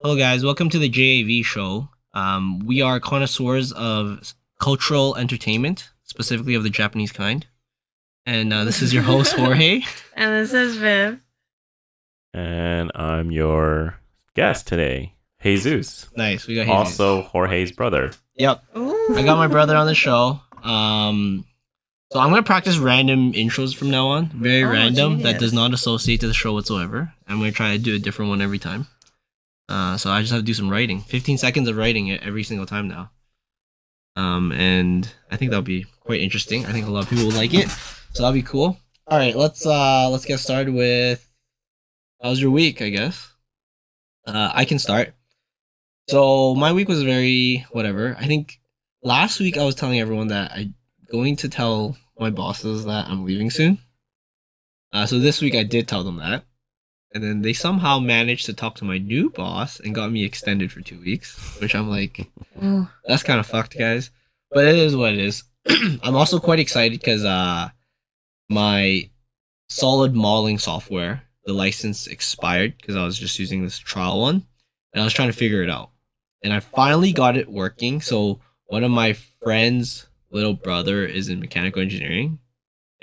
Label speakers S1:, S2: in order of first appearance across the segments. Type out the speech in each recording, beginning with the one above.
S1: Hello, guys. Welcome to the JAV show. Um, we are connoisseurs of s- cultural entertainment, specifically of the Japanese kind. And uh, this is your host, Jorge.
S2: And this is Viv.
S3: And I'm your guest today, Jesus,
S1: nice. We got Jesus.
S3: also Jorge's brother.
S1: Yep.
S2: Ooh.
S1: I got my brother on the show. Um, so I'm gonna practice random intros from now on. Very
S2: Oh,
S1: random. That does
S2: genius.
S1: not associate to the show whatsoever. I'm gonna try to do a different one every time. Uh, so I just have to do some writing. 15 seconds of writing e- every single time now. Um, and I think that'll be quite interesting. I think a lot of people will like it. So that'll be cool. All right, let's uh let's get started with how's your week? I guess. Uh, I can start. So my week was very whatever. I think last week I was telling everyone that I going to tell my bosses that I'm leaving soon. Uh, so this week I did tell them that, and then they somehow managed to talk to my new boss and got me extended for two weeks, which I'm like,
S2: Ooh.
S1: that's kind of fucked, guys. But it is what it is. I'm also quite excited because uh, my solid mauling software, the license expired because I was just using this trial one, and I was trying to figure it out, and I finally got it working. So one of my friends' little brother is in mechanical engineering,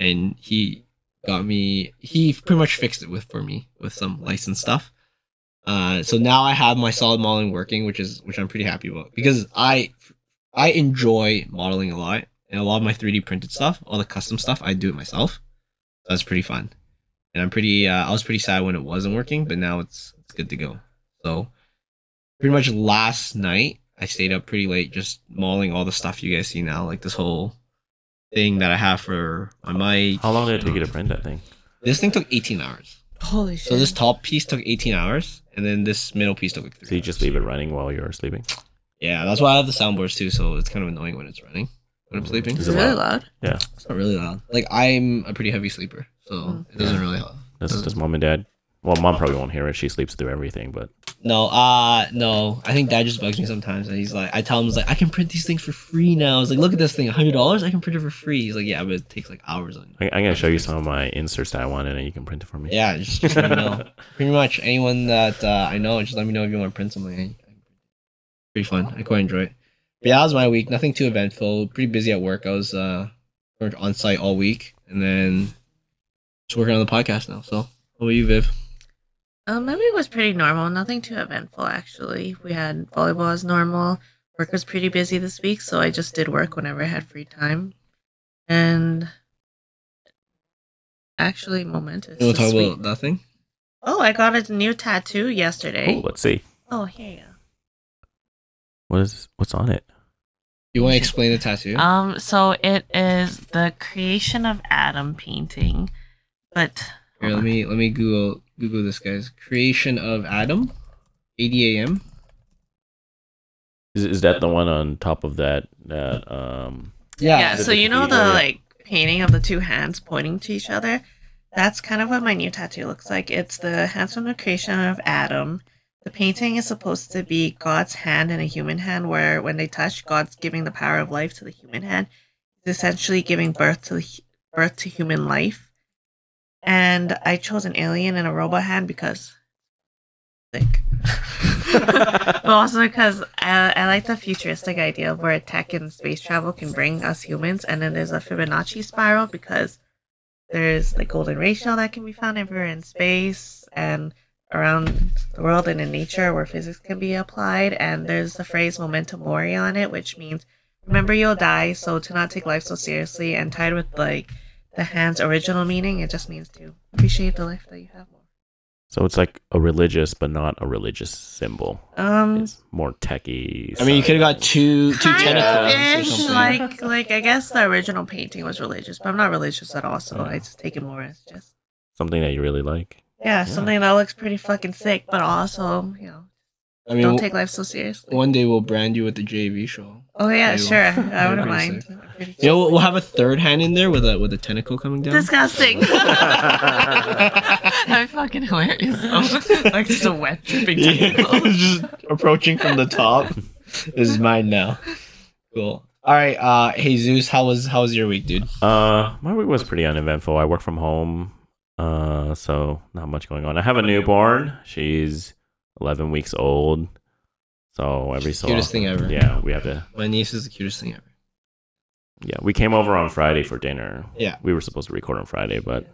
S1: and he got me. He pretty much fixed it with for me with some license stuff. Uh, so now I have my solid modeling working, which is which I'm pretty happy about because I I enjoy modeling a lot and a lot of my 3D printed stuff, all the custom stuff, I do it myself. So that's pretty fun, and I'm pretty uh, I was pretty sad when it wasn't working, but now it's it's good to go. So pretty much last night I stayed up pretty late just modeling all the stuff you guys see now, like this whole thing that I have for my mic.
S3: How long did it take you to print that thing?
S1: This thing took 18 hours.
S2: Holy shit.
S1: So this top piece took 18 hours, and then this middle piece took like three.
S3: So you just
S1: hours.
S3: leave it running while you're sleeping?
S1: Yeah, that's why I have the soundboards too. So it's kind of annoying when it's running when I'm sleeping.
S3: Mm-hmm. Is
S2: is
S3: it
S2: really
S3: loud?
S2: loud.
S1: It's not really loud. Like I'm a pretty heavy sleeper, so
S2: Mm.
S1: it doesn't really help.
S3: Does, does mom and dad? Well, mom probably won't hear it. She sleeps through everything, but
S1: No, uh no. I think Dad just bugs me sometimes, and he's like, I tell him, he's like, I can print these things for free now. I was like, look at this thing, hundred dollars, I can print it for free. He's like, yeah, but it takes like hours on.
S3: I, I'm going to show you some of my inserts that I wanted and you can print it for me.
S1: Yeah, just, just let me know. Pretty much anyone that uh, I know, just let me know if you want to print something. I- I- Pretty fun. I quite enjoy it. But yeah, that was my week. Nothing too eventful. Pretty busy at work. I was uh, pretty much on site all week, and then just working on the podcast now. So, how about you, Viv?
S2: Um, my week was pretty normal. Nothing too eventful, actually. We had volleyball as normal. Work was pretty busy this week, so I just did work whenever I had free time. And actually, momentous.
S1: You want to
S2: this
S1: talk
S2: week.
S1: about that thing?
S2: Oh, I got a new tattoo yesterday.
S3: Oh, let's see.
S2: Oh, here you go.
S3: What is, what's on it?
S1: You want to explain the tattoo?
S2: Um, so it is the creation of Adam painting, but
S1: Here, let me let me Google Google this, guys. Creation of Adam, 80 a.m.
S3: Is, is that the one on top of that? that um,
S1: Yeah.
S2: yeah.
S3: is
S2: So
S3: it
S2: you
S3: the
S2: know the
S3: cathedral?
S2: like painting of the two hands pointing to each other. That's kind of what my new tattoo looks like. It's the hands from the creation of Adam. The painting is supposed to be God's hand and a human hand, where when they touch, God's giving the power of life to the human hand. It's essentially giving birth to the, hu- birth to human life. And I chose an alien and a robot hand because, like, but also because I, I like the futuristic idea of where tech and space travel can bring us humans. And then there's a Fibonacci spiral because there's the golden ratio that can be found everywhere in space and around the world and in nature where physics can be applied. And there's the phrase momentum mori on it, which means remember you'll die, so to not take life so seriously. And tied with like the hand's original meaning, it just means to appreciate the life that you have more.
S3: So it's like a religious, but not a religious symbol.
S2: Um,
S3: It's more techie.
S1: I mean, you
S3: side.
S1: could have got two two
S2: kind of
S1: tentacles or
S2: ish,
S1: something.
S2: like like I guess the original painting was religious, but I'm not religious at all, so I just take it more as just
S3: something that you really like.
S2: yeah, something that looks pretty fucking sick, but also you know
S1: I mean,
S2: don't take life so seriously.
S1: One day we'll brand you with the JV show.
S2: Oh yeah,
S1: Ew.
S2: sure, I
S1: Pretty
S2: wouldn't mind.
S1: You know, we'll, we'll have a third hand in there with a with a tentacle coming down.
S2: Disgusting.
S1: That'd
S2: I'm fucking hilarious. like just a wet dripping tentacle.
S1: just approaching from the top. this is mine now. Cool. All right, uh, Jesus, how was how was your week, dude?
S3: Uh, my week was pretty uneventful. I work from home, uh, so not much going on. I have a newborn. She's 11 weeks old. So every so
S1: Cutest
S3: often-
S1: thing ever.
S3: Yeah, we have to.
S1: My niece is the cutest thing ever.
S3: Yeah, we came over on Friday for dinner.
S1: Yeah.
S3: we were supposed to record on Friday, but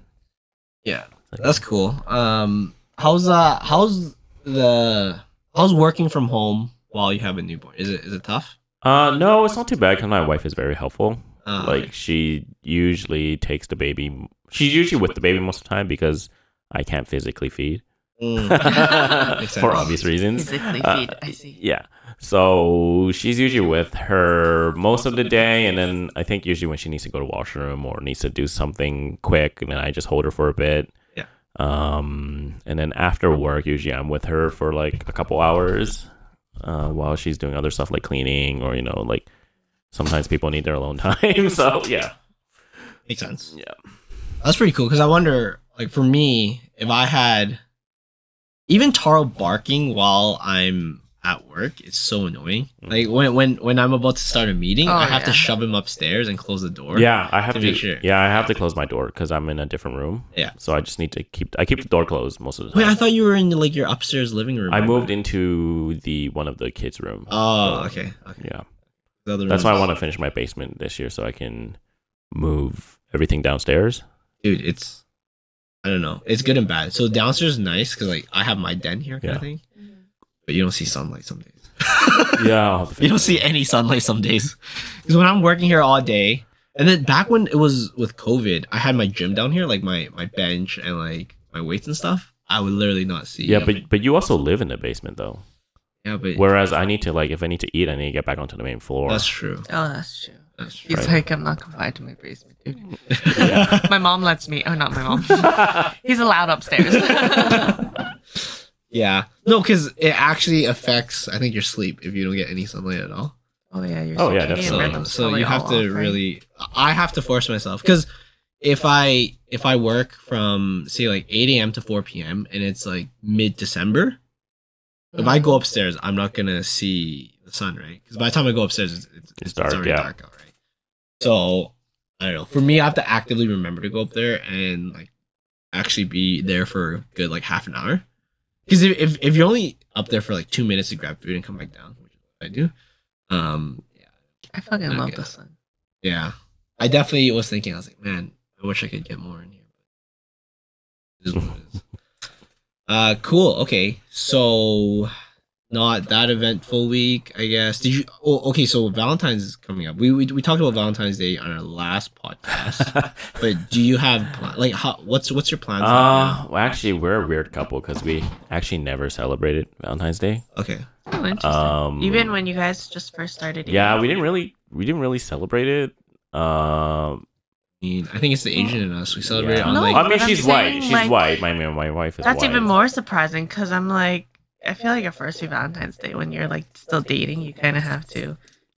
S1: Yeah,
S3: Like-
S1: that's cool. Um, how's uh, how's the how's working from home while you have a newborn? Is it is it tough?
S3: uh, no, it's not too bad. 'cause my wife is very helpful.
S1: Uh,
S3: like she usually takes the baby. She's usually with the baby most of the time because I can't physically feed
S1: mm, Makes
S3: for
S1: sense.
S3: obvious reasons.
S2: Physically
S3: Uh,
S2: feed, I see.
S3: Yeah. So she's usually with her most of the day, and then I think usually when she needs to go to washroom or needs to do something quick, and then I just hold her for a bit.
S1: Yeah.
S3: Um, and then after work, usually I'm with her for like a couple hours, uh, while she's doing other stuff like cleaning or you know like sometimes people need their alone time. So yeah.
S1: makes sense.
S3: Yeah.
S1: That's pretty cool because I wonder, like, for me, if I had even Taro barking while I'm at work, it's so annoying.
S3: Mm.
S1: Like when when when I'm about to start a meeting,
S2: Oh,
S1: I have to
S2: yeah.
S1: shove him upstairs and close the door.
S3: Yeah, I have
S1: to
S3: to.
S1: make sure.
S3: Yeah, I have to close my door because I'm in a different room.
S1: Yeah.
S3: So I just need to keep. I keep the door closed most of the time.
S1: Wait, I thought you were in like your upstairs living room.
S3: I moved into the one of the kids' room.
S1: Oh, okay. okay.
S3: Yeah,
S1: The other
S3: that's
S1: room
S3: why I
S1: is-
S3: want to finish my basement this year so I can move everything downstairs.
S1: dude it's i don't know it's good and bad so downstairs is nice because like i have my den here kind
S3: Yeah.
S1: of thing
S2: Mm-hmm.
S1: but you don't see sunlight some days
S3: Yeah, I'll have to
S1: you
S3: finish-
S1: don't see any sunlight some days because when i'm working here all day and then back when it was with covid i had my gym down here like my my bench and like my weights and stuff i would literally not see
S3: yeah,
S1: it.
S3: but but you also live in the basement though.
S1: yeah but
S3: Whereas I need to like if I need to eat, I need to get back onto the main floor.
S1: that's true
S2: Oh, that's true.
S1: that's true
S2: He's
S3: Right.
S2: like, I'm not confined to my basement, dude.
S1: yeah.
S2: My mom lets me. Oh, not my mom. He's allowed upstairs.
S1: no because it actually affects i think your sleep if you don't get any sunlight at all
S2: oh yeah, you're.
S3: Oh, yeah,
S2: circadian
S3: definitely.
S1: so,
S2: rhythm's
S1: so
S2: probably
S1: you have
S2: all
S1: to
S2: off, right?
S1: really i have to force myself because if i if i work from say like 8 a.m to 4 p.m and it's like mid-december if
S2: Mm-hmm.
S1: i go upstairs i'm not gonna see the sun right because by the time i go upstairs it's, it's, it's
S3: dark,
S1: already
S3: yeah.
S1: dark out right so i don't know for me i have to actively remember to go up there and like actually be there for a good like half an hour because if, if, if you're only up there for like two minutes to grab food and come back down which is what i do um
S2: I fucking love
S1: Okay.
S2: the sun.
S1: yeah. I definitely was thinking, I was like, man, I wish I could get more in here. It is what it is. Uh cool. Okay. So not that eventful week, I guess. Did you oh okay, so Valentine's is coming up. We we, we talked about Valentine's Day on our last podcast. but do you have pla- like how, what's what's your plans?
S3: Uh, well, actually, we're a weird couple because we actually never celebrated Valentine's Day.
S1: okay.
S2: Oh, interesting.
S3: Um,
S2: Even when you guys just first started. dating.
S3: yeah, we didn't really we didn't really celebrate it. Um,
S1: I mean, I think it's the Asian in us. We celebrate
S3: yeah.
S1: on
S2: No,
S1: like
S3: I mean,
S2: but I'm
S3: she's white.
S2: saying,
S3: She's
S2: like,
S3: white. My my- my wife is
S2: That's
S3: white.
S2: even more surprising because I'm like, I feel like your first few Valentine's Day when you're like still dating, you kind of have to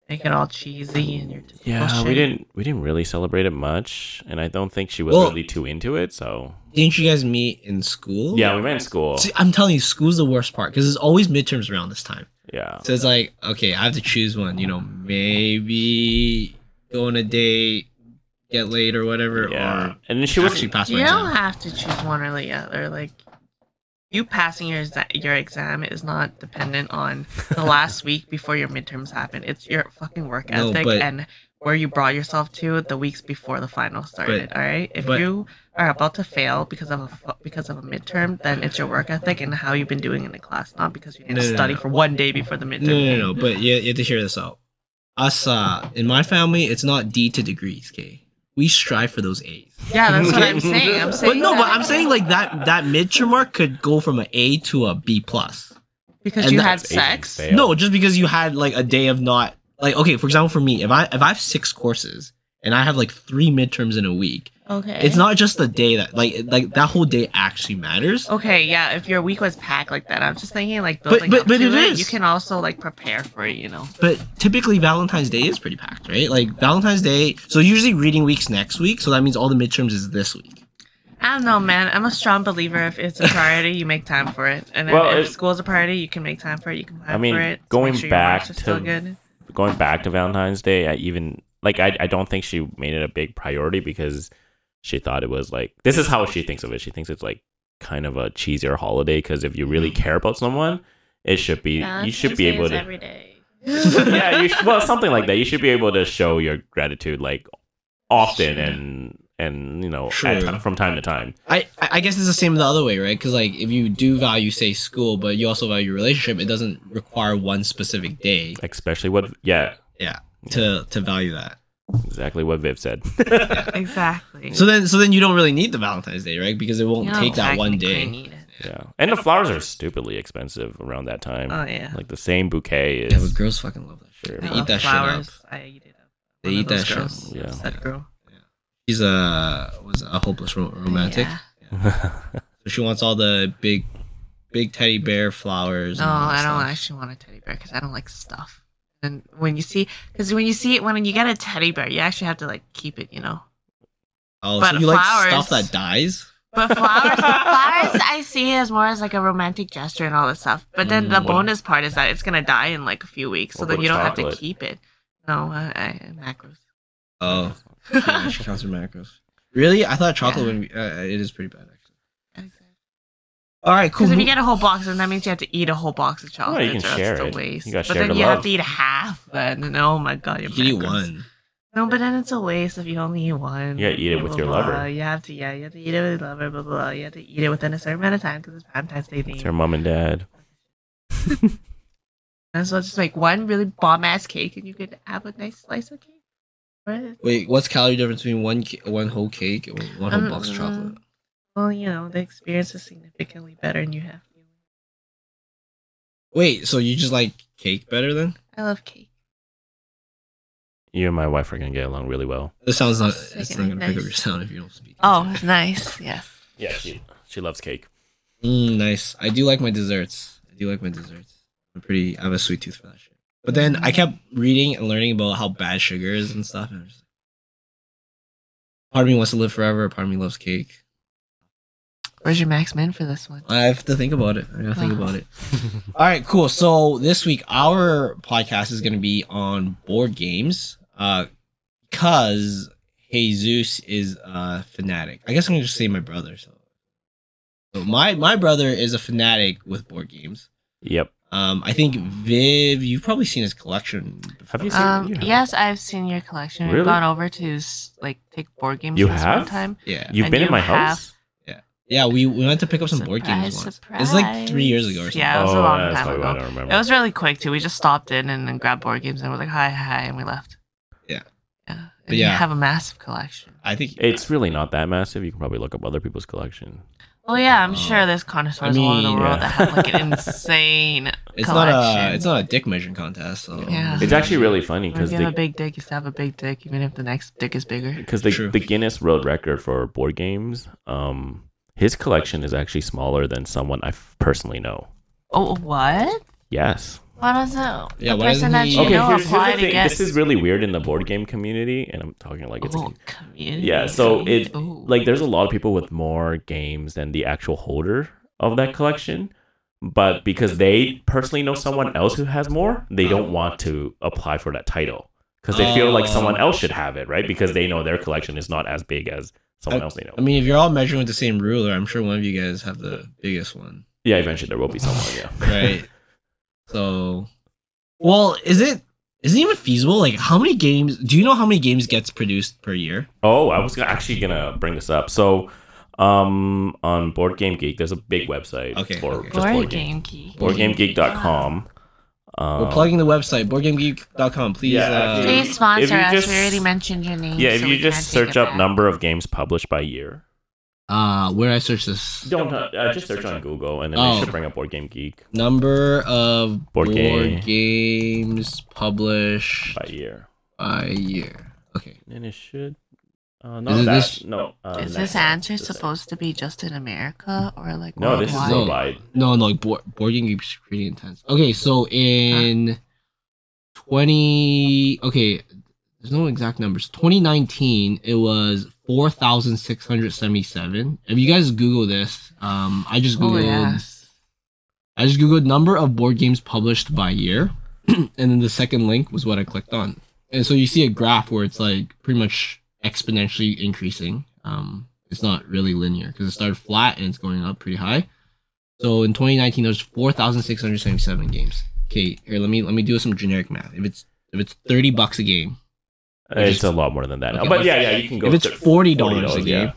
S2: make it all cheesy and you're just
S3: Yeah, we
S2: bullshit.
S3: didn't we didn't really celebrate it much, and I don't think she was
S1: Well-
S3: really too into it. So
S1: didn't you guys meet in school?
S3: yeah, we met in school.
S1: Oh, See, I'm telling you, school's the worst part because there's always midterms around this time.
S3: Yeah,
S1: So it's like, okay, I have to choose one. You know, maybe go on a date, get laid or whatever,
S3: yeah,
S1: or
S3: and then she
S1: she
S3: was
S1: actually pass my
S2: You don't
S1: exam.
S2: have to choose one or the other. Like, you passing your exa- your exam is not dependent on the last week before your midterms happen. It's your fucking work
S1: No,
S2: ethic
S1: but-
S2: and where you brought yourself to the weeks before the final started. all right, if
S1: but-
S2: you are about to fail because of a fu- because of a midterm, then it's your work ethic and how you've been doing in the class, not because you didn't
S1: No, no,
S2: study
S1: no.
S2: for one day before the midterm.
S1: No, no,
S2: came.
S1: no. But you, you have to hear this out. Us, uh, in my family, it's not D to degrees. Okay, we strive for those A's.
S2: Yeah, that's what I'm saying. I'm saying.
S1: But no,
S2: that
S1: but I'm saying like that that midterm mark could go from a A to a B plus.
S2: because
S1: and
S2: you
S1: that-
S2: had
S3: Asian
S2: sex.
S3: fail.
S1: No, just because you had like a day of not like okay. For example, for me, if I if I have six courses and I have like three midterms in a week,
S2: Okay.
S1: It's not just the day that like like that whole day actually matters.
S2: Okay, yeah. If your week was packed like that, I'm just thinking like
S1: But-
S2: building
S1: but-
S2: up
S1: but
S2: to
S1: it
S2: it,
S1: is.
S2: You can also like prepare for it, you know.
S1: But typically Valentine's Day is pretty packed, right? Like Valentine's Day. So usually reading weeks next week. So that means all the midterms is this week.
S2: I don't know, man. I'm a strong believer. If it's a priority, you make time for it, and then
S3: Well,
S2: if
S3: it-
S2: school's a priority, you can make time for it. You can plan
S3: I mean,
S2: for it. to make
S3: going
S2: your marks
S3: back
S2: are still
S3: to-
S2: good.
S3: going back to Valentine's Day. I even like I I don't think she made it a big priority because she thought it was like this is how she thinks of it. She thinks it's like kind of a cheesier holiday because if you really
S1: Mm-hmm.
S3: care about someone, it should be you should be able to
S4: every day.
S3: yeah, you sh- well, something like that. You should be able to show your gratitude like often and and you know
S1: Sure.
S3: at ti- from time to time.
S1: I, I I guess it's the same the other way, right? Because like if you do value, say, school, but you also value your relationship, it doesn't require one specific day
S3: Especially what yeah,
S1: to to value that.
S3: exactly what Viv said.
S2: exactly.
S1: So then so then you don't really need the Valentine's Day, right? Because it won't
S4: No,
S1: take that one
S2: Technically
S1: day.
S2: need it.
S3: yeah, and the flowers are stupidly expensive around that time.
S2: Oh yeah.
S3: Like the same bouquet
S1: Yeah, but
S3: is
S1: girls fucking love that shit.
S3: Sure.
S1: They
S2: I
S1: eat
S2: love
S1: that shit up.
S2: flowers. I eat it up.
S1: They
S2: One of
S1: eat that
S2: those
S1: shit up.
S2: girls.
S3: Yeah.
S2: That girl.
S1: She's a was a hopeless ro- romantic.
S2: Yeah.
S1: So she wants all the big, big teddy bear flowers.
S2: No,
S1: and all that
S2: Oh, I don't
S1: stuff.
S2: actually want a teddy bear because I don't like stuff. And when you see, because when you see it, when you get a teddy bear, you actually have to like keep it, you know.
S1: Oh,
S2: But
S1: so you like
S2: flowers-
S1: stuff that dies?
S2: But flowers, flowers, I see it as more as like a romantic gesture and all this stuff. But then the
S1: Mm.
S2: bonus part is that it's gonna die in like a few weeks, so
S3: What
S2: then
S3: about
S2: you don't have
S3: chocolate?
S2: to keep it. No, uh, I, I macros.
S1: Oh, yeah, she counts her macros. Really? I thought chocolate
S2: Yeah.
S1: would be. Uh, it is pretty bad actually.
S2: Because
S1: All right, cool.
S2: if you
S1: Mo-
S2: get a whole box, then that means you have to eat a whole box of chocolate.
S3: can
S2: or else
S3: share
S2: it's a
S3: it.
S2: waste.
S3: You gotta
S2: but
S3: share
S2: then
S3: the
S2: you have
S3: love.
S2: to eat half. Then and oh my god,
S1: you
S2: your
S1: can eat
S2: macros.
S1: one.
S2: No, but then it's a waste if you only eat one.
S3: You gotta eat it with your
S2: blah,
S3: lover.
S2: blah. You have to, yeah, you have to eat it with your lover, blah, blah, blah. You have to eat it within a certain amount of time because it's Valentine's Day
S3: It's
S2: thing.
S3: her mom and dad.
S2: And so it's just like one really bomb ass cake and you could have a nice slice of cake. Right?
S1: Wait, what's calorie difference between one ca- one whole cake and one whole box of chocolate?
S2: Um, Well, you know, the experience is significantly better and you have.
S1: Wait, so you just like cake better then?
S2: I love cake.
S3: You and my wife are gonna get along really well.
S1: This sounds not.
S2: Second
S1: It's not gonna pick up
S2: nice.
S1: your sound if you don't speak.
S2: Oh, nice. Yes.
S3: Yeah, she she loves cake.
S1: Mm, nice. I do like my desserts. I do like my desserts. I'm pretty. I have a sweet tooth for that shit. But then I kept reading and learning about how bad sugar is and stuff. And I'm just like, part of me wants to live forever. Part of me loves cake.
S2: Where's your max min for this one?
S1: I have to think about it. I gotta think about it. All right, cool. So this week our podcast is gonna be on board games, uh, because Jesus is a fanatic. I guess I'm gonna just say my brother. So, so my my brother is a fanatic with board games.
S3: Yep.
S1: Um, I think Viv, you've probably seen his collection.
S3: Have you seen?
S2: Um,
S3: you have-
S2: yes, I've seen your collection.
S3: Really?
S2: We've gone over to s- like take board games
S3: You
S2: this
S3: have?
S2: one time.
S1: Yeah,
S3: You've
S2: and
S3: been in
S2: you
S3: my
S2: have-
S3: house.
S1: yeah. We, we went to pick up some board games
S2: Surprise,
S1: once. It's like three
S2: surprise.
S1: years ago or something.
S2: Yeah, it was a long
S3: Oh, that's
S2: time
S3: probably
S2: ago.
S3: why I don't remember.
S2: It was really quick too. We just stopped in and then grabbed board games and we're like, hi, hi, and we left.
S1: Yeah.
S2: Yeah.
S1: But
S2: And you
S1: yeah.
S2: have a massive collection.
S1: I think
S3: It's really not that massive. You can probably look up other people's collection.
S2: Well, yeah,
S3: Uh,
S2: I'm
S1: Oh.
S2: sure there's connoisseurs all over the
S1: mean,
S2: world
S3: yeah.
S2: that have like an insane.
S1: it's not a
S2: collection.
S1: it's not a dick measuring contest. So
S2: Yeah.
S3: It's actually really funny
S2: If
S3: because
S2: you have a
S3: the
S2: big dick, you still have a big dick, even if the next dick is bigger.
S3: because the,
S1: True.
S3: the Guinness World Record for board games, um, his collection is actually smaller than someone I f- personally know.
S2: Oh, what?
S3: Yes.
S2: Why doesn't
S1: Yeah,
S2: the
S1: why doesn't
S2: person that
S1: he-
S2: you
S1: Okay,
S2: know
S3: here's- here's the
S2: apply to
S3: thing.
S2: get?
S3: This is really weird in the board game community, and I'm talking like it's a
S2: oh, community.
S3: Yeah, so it-
S2: Ooh.
S3: like there's a lot of people with more games than the actual holder of that collection but because they personally know someone else who has more they don't want to Oh. apply for that title because they feel like someone else should have it right because they know their collection is not as big as someone else they
S1: I
S3: know
S1: mean, if you're all measuring with the same ruler, I'm sure one of you guys have the biggest one,
S3: yeah eventually there will be someone yeah
S1: right? so, well, is it is it even feasible? Like, how many games? Do you know how many games gets produced per year?
S3: oh i was gonna, actually gonna bring this up so um on board game geek there's a big website
S1: Okay,
S3: for
S1: okay.
S3: just board
S2: board game
S3: game
S2: key.
S3: boardgamegeek.com um,
S1: We're plugging the website boardgamegeek.com. Please,
S3: Yeah,
S1: uh,
S3: actually-
S2: Please sponsor
S3: If you
S2: us.
S3: just-
S2: we already mentioned your name.
S3: yeah if
S2: so
S3: you
S2: we
S3: just
S2: can't take
S3: search
S2: it
S3: up
S2: back.
S3: number of games published by year
S1: uh, where I search this
S3: Don't uh, uh, just search on Google and then
S1: Oh.
S3: they should bring up Board Game Geek
S1: number of
S3: Board
S1: board,
S3: game.
S1: games published
S3: by year.
S1: by year. Okay.
S3: And it should. Uh,
S1: Is
S3: not
S1: it
S3: that.
S1: this-
S3: no. Uh,
S2: Is
S3: next
S2: this
S3: one.
S2: answer
S3: This-
S2: supposed to be just in America or like
S3: No, this is
S2: worldwide?
S1: No.
S3: worldwide.
S1: No, no, like board, board game is pretty intense. Okay, so in twenty, okay, there's no exact numbers. Twenty nineteen, it was four thousand six hundred seventy seven. If you guys Google this, um, I just
S2: Oh
S1: googled,
S2: yes.
S1: I just googled number of board games published by year, and then the second link was what I clicked on, and so you see a graph where it's like pretty much exponentially increasing. Um, It's not really linear because it started flat and it's going up pretty high. So in 2019, there's 4,677 games. Okay, here let me let me do some generic math. If it's if it's 30 bucks a game,
S3: It's
S1: just-
S3: a lot more than that. now.
S1: Okay,
S3: but
S1: let's-
S3: yeah, yeah, you can go.
S1: if it's
S3: thir-
S1: forty dollars a
S3: $40,
S1: game,
S3: yeah.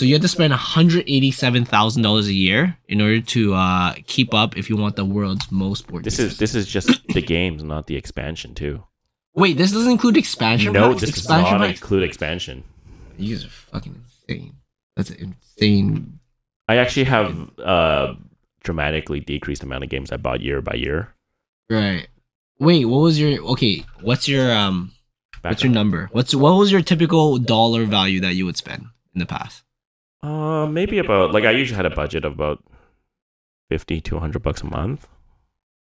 S1: so you have to spend one hundred eighty-seven thousand dollars a year in order to uh, keep up if you want the world's most board.
S3: This
S1: games.
S3: is this is just the games, not the expansion too.
S1: wait, this doesn't include expansion.
S3: No,
S1: packs?
S3: this does
S1: expansion
S3: not
S1: packs?
S3: include expansion.
S1: You guys are fucking insane. That's insane.
S3: I actually have uh dramatically decreased the amount of games I bought year by year.
S1: Right. Wait, what was your okay? What's your um?
S3: Back
S1: What's your
S3: up.
S1: number? What's what was your typical dollar value that you would spend in the past?
S3: Uh, maybe about like I usually had a budget of about fifty to hundred bucks a month.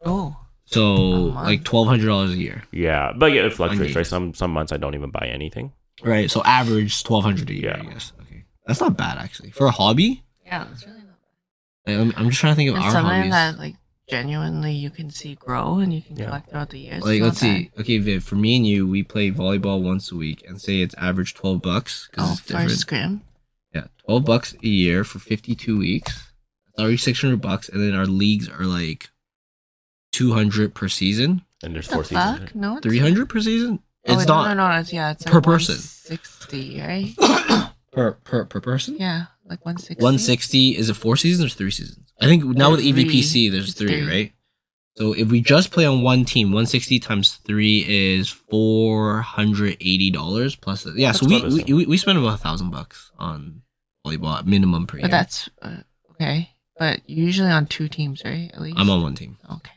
S5: Oh.
S1: So
S5: A month.
S1: like twelve hundred dollars a year.
S3: Yeah, but yeah, it fluctuates.
S1: Indeed.
S3: Right, some some months I don't even buy anything.
S1: Right. So average twelve hundred a year, I
S3: Yeah.
S1: guess. Okay. That's not bad actually. For a hobby?
S5: Yeah, it's really not.
S1: Like, I'm, I'm just trying to think of
S5: It's
S1: our
S5: something
S1: hobbies.
S5: that like genuinely you can see grow and you can
S3: Yeah.
S5: collect throughout the years. It's
S1: like
S5: not
S1: let's see. Okay, Viv, for me and you, we play volleyball once a week and say it's average twelve bucks
S5: bad.
S1: because
S5: Oh,
S1: it's different.
S5: first scrim.
S1: Yeah, twelve bucks a year for fifty two weeks. That's already six hundred bucks, and then our leagues are like two hundred per season,
S3: And there's four
S5: The
S3: seasons.
S5: fuck? No, it's-
S1: three hundred per season.
S5: Oh,
S1: It's
S5: wait,
S1: not
S5: No, no, no. It's yeah. It's
S1: per
S5: like
S1: person.
S5: Sixty, right?
S1: per per per person.
S5: Yeah, like one sixty.
S1: One sixty is it four seasons or three seasons? I think now with
S5: There's three.
S1: EVPC there's
S5: It's
S1: three,
S5: three.
S1: right? So if we just play on one team, one sixty times three is four hundred eighty dollars plus. The, yeah, so
S3: That's
S1: we,
S3: not as
S1: we
S3: though.
S1: we we spend about a thousand bucks on volleyball at minimum per year.
S5: But that's uh, okay. But you're usually on two teams, right? At least
S1: I'm on one team.
S5: Okay.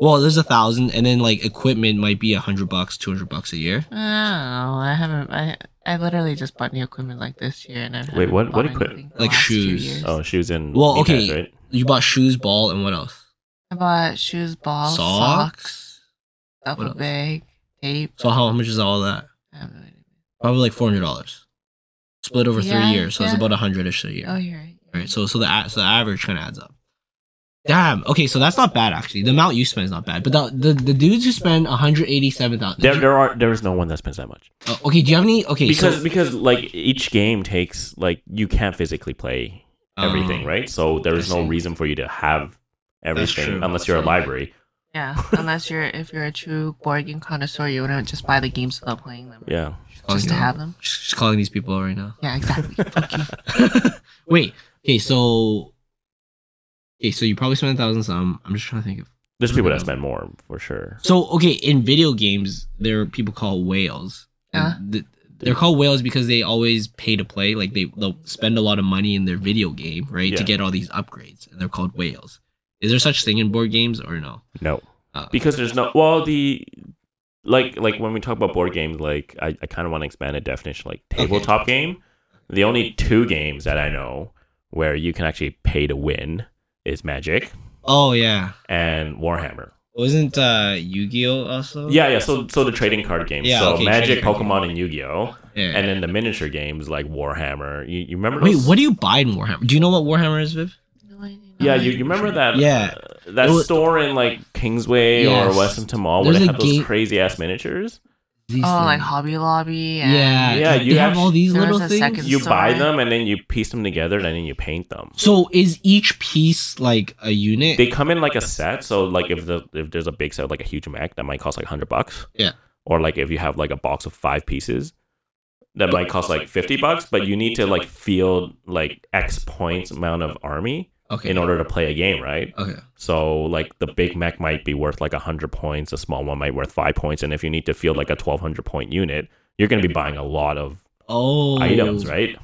S1: Well, there's a thousand, and then like equipment might be a hundred bucks, two hundred bucks a year.
S5: I don't know. I haven't. I I literally just bought new equipment like this year, and I've
S3: Wait, what- what equipment?
S1: Like shoes.
S3: Oh, shoes and
S1: Well,
S3: knee pads,
S1: okay.
S3: right?
S1: You bought shoes, ball, and what else?
S5: I bought shoes, balls, socks,
S1: Socks.
S5: duffel
S1: What else?
S5: bag, tape.
S1: So how much is all that?
S5: I have no idea.
S1: Probably like four hundred dollars, split over
S5: Yeah,
S1: three years. So it's
S5: yeah.
S1: about a hundred ish a year.
S5: Oh, you're right.
S1: right? So so the a- so the average kind of adds up. Damn. Okay, so that's not bad actually. The amount you spend is not bad, but the the, the dudes who spend one hundred eighty seven thousand.
S3: There, there are there is no one that spends that much
S1: okay, do you have any? Okay,
S3: because
S1: so,
S3: because like each game takes like you can't physically play everything,
S1: um,
S3: right? So there is
S1: I
S3: no
S1: see.
S3: reason for you to have everything
S1: true.
S3: unless you're a library.
S5: Yeah, unless you're if you're a true board game connoisseur, you wouldn't just buy the games without playing them.
S3: Yeah.
S5: Just to
S1: Okay.
S5: have them.
S1: She's calling these people right now.
S5: Yeah, exactly.
S1: Wait. Okay, so. Okay, so you probably spent a thousand some. I'm just trying to think of.
S3: There's people
S1: Mm-hmm.
S3: that spend more for sure.
S1: So okay, in video games, there are people called whales.
S5: Yeah.
S1: And th- they're called whales because they always pay to play. Like they they'll spend a lot of money in their video game, right,
S3: Yeah.
S1: to get all these upgrades, and they're called whales. Is there such thing in board games or no?
S3: No.
S1: Uh,
S3: Because there's no well the like like when we talk about board games, like I, I kinda wanna expand the definition like
S1: Okay.
S3: tabletop game. The only two games that I know where you can actually pay to win is Magic
S1: oh yeah,
S3: and Warhammer.
S1: wasn't uh, Yu-Gi-Oh also?
S3: Oh, Yeah, yeah. So, so the trading card games.
S1: Yeah,
S3: so
S1: okay,
S3: Magic,
S1: trading card
S3: Pokemon, and Yu-Gi-Oh,
S1: Yeah.
S3: and then the miniature games like Warhammer. You, you remember?
S1: Wait,
S3: those?
S1: what do you buy in Warhammer? Do you know what Warhammer is, Viv?
S5: No idea.
S3: Yeah, you, you remember that?
S1: Yeah.
S3: uh, that
S1: It was-
S3: store in like Kingsway or
S1: Yes.
S3: Westminster Mall where
S1: There's
S3: they
S1: a
S3: had those
S1: game-
S3: crazy ass miniatures.
S1: These
S5: Oh, like
S1: things.
S5: Hobby Lobby. And
S1: Yeah,
S3: Yeah,
S1: they
S3: you
S1: have
S3: have-
S1: all these
S5: There
S1: little
S5: was a
S1: things.
S5: second-
S3: You buy
S5: Sorry.
S3: them and then you piece them together and then you paint them.
S1: So is each piece like a unit?
S3: They come in like a set, so like if the if there's a big set like a huge mech that might cost like hundred bucks.
S1: Yeah.
S3: Or like if you have like a box of five pieces, that might cost like fifty bucks, but you need to like field like X points amount of army
S1: okay.
S3: in order to play a game, right?
S1: okay.
S3: So like the big mech might be worth like hundred points, a small one might worth five points, and if you need to field like a twelve hundred point unit, you're gonna be buying a lot of
S1: Oh.
S3: items, right?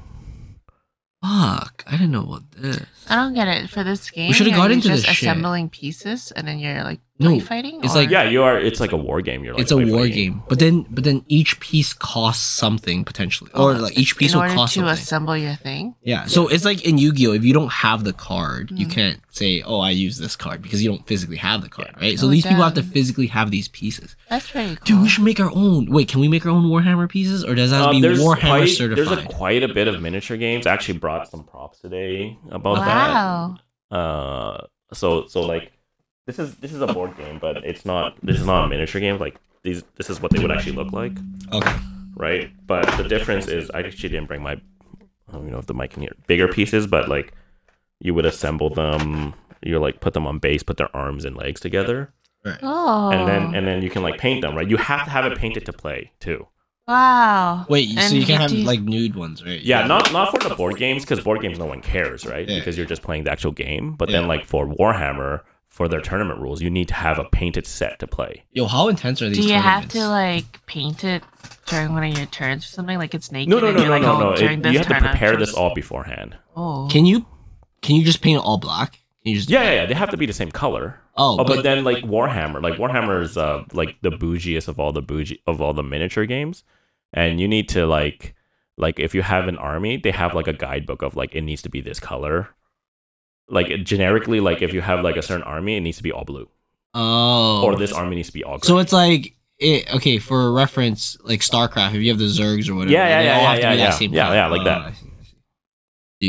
S1: Fuck! I didn't know about this.
S5: I don't get it for this game.
S1: should've
S5: are
S1: got
S5: you
S1: into
S5: just
S1: this shit.
S5: assembling pieces and then you're like
S1: No,
S5: no, fighting.
S1: it's
S5: or-
S1: like-
S3: Yeah, you are. It's like a war game. You're like
S1: it's a
S3: play
S1: war
S3: fighting.
S1: game, but then but then each piece costs something potentially,
S5: Oh,
S1: or like each piece
S5: in
S1: will
S5: order
S1: cost
S5: to
S1: something.
S5: assemble your thing.
S1: yeah, so it's like in Yu-Gi-Oh. If you don't have the card, you
S5: Mhm.
S1: can't say, "Oh, I use this card," because you don't physically have the card, right? So
S5: Oh,
S1: these people have to
S5: damn.
S1: physically have these pieces.
S5: That's pretty cool.
S1: Dude, we should make our own. Wait, can we make our own Warhammer pieces, or does that have
S3: Um,
S1: to be
S3: there's
S1: Warhammer
S3: quite,
S1: certified?
S3: There's a, quite a bit of miniature games. I actually brought some props today about
S5: wow.
S3: that. Uh, so so like this is this is a board game, but it's not. This is not a miniature game. Like these, this is what they would actually look like.
S1: okay,
S3: right? But the difference is, I actually didn't bring my, I don't even know if the mic can hear bigger pieces, but like you would assemble them, you like put them on base, put their arms and legs together,
S5: Oh.
S3: and then and then you can like paint them, right? You have to have it painted to play too.
S5: wow.
S1: Wait, you- so
S5: And
S1: you can have
S5: do you-
S1: like nude ones, right?
S3: Yeah, not not for the board games because board games no one cares, right?
S1: Yeah.
S3: Because you're just playing the actual game. But
S1: Yeah.
S3: then like for Warhammer, for their tournament rules, you need to have a painted set to play.
S1: Yo, how intense are
S5: Do
S1: these?
S5: you have
S1: tournaments?
S5: to like paint it during one of your turns or something? Like it's naked.
S3: No, no,
S5: and
S3: no,
S5: you're
S3: no,
S5: like,
S3: no,
S5: oh,
S3: no.
S5: During
S3: It,
S5: this
S3: you have to
S5: turn, I'm
S3: prepare
S5: just-
S3: this all beforehand.
S5: Oh.
S1: Can you can you just paint it all black? Can you just
S3: Yeah, yeah, yeah. They have to be the same color.
S1: Oh,
S3: Oh, but,
S1: but,
S3: then like Warhammer, like Warhammer is uh like the bougiest of all the bougie of all the miniature games, and you need to like like if you have an army, they have like a guidebook of like it needs to be this color. Like it- generically, like if you have like a certain army, it needs to be all blue,
S1: oh,
S3: or this army needs to be all green.
S1: so it's like it, okay for reference, like StarCraft. If you have the Zergs or whatever,
S3: Yeah, yeah,
S1: they
S3: yeah,
S1: all
S3: yeah,
S1: have to be
S3: yeah,
S1: that
S3: yeah.
S1: same
S3: Yeah,
S1: color.
S3: yeah, like
S1: Oh,
S3: that.
S1: I see, I see.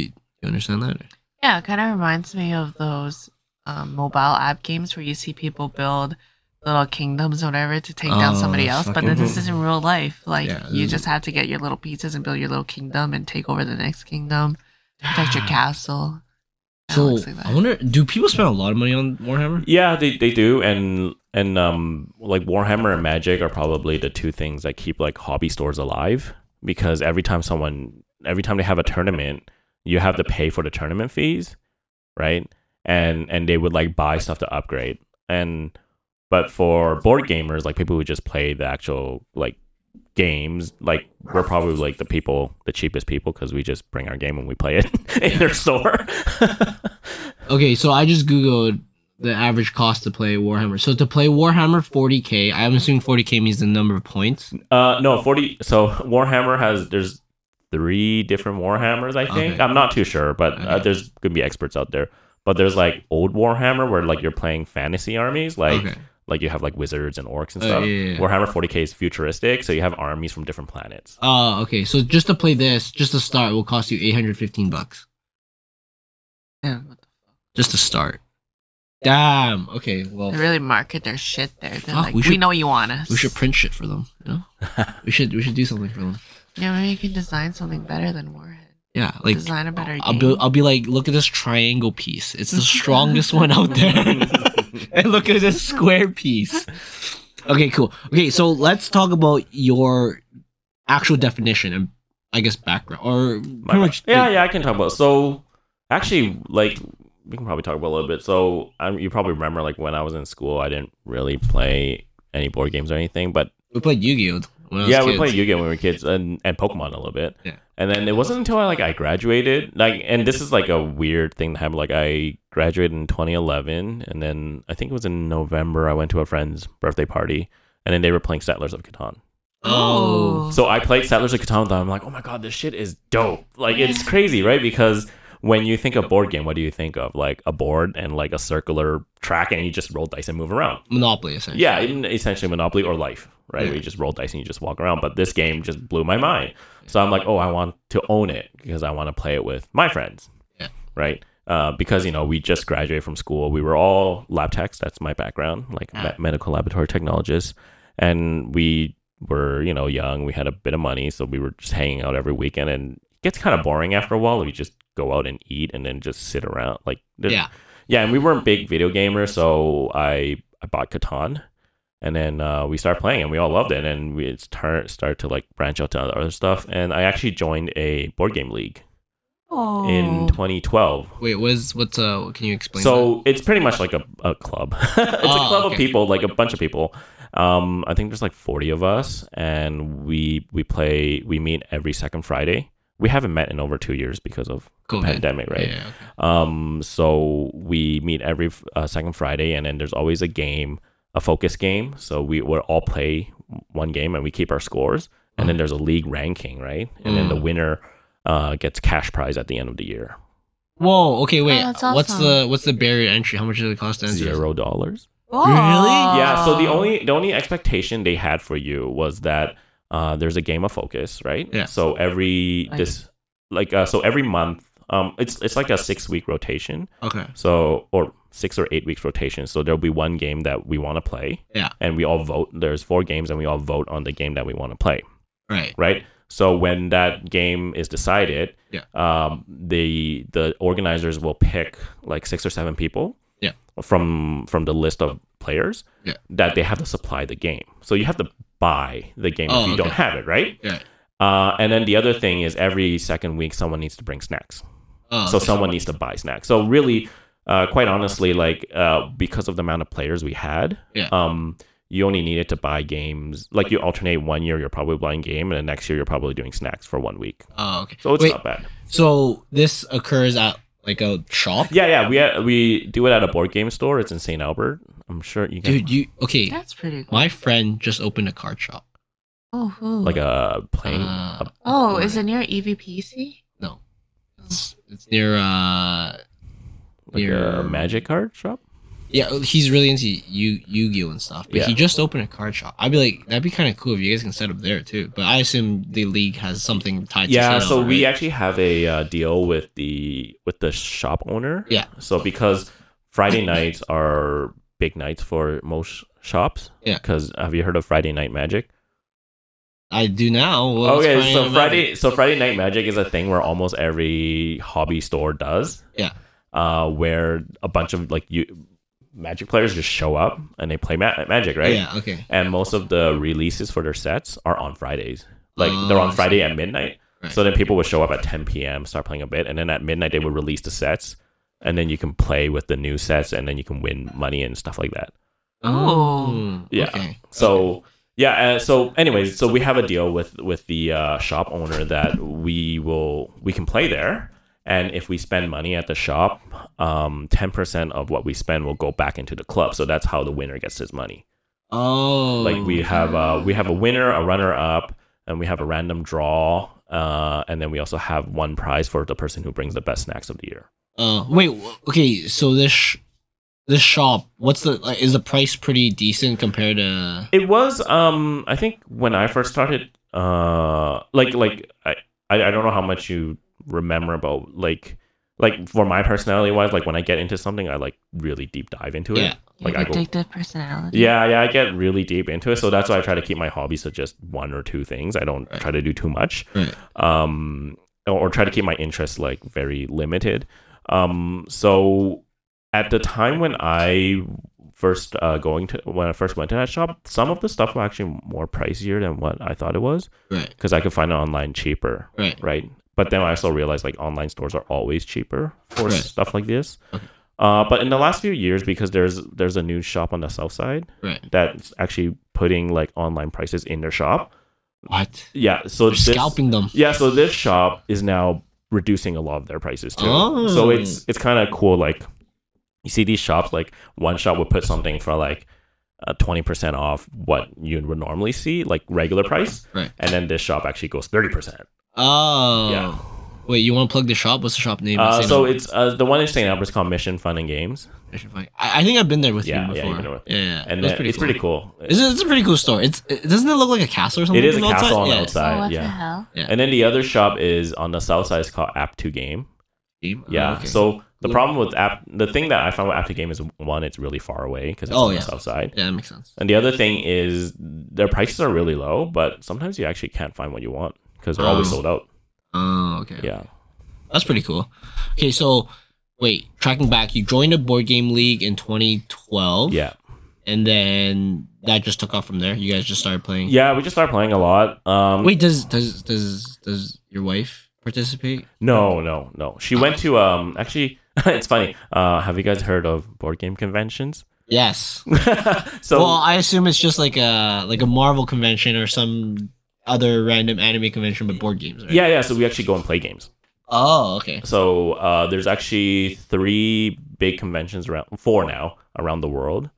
S1: Dude, you understand that?
S5: Yeah, it kind of reminds me of those um, mobile app games where you see people build little kingdoms or whatever to take down
S1: Oh,
S5: somebody else, but
S1: fucking-
S5: then this is in real life. Like
S1: Yeah,
S5: you
S1: this
S5: just have to get your little pieces and build your little kingdom and take over the next kingdom, protect your castle. Kinda
S1: So
S5: looks like that.
S1: I wonder, do people spend a lot of money on Warhammer?
S3: Yeah, they, they do, and and um like Warhammer and Magic are probably the two things that keep like hobby stores alive because every time someone every time they have a tournament, you have to pay for the tournament fees, right? And and they would like buy stuff to upgrade. And but for board gamers, like people who just play the actual like games, like we're probably like the people, the cheapest people, because we just bring our game and we play it in their store.
S1: Okay, so I just googled the average cost to play Warhammer. So to play Warhammer 40k, I'm assuming 40k means the number of points.
S3: Uh,
S1: Oh,
S3: no, forty. So Warhammer has there's three different Warhammers. I think
S1: Okay.
S3: I'm not too sure, but uh,
S1: Okay.
S3: there's gonna be experts out there. But there's like old Warhammer where like you're playing fantasy armies, like
S1: okay.
S3: like you have like wizards and orcs and
S1: Oh,
S3: stuff.
S1: yeah, yeah, yeah.
S3: Warhammer 40k is futuristic, so you have armies from different planets.
S1: Oh, okay. So just to play this, just to start, will cost you 815 bucks.
S5: Yeah, what the-
S1: Just to start. Damn. Okay. Well,
S5: They really market their shit there. They're
S1: Fuck,
S5: like,
S1: we
S5: we,
S1: should-
S5: know you want us.
S1: we should print shit for them. You know, we should we should do something for them.
S5: yeah, maybe you can design something better than Warhead.
S1: Yeah. Like
S5: design a better game.
S1: I'll be I'll be like, look at this triangle piece. It's the strongest one out there. and look at this square piece. Okay. Cool. Okay. So let's talk about your actual definition and I guess background or
S3: My
S1: pretty
S3: bad.
S1: much.
S3: yeah, yeah, I can talk about. So actually, like we can probably talk about a little bit. So um, you probably remember like when I was in school, I didn't really play any board games or anything, but
S1: We played Yu-Gi-Oh. When I was
S3: yeah, we
S1: kids.
S3: played Yu-Gi-Oh when we were kids, and, and Pokemon a little bit.
S1: Yeah.
S3: And then it wasn't until I like I graduated, like, and this is like a weird thing to happen. Like I graduated in 2011, and then I think it was in November I went to a friend's birthday party, and then they were playing Settlers of Catan.
S1: Oh.
S3: So I played Settlers of Catan, and I'm like, oh my god, this shit is dope. Like it's crazy, right? Because when you think of board game, what do you think of? Like a board and like a circular track, and you just roll dice and move around.
S1: Monopoly essentially.
S3: Yeah, in essentially Monopoly or Life, right? Where
S1: Yeah.
S3: you just roll dice and you just walk around. But this game just blew my mind. So I'm like, oh, I want to own it because I want to play it with my friends,
S1: Yeah.
S3: right? Uh, because you know we just graduated from school. We were all lab techs. That's my background, like me-
S1: Ah.
S3: medical laboratory technologists, and we were you know young. We had a bit of money, so we were just hanging out every weekend, and it gets kind of boring after a while. We just go out and eat, and then just sit around. Like there's-
S1: Yeah.
S3: yeah, and we weren't big video gamers, so I I bought Catan, and then uh, we started playing, and we all loved it, and then we it's turn started to like branch out to other other stuff, and I actually joined a board game league
S5: Oh.
S3: in 2012.
S1: Wait, what's what's uh? Can you explain?
S3: So it's pretty much like a, a club. it's
S1: Oh,
S3: a club
S1: okay.
S3: of people, Ah, like a bunch of people. Um, I think there's like 40 of us, and we we play we meet every second Friday. We haven't met in over two years because of
S1: that? COVID.
S3: pandemic, right?
S1: Yeah, okay.
S3: Um, so we meet every uh, second Friday, and then there's always a game, a focus game. So we will all play one game, and we keep our scores. And then there's a league ranking, right? And then the
S1: Uh-huh. Mm.
S3: winner uh, gets cash prize at the end of the year,
S1: Whoa. Okay. Wait.
S5: Oh, that's
S1: What's
S5: awesome.
S1: the what's the barrier to entry? How much does it cost to enter?
S3: zero dollars.
S1: Really?
S3: Yeah. So the only the only expectation they had for you was that uh, there's a game of focus, right?
S1: Yeah.
S3: So every
S5: Like-
S3: this like uh, so every month, um, it's it's like a six week rotation.
S1: Okay.
S3: So, or six or eight weeks rotation. So there'll be one game that we want to play.
S1: Yeah.
S3: And we all vote. There's four games, and we all vote on the game that we want to play.
S1: Right.
S3: right? So when that game is decided,
S1: Yeah.
S3: um, the the organizers will pick like six or seven people,
S1: Yeah.
S3: from from the list of players
S1: Yeah.
S3: that they have to supply the game. So you have to buy the game
S1: Oh,
S3: if you don't
S1: okay.
S3: have it, right?
S1: Yeah.
S3: Uh, and then the other thing is every second week someone needs to bring snacks
S1: Oh,
S3: Uh, so someone needs to buy snacks. So really, uh, quite honestly, like uh, because of the amount of players we had,
S1: Yeah.
S3: um, you only needed to buy games. Like you alternate one year, you're probably buying game, and the next year you're probably doing snacks for one week.
S1: Oh, okay.
S3: So it's
S1: Wait,
S3: not bad.
S1: so this occurs at like a shop?
S3: Yeah, yeah, we uh, we do it at a board game store. It's in Saint Albert. I'm sure you can
S1: Dude, you okay?
S2: That's pretty cool.
S1: My friend just opened a card shop.
S2: Oh, who?
S3: like a playing.
S1: Uh,
S3: a-
S2: oh, is it near EVPC?
S1: No, it's it's near. uh
S3: like
S1: your-
S3: a magic card shop?
S1: Yeah, he's really into Yu Yu Gi Oh and stuff. But he
S3: Yeah.
S1: just opened a card shop. I'd be like, that'd be kind of cool if you guys can set up there too. But I assume the league has something tied.
S3: Yeah,
S1: to set
S3: so
S1: up,
S3: we
S1: right?
S3: actually have a uh, deal with the with the shop owner.
S1: Yeah.
S3: So because Friday nights are big nights for most shops.
S1: Yeah.
S3: Because have you heard of Friday Night Magic?
S1: I do now. Well, it's
S3: okay,
S1: Friday
S3: so
S1: night
S3: Friday
S1: magic.
S3: so Friday Night Magic is a thing where almost every hobby store does.
S1: Yeah.
S3: Uh, where a bunch of like you magic players just show up and they play ma- magic, right?
S1: Yeah. Okay.
S3: and most of the releases for their sets are on Fridays. Like they're
S1: Oh, I
S3: on
S1: see.
S3: Friday at midnight.
S1: Right.
S3: So then people would show up at 10 p.m., start playing a bit, and then at midnight they would release the sets, and then you can play with the new sets, and then you can win money and stuff like that.
S2: Oh.
S1: Mm,
S3: Yeah.
S1: Okay.
S3: So yeah, uh, so anyways, so we have a deal with with the uh, shop owner that we will we can play there, and if we spend money at the shop, um, 10% of what we spend will go back into the club. So that's how the winner gets his money
S1: Oh.
S3: like we have uh we have a winner a runner up and we have a random draw uh and then we also have one prize for the person who brings the best snacks of the year
S1: Uh, wait. w- Okay. So this sh- this shop. What's the? Like, is the price pretty decent compared to?
S3: it was um i think when i first started uh like like i i, I don't know how much you remember about like like for my personality wise like when i get into something i like really deep dive into it
S1: Yeah.
S2: Your
S3: Like, I go-
S2: addictive personality.
S3: Yeah, yeah, I get really deep into it, so that's why I try to keep my hobbies to just one or two things. I don't
S1: Right.
S3: try to do too much,
S1: Right.
S3: um, or, or try to keep my interests like very limited. Um, so at the time when I first uh, going to when I first went to that shop, some of the stuff were actually more pricier than what I thought it was
S1: Right.
S3: because I could find it online cheaper,
S1: Right.
S3: right? But then I also realized like online stores are always cheaper for
S1: Right.
S3: stuff like this.
S1: Okay.
S3: Uh, but in the last few years, because there's there's a new shop on the south side
S1: Right.
S3: that's actually putting like online prices in their shop.
S1: What?
S3: Yeah, so
S1: They're
S3: this,
S1: scalping them.
S3: Yeah, so this shop is now reducing a lot of their prices too.
S1: Oh.
S3: So it's it's kind of cool. Like you see these shops, like one shop would put something for like twenty percent off what you would normally see, like regular price,
S1: Right.
S3: and then this shop actually goes thirty percent.
S1: Oh.
S3: Yeah.
S1: Wait. You want to plug the shop? What's the shop name?
S3: Uh,
S1: Say
S3: so
S1: no.
S3: it's uh, the one in St. Albert's called Mission Fun and Games,
S1: I, should find- I I think I've been there with
S3: Yeah,
S1: you
S3: yeah,
S1: before.
S3: you've been with-
S1: yeah. yeah.
S3: and
S1: It was
S3: that- it's pretty cool.
S1: It's a, it's a pretty cool store. It's it, doesn't it look like a castle or something?
S3: It is a
S1: on the
S3: castle on the
S1: Yeah.
S2: Oh,
S3: outside.
S2: what the
S3: yeah.
S2: hell?
S3: And then the other shop is on the south side. It's called App Two Game.
S1: Game? Oh,
S3: Yeah.
S1: okay.
S3: So the
S1: Cool.
S3: problem with app, the thing that I found with app to game is one, it's really far away because it's
S1: Oh,
S3: on
S1: yeah.
S3: the south side,
S1: yeah, that makes sense.
S3: and the other thing is their prices are really low, but sometimes you actually can't find what you want because they're always
S1: Oh.
S3: sold out.
S1: Oh, okay.
S3: Yeah.
S1: That's pretty cool. Okay, so wait, tracking back, you joined a board game league in 2012.
S3: Yeah.
S1: And then that just took off from there. You guys just started playing.
S3: Yeah. We just started playing a lot. Um,
S1: Wait, does does does does your wife participate?
S3: No, no, no. She went to um. Actually, it's funny. Uh, have you guys heard of board game conventions?
S1: Yes.
S3: so
S1: well, I assume it's just like a like a Marvel convention or some other random anime convention, but board games. Right?
S3: yeah, yeah. So we actually go and play games.
S1: Oh, okay.
S3: So uh, there's actually three big conventions around, four now around the world.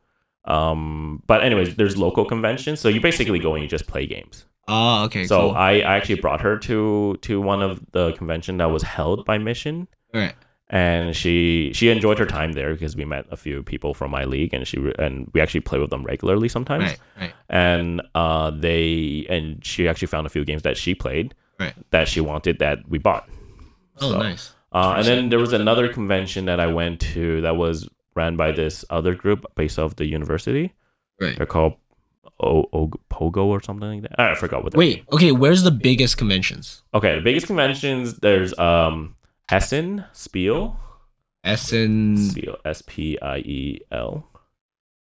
S3: Um, but anyways, there's local conventions. So you basically go and you just play games.
S1: Oh, okay.
S3: so
S1: cool.
S3: I, I actually brought her to to one of the convention that was held by Mission,
S1: all right.
S3: and she she enjoyed her time there because we met a few people from my league, and she re- and we actually play with them regularly sometimes
S1: Right, right.
S3: and uh, they and she actually found a few games that she played
S1: Right.
S3: that she wanted that we bought.
S1: Oh,
S3: So,
S1: nice.
S3: Uh, and then there was another convention that I went to that was ran by this other group based off the university.
S1: Right.
S3: They're called O- O- Pogo or something like that. I forgot what. that-
S1: Wait, okay, where's the biggest conventions?
S3: Okay, the biggest conventions there's um Essen, Spiel,
S1: Essen
S3: Spiel, S P I E L.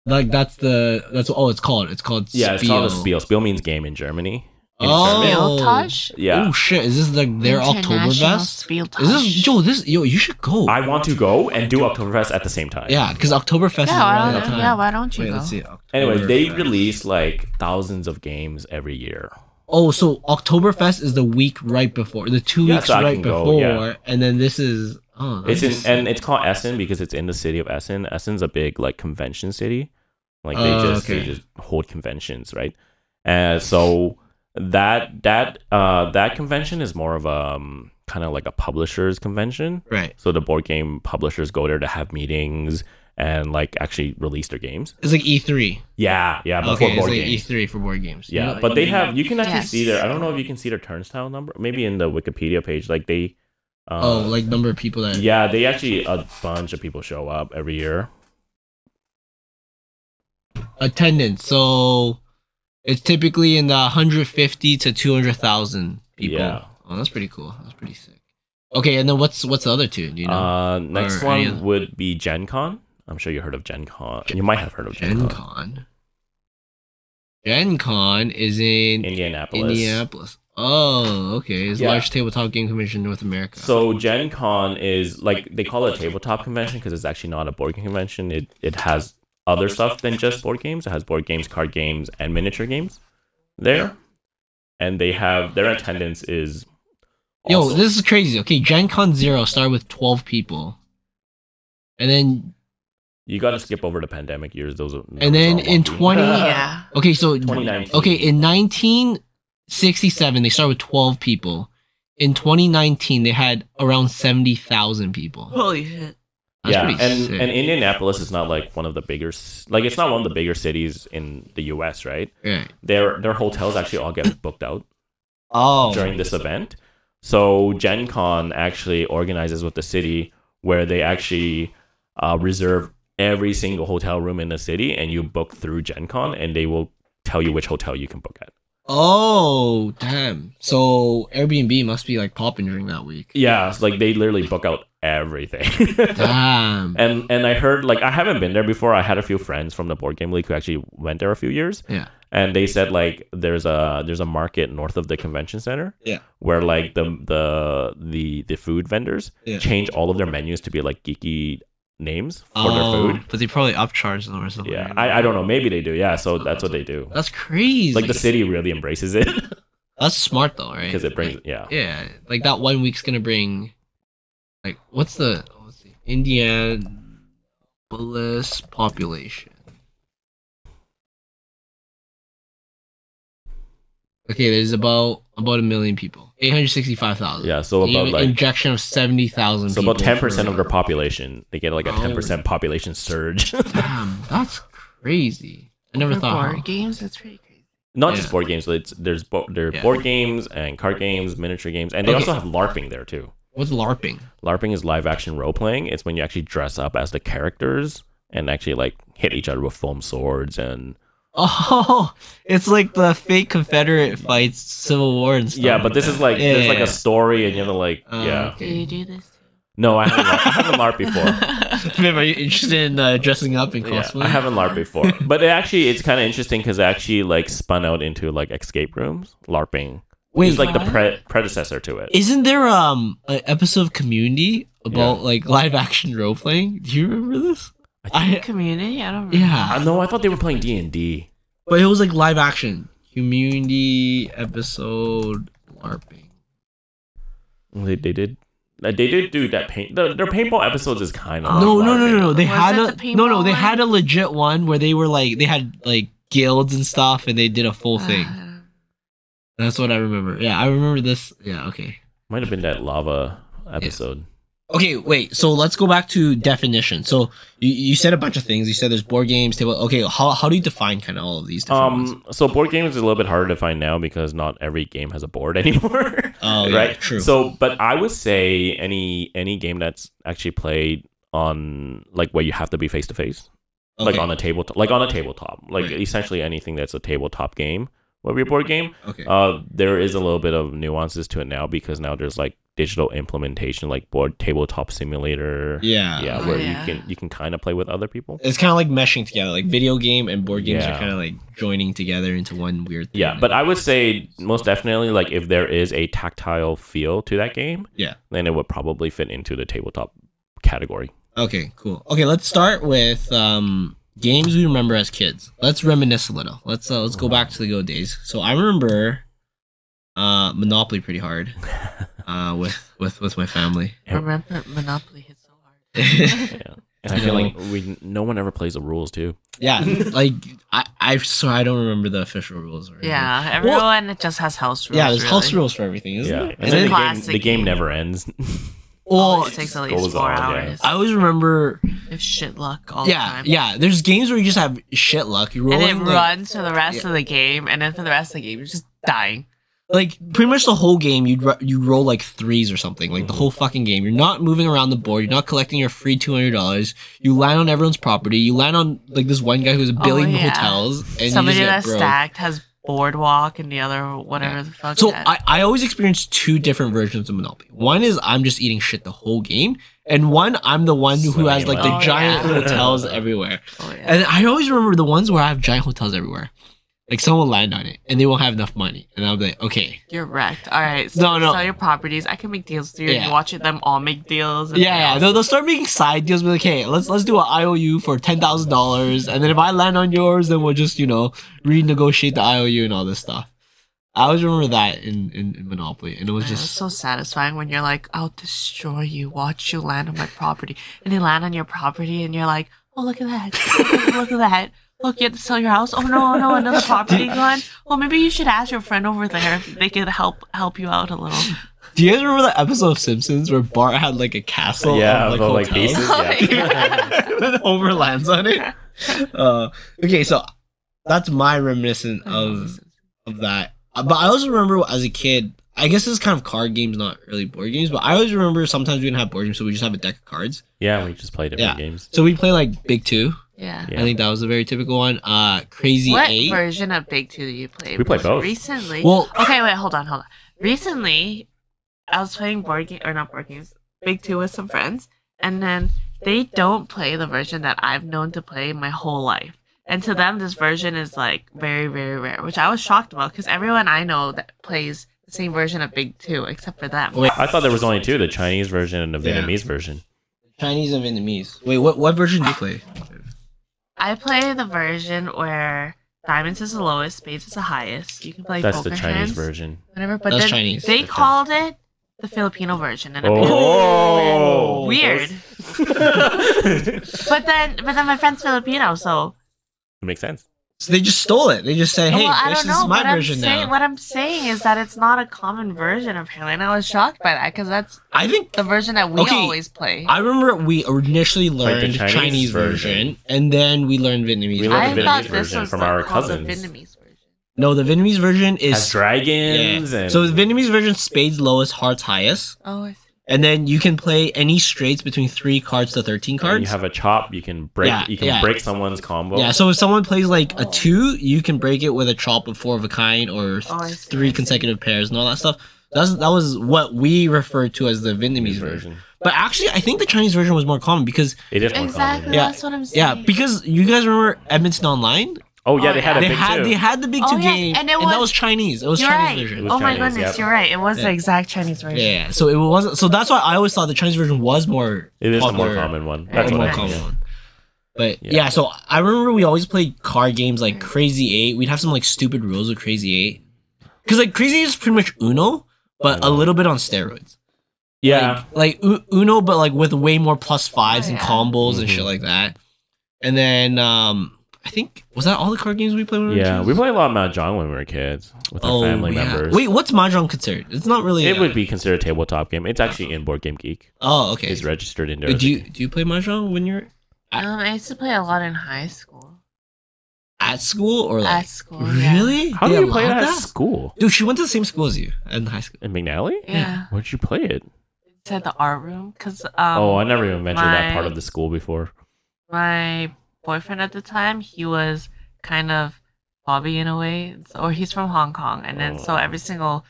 S1: like that's the that's oh it's called. It's called
S3: Yeah, it's called a Spiel. Spiel means game in Germany. In German.
S1: Oh.
S2: Spieltage?
S3: Yeah,
S1: Oh shit, is this like their
S2: International
S1: Oktoberfest?
S2: Spieltage.
S1: Is this yo, this yo, you should go.
S3: I want to go and do Oktoberfest at the same time.
S1: yeah, because Oktoberfest is
S2: Yeah,
S1: around
S2: why
S1: that
S2: don't,
S1: time.
S2: yeah, why don't you
S1: Wait,
S2: go?
S1: let's see.
S3: Anyways, they
S1: Oktoberfest.
S3: release like thousands of games every year.
S1: Oh, so Oktoberfest is the week right before, the two
S3: Yeah,
S1: weeks
S3: so I
S1: right
S3: can
S1: before,
S3: go, yeah.
S1: and then this is. Oh,
S3: It's in,
S1: nice.
S3: and it's called Essen because it's in the city of Essen. Essen's a big like convention city. Like they
S1: Oh,
S3: just they
S1: okay.
S3: just hold conventions, right? And so that that uh that convention is more of a um, kind of like a publishers convention.
S1: right.
S3: So the board game publishers go there to have meetings and like actually release their games.
S1: It's like E three.
S3: Yeah, yeah, but
S1: Okay,
S3: for
S1: it's
S3: board
S1: like
S3: games.
S1: E three for board games. You
S3: Yeah,
S1: know,
S3: but
S1: like-
S3: they have you can actually
S2: Yes.
S3: see their I don't know if you can see their turnstile number maybe in the Wikipedia page like they uh,
S1: oh, like number of people that.
S3: yeah they actually a bunch of people show up every year
S1: attendance. So it's typically in the 150 to 200,000 people.
S3: Yeah.
S1: Oh, that's pretty cool. That's pretty sick. Okay, and then what's what's the other two? Do you know?
S3: uh, next
S1: Or
S3: one
S1: any of-
S3: would be Gen Con I'm sure you heard of Gen Con you might have heard of Gen,
S1: Gen
S3: Con.
S1: Con. Gen Con is in
S3: Indianapolis
S1: Indianapolis. Oh, okay. It's
S3: Yeah.
S1: large tabletop game convention in North America.
S3: so Gen Con is like they call it a tabletop convention because it's actually not a board game convention it it has other stuff than just board games it has board games card games and miniature games there and they have their attendance is
S1: yo,
S3: also-
S1: this is crazy. Okay, Gen Con Zero started with 12 people. And then
S3: You got to skip over the pandemic years. Those are
S1: And then
S3: those are
S1: in
S3: wonky.
S1: 20
S2: Yeah.
S1: Okay, so
S3: 2019.
S1: okay in 1967 they started with 12 people. In 2019 they had around 70,000 people.
S2: Holy shit.
S1: That's
S3: yeah,
S1: pretty
S3: and
S1: sick.
S3: and Indianapolis is not like one of the bigger, c- like it's not one of the bigger cities in the U.S. Right?
S1: Right.
S3: Their their hotels actually all get booked out
S1: Oh,
S3: during this event. So Gen Con actually organizes with the city where they actually uh, reserve every single hotel room in the city, and you book through Gen Con, and they will tell you which hotel you can book at.
S1: oh, damn. So Airbnb must be like popping during that week.
S3: Yeah, it's like they literally book out everything.
S1: Damn.
S3: and and I heard like I haven't been there before. I had a few friends from the board game league who actually went there a few years,
S1: Yeah.
S3: and they said like there's a there's a market north of the convention center,
S1: Yeah.
S3: where like the the the the food vendors
S1: Yeah.
S3: change all of their menus to be like geeky names for
S1: Oh,
S3: their food.
S1: But they probably upcharge them or something.
S3: Yeah, I, I don't know. Maybe they do. Yeah, so that's what they do.
S1: That's crazy.
S3: Like the city really embraces it
S1: That's smart though, right?
S3: because it brings
S1: Like,
S3: yeah.
S1: yeah, like that one week's gonna bring, like, what's the let's see, Indianapolis population? Okay, there's about about a million people, eight hundred sixty-five thousand.
S3: Yeah, so about like
S1: injection of seventy thousand.
S3: so about ten percent of their population, they get like a
S1: Oh.
S3: ten percent population surge.
S1: Damn, that's crazy. I never
S2: For
S1: thought.
S2: board
S1: how-
S2: games, that's pretty crazy.
S3: not
S1: Yeah.
S3: just board games, but it's there's bo- there are
S1: Yeah.
S3: board games and card games, miniature games, and they
S1: Okay.
S3: also have LARPing there too.
S1: What's LARPing?
S3: LARPing is live action role playing. It's when you actually dress up as the characters and actually like hit each other with foam swords and
S1: Oh, it's like the fake Confederate fights, Civil War, and stuff.
S3: yeah. But this is like
S1: Yeah,
S3: there's like
S1: yeah.
S3: a story, and you know like
S1: Uh,
S3: yeah.
S2: Do you do this?
S3: No, I haven't, I haven't LARP before.
S2: Before.
S1: Viv, are you interested in uh, dressing up in
S3: Yeah,
S1: cosplay?
S3: I haven't LARP before, but it actually it's kind of interesting because it actually like spun out into like escape rooms LARPing.
S1: Wait,
S3: It's like the
S2: What?
S3: pre- predecessor to it.
S1: isn't there um an episode of Community about
S3: Yeah.
S1: like live action role playing? Do you remember this? I
S2: Community? I don't remember.
S1: yeah,
S3: Uh, no, I thought they were playing D and D.
S1: but it was like live action Community episode LARPing.
S3: Well, They, they did. uh, They did do that paint. The, their paintball episodes is kind of
S1: no,
S3: like
S1: no, no, no, no. They
S2: Was
S1: had
S2: it
S1: a
S2: the
S1: no, no.
S2: paintball
S1: They
S2: one?
S1: had a legit one where they were like they had like guilds and stuff, and they did a full thing.
S2: Uh,
S1: That's what I remember. Yeah, I remember this. Yeah, okay.
S3: Might have been that lava episode.
S1: Okay, wait. So let's go back to definition. So you, you said a bunch of things. You said there's board games, table. Okay, how, how do you define kind of all of these? Different ones?
S3: Um, so board games is a little bit harder to find now because not every game has a board anymore,
S1: Oh, yeah,
S3: right?
S1: True.
S3: So, but I would say any any game that's actually played on like where you have to be face to face like on a tabletop, like on a tabletop, like
S1: Right.
S3: essentially anything that's a tabletop game, web your board game.
S1: okay.
S3: Uh, there is a little bit of nuances to it now because now there's like digital implementation, like board tabletop simulator.
S1: yeah.
S3: yeah,
S2: Oh,
S3: where
S2: yeah.
S3: you can you can kind of play with other people.
S1: It's kind of like meshing together, like video game and board games
S3: Yeah.
S1: are kind of like joining together into one weird thing.
S3: Yeah, but I would say most definitely, like if there is a tactile feel to that game,
S1: Yeah.
S3: then it would probably fit into the tabletop category.
S1: okay, cool. Okay, let's start with um games we remember as kids. Let's reminisce a little. Let's uh, let's go back to the good old days. So I remember uh Monopoly pretty hard uh with with with my family.
S3: Yeah.
S2: Remember, Monopoly hit so
S1: Yeah.
S2: hard.
S3: Yeah, and I feel like we no one ever plays the rules too.
S1: Yeah, like I I so I don't remember the official rules. Or anything.
S2: yeah, everyone just has house rules.
S1: Yeah, there's house
S2: really.
S1: rules for everything, isn't
S3: yeah,
S1: there?
S3: and
S1: And
S3: then
S1: then,
S3: the game,
S2: Classic
S3: the game
S2: game.
S3: never ends.
S1: well,
S2: it takes at
S3: goes
S2: least four
S3: on, yeah.
S2: hours.
S1: I always remember
S2: If shit luck all the
S1: yeah,
S2: time.
S1: yeah. There's games where you just have shit luck. You're
S2: And
S1: rolling
S2: it
S1: like,
S2: runs for the rest
S1: Yeah.
S2: of the game, and then for the rest of the game, you're just dying.
S1: like pretty much the whole game. You would you roll like threes or something. Like
S3: Mm-hmm.
S1: the whole fucking game. You're not moving around the board. You're not collecting your free two hundred dollars. You land on everyone's property. You land on like this one guy who has a billion
S2: Oh, yeah.
S1: hotels, and
S2: Somebody
S1: you
S2: that's
S1: just get broke.
S2: stacked has boardwalk, and the other whatever
S1: Yeah.
S2: the fuck.
S1: So
S2: that-
S1: I, I always experience two different versions of Monopoly. One is I'm just eating shit the whole game, and one I'm the one who has like the
S2: Oh,
S1: giant
S2: yeah.
S1: hotels everywhere.
S2: oh, yeah.
S1: And I always remember the ones where I have giant hotels everywhere. Like someone will land on it and they won't have enough money, and I'll be like, okay,
S2: You're wrecked. All right. So
S1: No, no.
S2: Sell your properties. I can make deals through.
S1: Yeah.
S2: You watch it, them all make deals. and
S1: yeah, yeah.
S2: all-
S1: They'll, they'll start making side deals. Be like, hey, let's let's do an IOU for ten thousand dollars, and then if I land on yours, then we'll just you know renegotiate the IOU and all this stuff. I always remember that in, in, in Monopoly, and it was
S2: Yeah, It's
S1: just
S2: so satisfying when you're like, I'll destroy you. Watch you land on my property. And they land on your property, and you're like, oh, look at that. look at that. Look, you have to sell your house. Oh, no, no, another property gone. Well, maybe you should ask your friend over there if they could help help you out a little.
S1: Do you guys remember that episode of Simpsons where Bart had like a castle?
S3: yeah,
S1: of, like,
S3: but like
S1: hotels?
S3: bases.
S2: Oh, yeah.
S1: and then Homer lands on it. Uh, okay, so that's my reminiscent of of that. Uh, But I also remember as a kid. I guess this is kind of card games, not really board games. But I always remember sometimes we didn't have board games, so we just have a deck of cards.
S3: Yeah, we just play different games.
S1: So we play like Big Two.
S2: yeah.
S3: Yeah.
S1: I think that was a very typical one. Uh, Crazy
S2: What
S1: Eight.
S2: version of Big Two do you play?
S3: We play
S2: Because
S3: both.
S2: Recently,
S1: Well,
S2: Okay, wait, hold on, hold on. Recently, I was playing board game or not board games, Big Two with some friends, and then they don't play the version that I've known to play my whole life. And to them, this version is like very, very rare, which I was shocked about because everyone I know that plays the same version of Big Two except for them.
S1: wait,
S3: I thought there was only two: the Chinese version and the
S1: Yeah.
S3: Vietnamese version.
S1: Chinese and Vietnamese. Wait, what what version do you play?
S2: I play the version where diamonds is the lowest, spades is the highest. You can play
S3: That's
S2: poker
S3: the Chinese
S2: hands,
S3: version.
S2: whatever. But
S1: That's
S2: then
S1: Chinese.
S2: they
S1: Okay.
S2: called it the Filipino version, and it
S3: Oh,
S2: weird. But then, but then my friend's Filipino, so
S3: makes sense.
S1: So they just stole it. They just said, "Hey,
S2: well, I
S1: this
S2: don't know.
S1: is my
S2: what I'm
S1: version
S2: saying,
S1: now."
S2: What I'm saying is that it's not a common version apparently, and I was shocked by that because that's
S1: I think
S2: the version that we
S1: Okay.
S2: always play.
S1: I remember we initially
S3: Like the
S1: learned
S3: Chinese
S1: Chinese, version,
S3: version.
S1: and then we learned Vietnamese.
S3: We learned
S2: I
S3: the Vietnamese
S2: thought this
S3: version
S2: was
S3: from
S2: the,
S3: our
S2: called the
S3: cousins.
S2: Vietnamese version.
S1: no, the Vietnamese version
S3: Has
S1: is
S3: dragons
S1: yeah.
S3: and
S1: so the Vietnamese version spades lowest, hearts highest,
S2: Oh, I see.
S1: and then you can play any straights between three cards to thirteen
S3: and
S1: cards.
S3: You have a chop. You can break.
S1: Yeah,
S3: you can
S1: yeah.
S3: break someone's combo.
S1: yeah, so if someone plays like a
S2: Oh.
S1: two, you can break it with a chop of four of a kind or
S2: Oh, I
S1: th-
S2: see, I
S1: three
S2: see.
S1: consecutive pairs and all that stuff. That's that was what we referred to as the Vietnamese
S3: Vietnamese
S1: version.
S3: version.
S1: But actually, I think the Chinese version was more common because
S3: It is more
S2: Exactly.
S3: common.
S1: Yeah.
S2: That's what I'm saying.
S1: yeah, because you guys remember Edmonton Online.
S3: Oh yeah,
S2: Oh,
S3: they had
S2: yeah.
S3: a
S1: they
S3: big
S1: had
S3: two.
S1: they had the big
S2: Oh,
S1: two
S2: yes,
S1: game,
S2: and
S1: and,
S2: it
S1: that
S2: was-
S1: was Chinese. It was
S2: You're
S1: Chinese
S2: right.
S1: version.
S3: It was
S2: oh my
S3: Chinese,
S2: goodness,
S3: yeah.
S2: you're right. It was
S1: Yeah.
S2: the exact Chinese version.
S1: yeah, so it wasn't. So that's why I always thought the Chinese version was more.
S3: It is the more
S1: popular,
S3: common one.
S2: Yeah.
S1: a
S3: That's
S2: the
S3: what
S1: more
S3: I
S1: common
S3: mean.
S1: one. But
S3: Yeah.
S1: yeah. so I remember we always played card games like
S2: Right.
S1: Crazy Eight. We'd have some like stupid rules with Crazy Eight, because like Crazy Eight is pretty much Uno, but a
S3: Uno.
S1: little bit on steroids.
S3: Yeah.
S1: Like, like U- Uno, but like with way more plus fives and
S2: Oh, yeah.
S1: combos and shit
S3: Mhm.
S1: like that. And then um I think was that all the card games we played when we were
S3: Yeah,
S1: kids?
S3: we played a lot of mahjong when we were kids with our family
S1: Oh, yeah.
S3: members.
S1: Wait, what's mahjong considered? It's not really.
S3: It
S1: a-
S3: would be considered a tabletop game. It's actually in Board Game Geek.
S1: Oh, okay.
S3: It's registered in there.
S1: Wait,
S3: as a
S1: do you
S3: game.
S1: do you play mahjong when you're
S2: Um, I used to play a lot in high school.
S1: at school or like
S2: At school. yeah.
S1: really?
S3: How
S1: They
S3: do you play
S1: allowed
S3: that at school?
S1: Dude, she went to the same school as you in high school.
S3: In McNally?
S2: Yeah.
S3: Where'd you play it?
S2: Said the art room because um,
S3: oh, I never Oh, even mentioned that
S2: my-
S3: part of the school before.
S2: my boyfriend at the time, he was kind of Bobby in a way, so- or he's from Hong Kong, and then so
S3: Oh.
S2: every single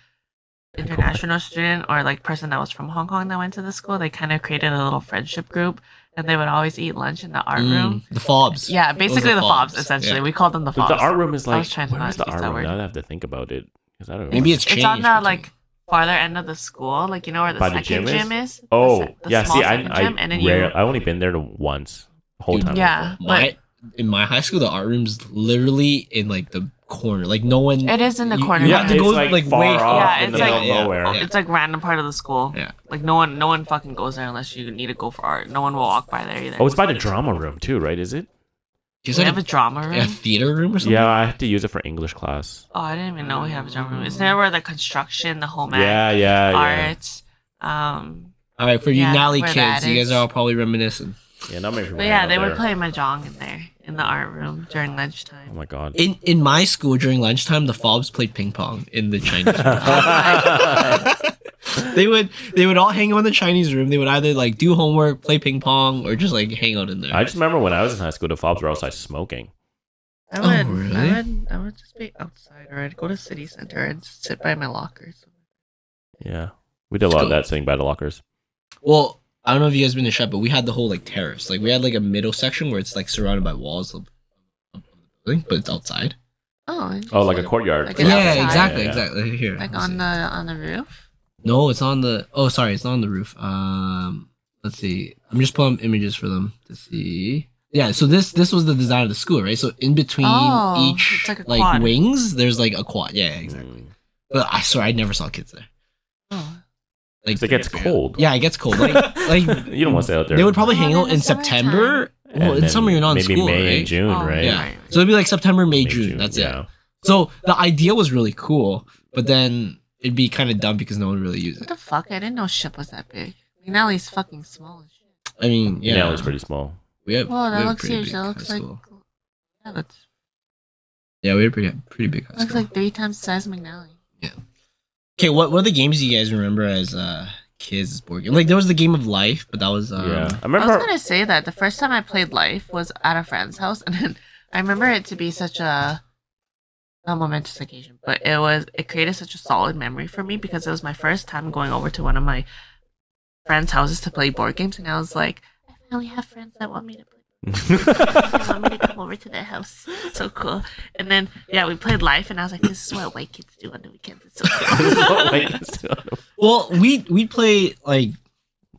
S2: international student or like person that was from Hong Kong that went to the school, they kind of created a little friendship group, and they would always eat lunch in the art room.
S1: Mm, the fobs.
S2: Yeah, basically the fobs,
S1: fobs,
S2: essentially.
S1: yeah.
S2: We called them the fobs.
S3: But the art room is
S2: I
S3: like
S2: was trying to
S3: where
S2: not
S3: is the
S2: use
S3: art
S2: that
S3: room?
S2: word.
S3: Now I have to think about it because I don't. Remember.
S1: Maybe it's
S2: It's
S1: changed.
S2: on the
S1: between-
S2: like farther end of the school, like you know where the
S3: By the
S2: second
S3: gym is?
S2: gym is. The
S3: oh
S2: se- the
S3: yeah.
S2: small
S3: See, I
S2: second
S3: I,
S2: gym, and then you-
S3: rare- I only been there once the whole
S1: Dude,
S3: time. I was
S2: yeah, but
S1: my in my high school the art room's literally in like the corner. Like no one
S2: it is in the
S1: you-
S2: corner.
S3: there.
S1: You
S3: Yeah,
S1: have
S2: now.
S1: to
S3: it's
S1: go
S3: like,
S1: like
S3: far
S1: way
S3: off
S2: far.
S3: in the
S2: Yeah, it's
S3: middle of
S1: like- yeah,
S3: nowhere.
S1: yeah.
S2: It's like random part of the school.
S1: Yeah.
S2: Like no one, no one fucking goes there unless you need to go for art. No one will walk by there either.
S3: Oh, it's by the drama room too, right? Is it?
S1: It's
S2: we
S1: like
S2: have a
S1: a,
S2: drama room.
S1: a theater room or something.
S3: Yeah, I have to use it for English class.
S2: Oh, I didn't even know we have a drama room. Is there where the construction, the home
S3: Yeah,
S2: ec,
S3: yeah, yeah.
S2: arts? Um,
S1: All right, for you
S2: Yeah,
S1: Nally
S2: where that
S1: kids, you guys
S2: is.
S1: are all probably reminiscing.
S3: Yeah, not many people.
S2: but
S3: hang
S2: yeah,
S3: out
S2: they would
S3: there.
S2: play mahjong in there in the art room during
S3: Oh
S2: lunchtime.
S3: my god.
S1: In in my school during lunchtime, the fobs played ping pong in the Chinese room. they would they would all hang out in the Chinese room. They would either like do homework, play ping pong, or just like hang out in there.
S3: I just remember when I was in high school, the fobs were outside smoking.
S5: I
S1: Oh,
S5: would,
S1: really?
S5: I would, I would just be outside, or I'd go to city center and just sit by my lockers.
S3: Yeah, we did a lot of
S1: Cool.
S3: that sitting by the lockers.
S1: Well, I don't know if you guys been to shop, but we had the whole like terrace. Like we had like a middle section where it's like surrounded by walls of, of the building, but it's outside.
S2: Oh,
S3: Oh, like a courtyard.
S2: Like
S3: Yeah,
S2: an outside.
S1: Yeah, exactly,
S3: yeah.
S1: exactly. Here,
S2: like
S1: let's
S2: on
S1: see.
S2: the on the roof.
S1: No, it's on the. Oh, sorry, it's not on the roof. Um, let's see. I'm just pulling up images for them to see. Yeah, so this this was the design of the school, right? So in between
S2: Oh,
S1: each
S2: it's like
S1: like,
S2: a quad.
S1: wings, there's like a quad. Yeah, exactly.
S3: Mm.
S1: But I swear, I never saw kids there.
S2: Oh.
S1: Like
S3: It gets cold.
S1: Yeah, it gets cold. Like, like
S3: you don't want to stay out there.
S1: they would probably
S2: Oh,
S1: hang
S2: in
S1: out
S2: the
S1: in September.
S3: And
S1: Well, in
S3: then
S1: summer you're not in
S3: maybe
S1: school,
S3: May and
S1: right?
S3: June,
S2: Oh,
S3: right?
S1: Yeah. So it'd be like September, May, June. That's it.
S3: yeah.
S1: So the idea was really cool, but then it'd be kind of dumb because no one really used
S2: What
S1: it.
S2: the fuck? I didn't know ship was that big. Nellie's fucking small as shit.
S1: I mean,
S3: Yeah,
S1: yeah,
S3: it was pretty small.
S1: We had,
S2: Whoa,
S1: we
S2: that
S1: had
S2: looks
S1: pretty
S2: huge.
S1: big
S2: That looks
S1: high
S2: like
S1: school.
S2: that looks
S1: Yeah, we had pretty pretty big high
S2: looks
S1: school.
S2: like three times the size of McNally.
S1: okay, what what are the games you guys remember as uh kids as board game? Like there was the game of life, but that was um,
S3: yeah,
S2: I
S3: I
S2: was
S3: remember.
S2: gonna say that the first time I played Life was at a friend's house, and then I remember it to be such a not momentous occasion, but it was it created such a solid memory for me because it was my first time going over to one of my friends' houses to play board games, and I was like, I finally have friends that want me to play. They want me to come over to their house. It's so cool. And then yeah, we played Life, and I was like, this is what white kids do on the weekends. It's so cool.
S1: Well, we we play like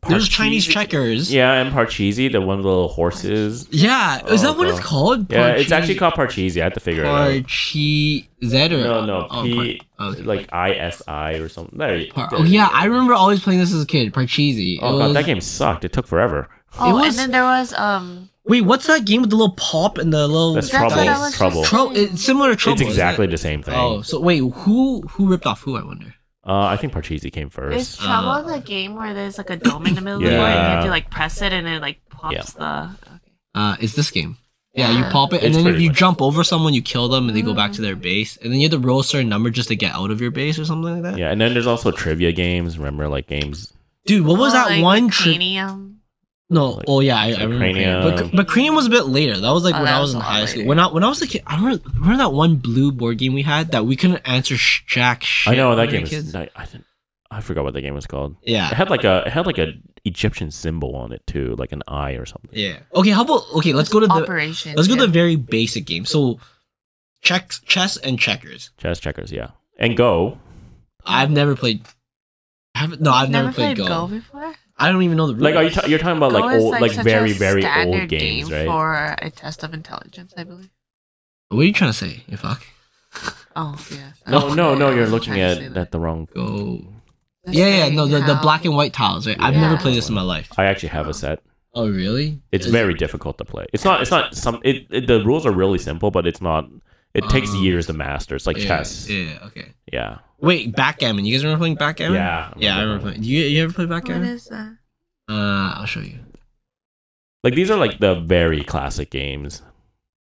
S1: there's Chinese
S3: Parcheesi.
S1: checkers.
S3: Yeah, and Parcheesi, the one with the little horses.
S1: Yeah, is
S3: Oh,
S1: that what it's
S3: God.
S1: called?
S3: Yeah, it's
S1: Parcheesi-
S3: actually called Parcheesi. I had to figure it
S1: Parche Z or
S3: No, no,
S1: oh,
S3: P-
S1: par-
S3: out.
S1: okay.
S3: Like ISI or something. There you
S1: Par- oh yeah, uh, I remember always playing this as a kid. Parcheesi.
S3: Oh
S1: It
S3: god,
S1: was-
S3: that game sucked. It took forever.
S2: Oh,
S1: was-
S2: and then there was um.
S1: Wait, what's that game with the little pop and the little?
S3: That's
S2: That's what I
S3: trouble.
S2: was just
S3: Trouble.
S2: saying.
S1: Tro- it's similar to trouble.
S3: It's
S1: isn't it?
S3: exactly the same thing.
S1: Oh, so wait, who who ripped off who? I wonder.
S3: Uh, I think Parcheesi came
S2: Is
S3: first.
S1: Uh,
S2: Trouble the game where there's like a dome in the middle of the board and you have
S3: Yeah.
S2: to like press it and it like pops the. Okay.
S1: Uh, it's this game. Yeah, you
S2: Yeah. Mm.
S1: pop it, and
S3: It's
S1: then if
S3: pretty
S1: you
S3: much-
S1: jump over someone, you kill them, and they go back to their base, and then you have to roll a certain number just to get out of your base or something like that.
S3: Yeah, and then there's also trivia games. Remember, like games.
S1: Dude, what was
S2: Oh,
S1: that
S2: like
S1: one
S2: the
S1: trip?
S2: cranium?
S1: No,
S3: like,
S1: oh yeah, I, I
S3: like
S1: remember.
S3: Cranium.
S1: Cranium. But, but Cranium was a bit later. That was like
S2: Oh,
S1: when
S2: that
S1: I
S2: was
S1: was in
S2: a lot
S1: high
S2: later.
S1: school. When I when I was a kid, I remember, remember that one blue board game we had that we couldn't answer sh- jack shit.
S3: I know that
S1: when we
S3: game
S1: were
S3: is. I, I didn't. I forgot what that game was called. It
S1: Yeah,
S3: had like a it had like a Egyptian symbol on it too, like an eye or something.
S1: yeah. Okay, how about okay? Let's go to the
S2: operation.
S1: let's go to the
S2: yeah.
S1: very basic game. So, checks, chess, and checkers.
S3: Chess checkers, yeah. And Go.
S1: I've never played. I haven't, no, I've never, played, Go.
S2: before.
S1: I don't even know the rules.
S3: Like, are you ta- you're talking about
S2: Go
S3: Oh, like
S2: is
S3: old, like,
S2: such
S3: very,
S2: a
S3: very old
S2: standard
S3: games,
S2: game
S3: right?
S2: For a test of intelligence, I believe.
S1: what are you trying to say? You fuck.
S2: Oh yeah.
S3: No, no, no. You're
S2: I'm
S3: looking
S2: trying to
S3: at
S2: say
S3: at the wrong.
S1: Go.
S2: They're
S1: Yeah, yeah.
S2: saying
S1: No, the, the
S2: how-
S1: black and white tiles. Right. I've never
S2: Yeah.
S1: played this in my life.
S3: I actually have a set.
S1: Oh really?
S3: It's
S1: Is-
S3: very difficult to play. It's not. It's not some. It, it the rules are really simple, but it's not. It takes
S1: Um,
S3: years to master. It's like
S1: yeah,
S3: chess.
S1: Yeah. Okay.
S3: Yeah.
S1: Wait, backgammon. You guys remember playing backgammon?
S3: Yeah.
S1: Yeah, I remember playing. You, you ever play
S2: What
S1: backgammon?
S2: is that?
S1: Uh, I'll show you.
S3: Like these are like the very classic games.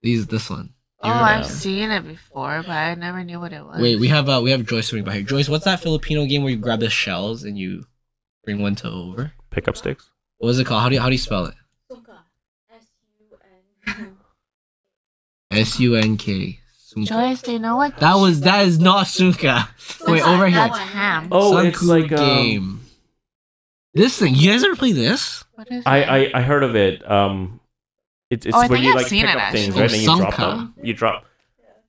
S1: These, this one.
S2: Oh,
S1: You're-
S2: I've seen it before, but I never knew what it was.
S1: Wait, we have uh, we have Joyce swimming by here. Joyce, what's that Filipino game where you grab the shells and you bring one to over?
S3: Pickup sticks.
S1: What is it called? How do you how do you spell it? S U N K.
S2: Joyce, do you know what?
S1: That was that is not Sunka. Wait, over here.
S2: That's ham.
S3: Oh, it's like um,
S1: game. This thing. You guys ever play this?
S2: What is
S3: I,
S2: that?
S3: I I heard of it. Um, it's it's
S2: Oh, I
S3: where
S2: think
S3: you
S2: I've
S3: like
S2: seen
S3: pick
S2: it,
S3: up things,
S2: actually.
S3: right? And you drop
S1: Sanka.
S3: them. You drop.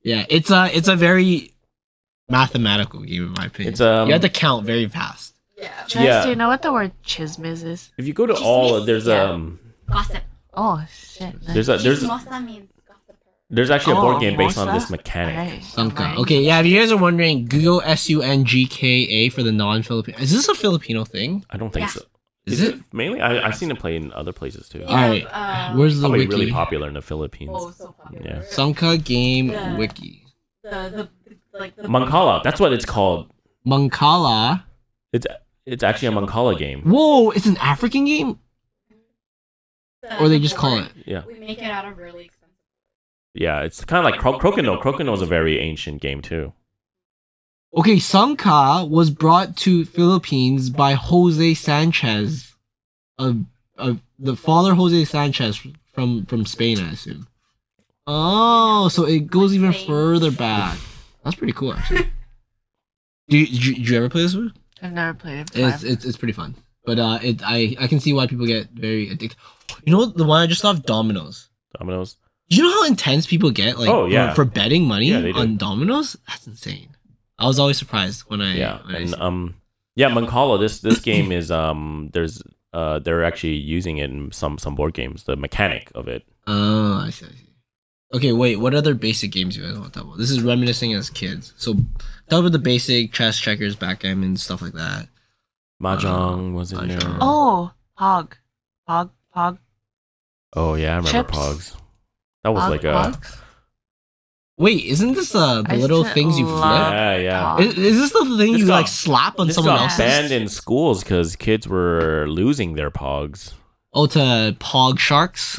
S1: Yeah, it's a it's a very mathematical game in my opinion.
S3: It's um.
S1: you have to count very fast.
S6: Yeah.
S2: Joyce,
S3: yeah.
S2: do you know what the word chismis is?
S3: If you go to
S6: Just
S3: all,
S6: miss-
S3: there's
S6: yeah.
S3: um,
S6: Gossip.
S2: Oh shit.
S3: there's a there's
S6: Chismosa means gossip.
S3: there's actually a board
S2: Oh,
S3: game based on
S2: Mosa?
S3: this mechanic.
S2: Alright,
S1: Sunka.
S2: alright.
S1: Okay, yeah, if you guys are wondering, Google S U N G K A for the non Filipino. Is this a Filipino thing?
S3: I don't think
S6: Yeah.
S3: so.
S1: Is it?
S3: mainly? I I've seen it play in other places too.
S6: Yeah.
S1: Alright.
S6: um,
S1: Where's the
S3: Probably
S1: wiki?
S3: really popular in the Philippines.
S6: Oh, so popular.
S3: Yeah.
S1: Sunka game
S6: Yeah.
S1: wiki.
S6: The, the, like the
S3: Mancala. That's what it's called.
S1: Mancala.
S3: It's it's actually a Mancala game.
S1: Whoa, it's an African game? Or they just call it.
S3: Yeah,
S6: We make it out of really expensive.
S3: yeah. It's kind of like Cro- Crokinole. Crokinole is a very ancient game too.
S1: Okay, Sangka was brought to Philippines by Jose Sanchez, of of the father Jose Sanchez from from Spain, I assume. Oh, so it goes even
S6: Spain.
S1: further back. That's pretty cool, actually. do, you, did you did you ever play this one?
S2: I've never played it before.
S1: It's, it's it's pretty fun, but uh, it I I can see why people get very addicted. You know the one I just saw of dominoes.
S3: Dominoes.
S1: You know how intense people get like
S3: Oh,
S1: for-
S3: yeah.
S1: for, betting money
S3: Yeah, they do.
S1: on dominoes? That's insane. I was always surprised when I
S3: yeah
S1: when I
S3: and
S1: see-
S3: um yeah mancala this this game is um there's uh they're actually using it in some some board games the mechanic of it
S1: Oh, I see, I see. Okay, wait. What other basic games do you guys want to talk about? This is reminiscing as kids. So, talk about the basic chess, checkers, backgammon, stuff like that.
S3: mahjong was in there
S1: Mahjong.
S2: Oh, Pog. Pog, Pog,
S3: oh yeah i remember
S2: Chips.
S3: pogs that was
S2: Pog,
S3: like a
S2: Pog.
S1: Wait, isn't this uh, the
S2: I
S1: little
S2: still
S1: things you
S2: love-
S1: flip?
S3: yeah yeah
S2: Pog.
S1: Is, is this the thing
S3: This
S1: you
S3: got-
S1: like slap on
S3: this
S1: someone
S3: got
S1: else's?
S3: banned in schools because kids were losing their pogs
S1: Oh, to pog sharks.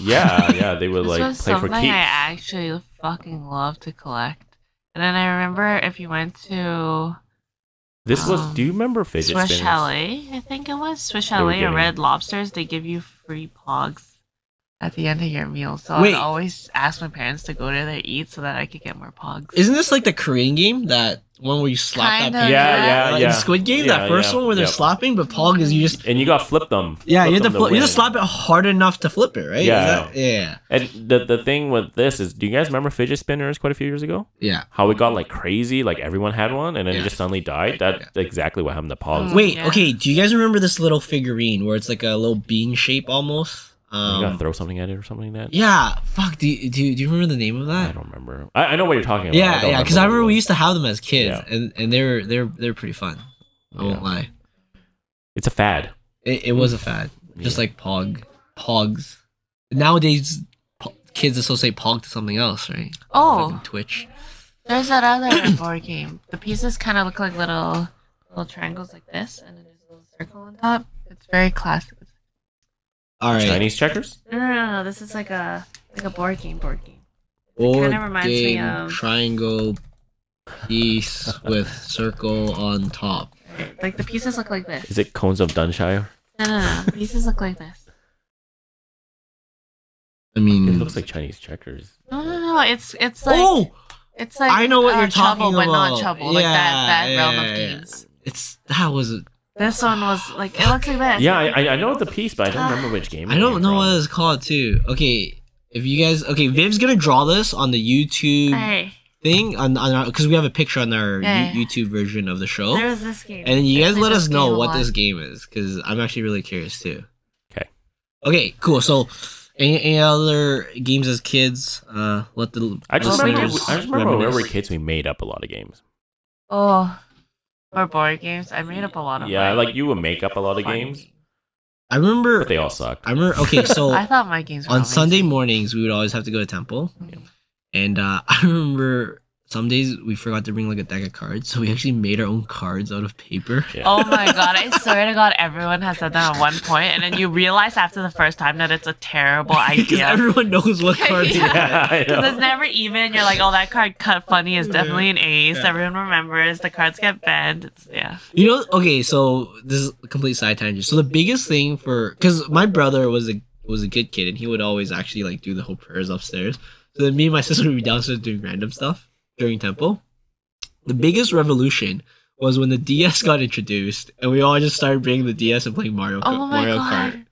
S3: yeah yeah they would
S2: This
S3: like
S2: was
S3: play for
S2: something I
S3: keeps
S2: actually fucking love to collect. And then I remember if you went to
S3: this was
S2: um,
S3: do you remember fidget
S2: Swiss
S3: spinners
S2: Chalet, I think it was Swiss
S3: They were
S2: Chalet or
S3: getting-
S2: Red Lobsters, they give you free pogs at the end of your meal. So
S1: Wait.
S2: I always ask my parents to go to their eat so that I could get more pogs.
S1: Isn't this like the Korean game that one where you slap
S2: Kinda,
S1: that?
S2: Yeah,
S1: like
S3: Uh, yeah,
S1: in
S3: yeah.
S1: Squid Game,
S3: Yeah,
S1: that first
S3: yeah,
S1: one where they're
S3: yeah.
S1: slapping, but pog is you just
S3: and you got flip them
S1: yeah,
S3: Flip
S1: you have to flip,
S3: them
S1: you have to
S3: win.
S1: slap it hard enough to flip it, right? Is
S3: Yeah.
S1: that- yeah,
S3: and the, the thing with this is do you guys remember fidget spinners quite a few years ago
S1: yeah.
S3: how it got like crazy, like everyone had one, and then
S1: Yeah.
S3: it just suddenly died. That's exactly what happened to Pogs.
S2: Mm.
S1: Wait,
S2: Yeah.
S1: okay. Do you guys remember this little figurine where it's like a little bean shape almost?
S3: you gotta
S1: Um,
S3: throw something at it or something like that.
S1: yeah. Fuck. Do you, do, you, do you remember the name of
S3: I
S1: that?
S3: don't remember. I, I know what you're talking about.
S1: Yeah,
S3: don't
S1: yeah. Because I remember
S3: what
S1: we
S3: it
S1: used to have them as kids,
S3: Yeah.
S1: and and they're they're they're pretty fun. I
S3: was.
S1: won't
S3: Yeah.
S1: lie.
S3: It's a fad.
S1: It, it was a fad, just
S3: Yeah.
S1: like pog, pogs. Nowadays, po- kids associate pog to something else, right? Fucking
S2: Oh,
S1: Twitch.
S2: there's that other board game. The pieces kind of look like little little triangles like this, and then there's a little circle on top. It's very classic.
S1: All right.
S3: Chinese checkers.
S2: No, no, no, no. This is like a like a board game. Board game.
S1: Board
S2: kinda reminds me
S1: game
S2: of-
S1: triangle piece with circle on top.
S2: Like the pieces look like this.
S3: Is it cones of Dunshire?
S2: No, no, no. The pieces look like this.
S1: I
S3: It
S1: mean,
S3: looks like Chinese checkers.
S2: No, no, no. It's it's like
S1: oh,
S2: it's like uh,
S1: I know what you're
S2: trouble,
S1: talking
S2: but not
S1: about.
S2: trouble. like that that
S1: Yeah,
S2: realm
S1: yeah,
S2: of
S1: yeah.
S2: games.
S1: it's that was.
S2: This one was like it looks like this.
S3: Yeah, I, I- I know the piece, but I don't remember
S2: Ah.
S3: which game.
S1: I
S3: it
S1: don't
S3: came
S1: know what
S3: from.
S1: it's called too. Okay, if you guys, okay, Viv's gonna draw this on the YouTube
S2: Hey,
S1: thing on on because we have a picture on our Yo-
S2: Yeah.
S1: YouTube version of the show,
S2: there
S1: and
S2: was this game.
S1: then you
S2: I
S1: guys
S2: played
S1: let
S2: this
S1: us know
S2: game a
S1: what
S2: lot.
S1: this game is because I'm actually really curious too.
S3: 'Kay.
S1: Okay. Cool. So. Any, any other games as kids? Uh, let the
S3: I just
S2: Well,
S3: remember. I
S2: we
S1: listeners
S2: just-
S3: just remember when
S1: reminisce.
S3: we were kids, we made up a lot of games.
S2: Oh, for board games, I made up a lot of.
S3: Yeah,
S2: mine.
S3: like you would make up a lot of
S2: Fun
S3: games,
S1: I remember.
S3: but they all sucked.
S1: I remember. Okay, so
S2: I thought my games were
S1: on Sunday
S2: amazing.
S1: mornings we would always have to go to temple,
S2: Yeah.
S1: and uh, I remember some days we forgot to bring like a deck of cards, so we actually made our own cards out of paper.
S3: Yeah.
S2: Oh my god, I swear to god, everyone has said that at one point, and then you realize after the first time that it's a terrible
S1: Because
S2: idea.
S1: everyone knows what cards.
S2: Yeah.
S1: yeah.
S3: yeah, I
S2: Because it's
S3: know.
S2: never even. You're like, oh, that card cut funny is definitely an ace.
S1: Yeah.
S2: Everyone remembers. The cards get banned. It's, yeah.
S1: You know, okay, so this is a complete side tangent. So the biggest thing for because my brother was a was a good kid and he would always actually like do the whole prayers upstairs. So then me and my sister would be downstairs doing random stuff during temple. The biggest revolution was when the DS got introduced, and we all just started bringing the DS and playing Mario,
S2: Oh
S1: Kart-
S2: my
S1: Mario
S2: God.
S1: Kart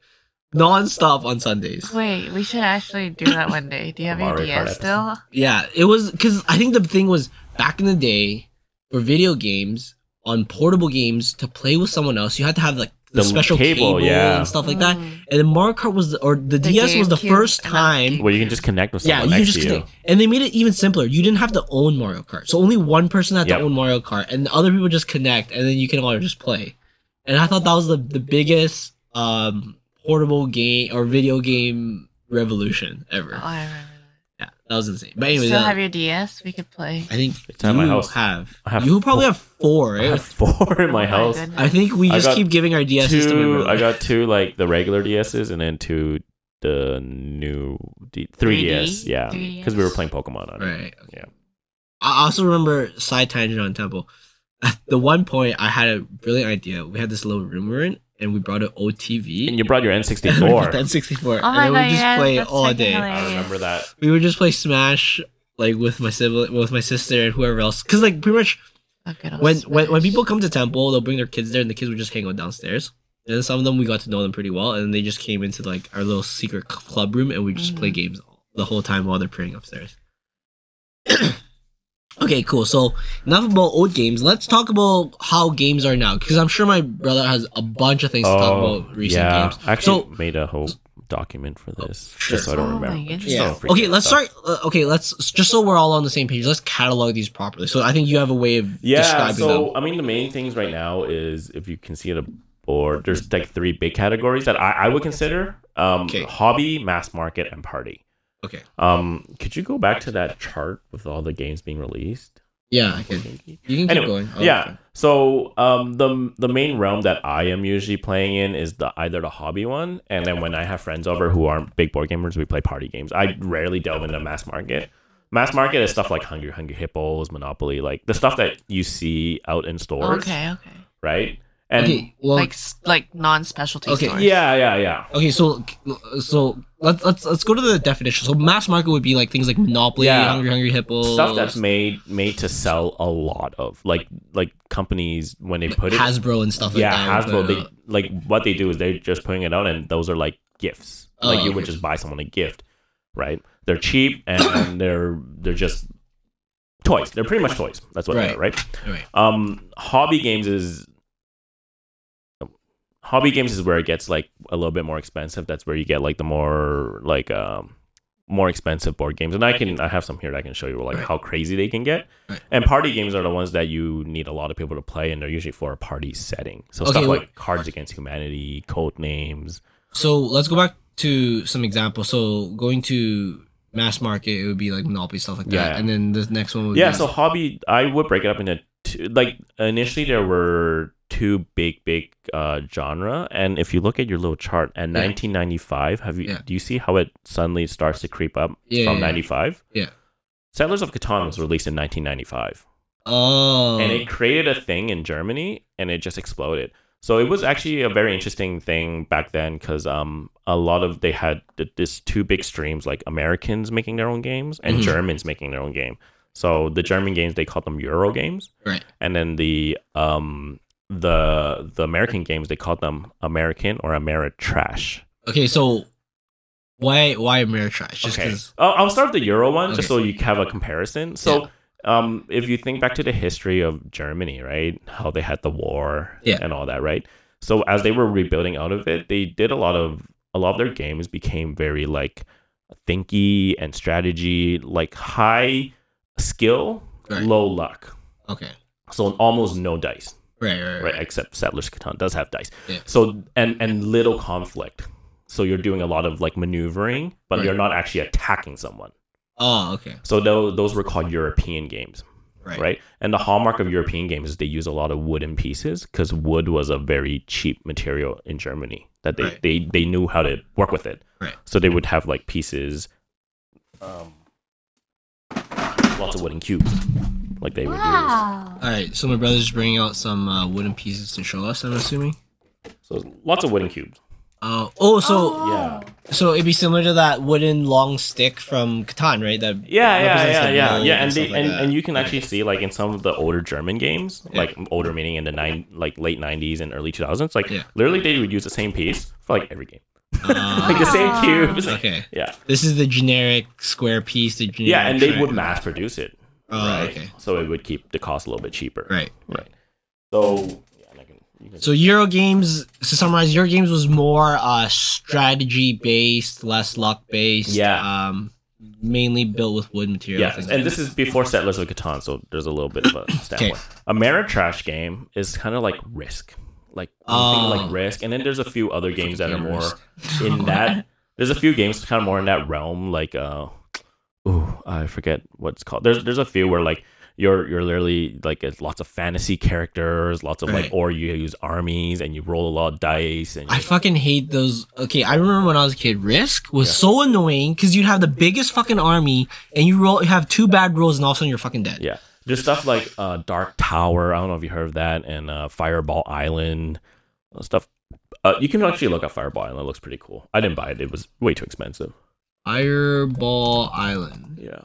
S1: non-stop on Sundays.
S2: Wait, we should actually do that one day. Do you have your
S3: Mario Kart
S2: DS still?
S1: Yeah, it was because I think the thing was back in the day for video games on portable games to play with someone else, you had to have like the,
S3: The
S1: special
S3: cable,
S1: cable,
S3: yeah.
S1: and stuff like that.
S2: Mm.
S1: And then Mario Kart was the, or the, DS was the
S2: GameCube
S1: first
S2: and not
S1: time.
S3: Well, you can just connect with
S1: Yeah,
S3: someone
S1: you
S3: next
S1: just
S3: to you.
S1: connect. and they made it even simpler. You didn't have to own Mario Kart, so only one person had
S3: Yep.
S1: to own Mario Kart, and the other people just connect, and then you can all just play. And I thought that was the the biggest um, portable game or video game revolution
S2: Oh,
S1: ever.
S2: I remember. that.
S1: Yeah, that was insane. But uh, anyway,
S2: still
S1: that-
S2: have your DS? We could play.
S1: I think
S3: It's at my
S1: you
S3: house.
S1: have.
S3: I have
S1: you probably have four,
S3: I
S1: right? I,
S3: have four in my
S2: Oh
S3: house.
S2: goodness.
S1: think we
S3: I
S1: just
S3: got
S1: keep giving our DS to
S3: two.
S1: members.
S3: I got two like the regular DSs, and then two the new D- 3DS.
S2: 3D?
S3: Yeah, because we were
S2: 3DS.
S3: playing Pokemon on it.
S1: Right.
S3: Yeah.
S1: I also remember side tangent on Temple. At the one point, I had a brilliant idea. We had this little room we were in, and we brought an old TV.
S3: And you brought your N64.
S1: and we brought the N64,
S2: Oh
S1: and then
S2: my
S1: we
S2: god,
S1: would just
S2: yes,
S1: play it
S2: that's
S1: all
S2: freaking
S1: day.
S2: hilarious.
S3: I remember that.
S1: We would just play Smash, like with my sibling, with my sister, and whoever else. Cause like pretty much
S2: Oh, good old
S1: when, when when
S2: Smash.
S1: people come to temple, they'll bring their kids there, and the kids would just hang out downstairs. And then some of them we got to know them pretty well, and they just came into like our little secret c- club room, and we just play
S2: Mhm.
S1: games all- the whole time while they're praying upstairs. okay, cool. So enough about old games. Let's talk about how games are now, because I'm sure my brother has a bunch of things to talk about recent
S3: Oh, yeah.
S1: games.
S3: I actually
S1: So-
S3: made a whole document for this,
S1: sure.
S3: just so I don't
S2: Oh my
S3: remember.
S2: goodness.
S3: Just
S1: Yeah.
S3: don't forget
S1: Okay, let's
S3: stuff.
S1: start. Uh, okay, let's just so we're all on the same page. Let's catalog these properly. So I think you have a way of
S3: Yeah,
S1: describing
S3: so
S1: them.
S3: I mean, the main things right now is if you can see the board, there's like three big categories that I, I would consider um,
S1: Okay.
S3: hobby, mass market, and party.
S1: Okay.
S3: Um, could you go back to that chart with all the games being released?
S1: Yeah, I can. You can keep
S3: Anyway,
S1: going. Oh, I'll-
S3: yeah. So um, the the main realm that I am usually playing in is the either the hobby one, and then when I have friends over who aren't big board gamers, we play party games. I rarely delve into mass market. Mass market is stuff like Hungry Hungry Hippos, Monopoly, like the stuff that you see out in stores,
S2: Okay, okay.
S3: right? And
S1: okay. Well,
S2: like s- like non-specialty
S1: Okay,
S2: stores.
S3: yeah, yeah, yeah.
S1: Okay, so so let's let's let's go to the definition. So mass market would be like things like Monopoly,
S3: Yeah.
S1: Hungry Hungry Hippo,
S3: Stuff that's made made to sell a lot of, like like companies when they put it
S1: Hasbro and stuff like
S3: yeah,
S1: that.
S3: Hasbro.
S1: Uh,
S3: They like what they do is they're just putting it out, and those are like gifts.
S1: Oh,
S3: like you would
S1: okay.
S3: just buy someone a gift, right? They're cheap and they're they're just toys. They're pretty much toys. That's what they are, right?
S1: Right.
S3: Um, hobby games is hobby games is where it gets like a little bit more expensive. That's where you get like the more like um more expensive board games, and I can I have some here that I can show you like
S1: Right.
S3: how crazy they can get.
S1: Right.
S3: And party games are the ones that you need a lot of people to play, and they're usually for a party setting. So
S1: Okay,
S3: stuff
S1: wait.
S3: like Cards Against Humanity, Code Names.
S1: So let's go back to some examples. So going to mass market, it would be like Monopoly stuff like that,
S3: Yeah.
S1: and then the next one would
S3: Yeah,
S1: be
S3: so hobby I would break it up into two, like initially there were two big big uh genre, and if you look at your little chart at
S1: Yeah.
S3: 1995, have you
S1: Yeah.
S3: do you see how it suddenly starts to creep up
S1: Yeah,
S3: from
S1: yeah, yeah.
S3: 95?
S1: Yeah.
S3: Settlers of Catan was released in 1995.
S1: oh
S3: and it created a thing in Germany, and it just exploded. So it was actually a very interesting thing back then because um a lot of they had th- this two big streams like Americans making their own games and
S1: Mhm.
S3: Germans making their own game. So the German games they called them Euro games,
S1: Right.
S3: And then the um the the American games they called them American or Ameritrash.
S1: okay. So why why Ameritrash? Just
S3: okay.
S1: because
S3: Oh, I'll start with the Euro one just so
S1: Okay.
S3: you have a comparison. So, um, if you think back to the history of Germany, right, how they had the war
S1: Yeah.
S3: and all that, right? So as they were rebuilding out of it, they did a lot of a lot of their games became very like thinky and strategy, like high skill,
S1: Right.
S3: low luck.
S1: okay,
S3: So almost no dice,
S1: right, right,
S3: right?
S1: right,
S3: Except Settlers of Catan does have dice.
S1: Yeah.
S3: So and and little conflict. So you're doing a lot of like maneuvering, but
S1: Right.
S3: you're not actually attacking someone.
S1: Oh, okay,
S3: So those, those were called European games,
S1: right,
S3: right. And the hallmark of European games is they use a lot of wooden pieces because wood was a very cheap material in Germany that they,
S1: Right.
S3: they, they knew how to work with it.
S1: Right.
S3: So they would have like pieces, um, lots of wooden cubes, like they would
S1: All right. So my brother's bringing out some uh, wooden pieces to show us. I'm assuming.
S3: use. So lots of wooden cubes.
S1: Uh, oh, so
S3: yeah.
S1: so it'd be similar to that wooden long stick from Catan, right? That
S3: Yeah, yeah,
S1: represents
S3: yeah,
S1: the
S3: yeah,
S1: value
S3: yeah,
S1: and
S3: and
S1: stuff
S3: they,
S1: like
S3: and,
S1: that.
S3: and you can actually see like in some of the older German games,
S1: Yeah.
S3: like older meaning in the nine like late '90s and early 2000s, like
S1: Yeah.
S3: literally they would use the same piece for like every game,
S1: Ah,
S3: like the same
S2: Ah.
S3: cubes.
S1: okay.
S3: Yeah,
S1: This is the generic square piece. The generic
S3: yeah, and they would
S1: triangle.
S3: mass produce it,
S1: Oh,
S3: right?
S1: okay.
S3: So it would keep the cost a little bit cheaper,
S1: Right.
S3: Right. So yeah, and I can, you can
S1: So Euro games, to summarize, Euro games was more uh, strategy based, less luck based.
S3: Yeah.
S1: Um, mainly built with wood material.
S3: Yeah,
S1: things like
S3: and this is before Settlers of Catan, so there's a little bit of a standpoint. Ameritrash game is kind of like Risk, like
S1: Oh.
S3: anything like Risk, and then there's a few other games that are
S1: Freaking
S3: more
S1: Risk.
S3: in that. There's a few games kind of more in that realm, like uh, ooh, I forget what's called. There's there's a few where like you're you're literally like it's lots of fantasy characters, lots of
S1: Right.
S3: like, or you use armies and you roll a lot of dice and.
S1: I
S3: you-
S1: fucking hate those. Okay, I remember when I was a kid, Risk was
S3: Yeah.
S1: so annoying because you'd have the biggest fucking army and you roll, you have two bad rolls and all of a sudden you're fucking dead.
S3: Yeah. There's stuff like uh, Dark Tower. I don't know if you heard of that, and uh, Fireball Island uh, stuff. Uh, you can actually look up Fireball Island. It looks pretty cool. I didn't buy it. It was way too expensive.
S1: Fireball Island.
S3: Yeah.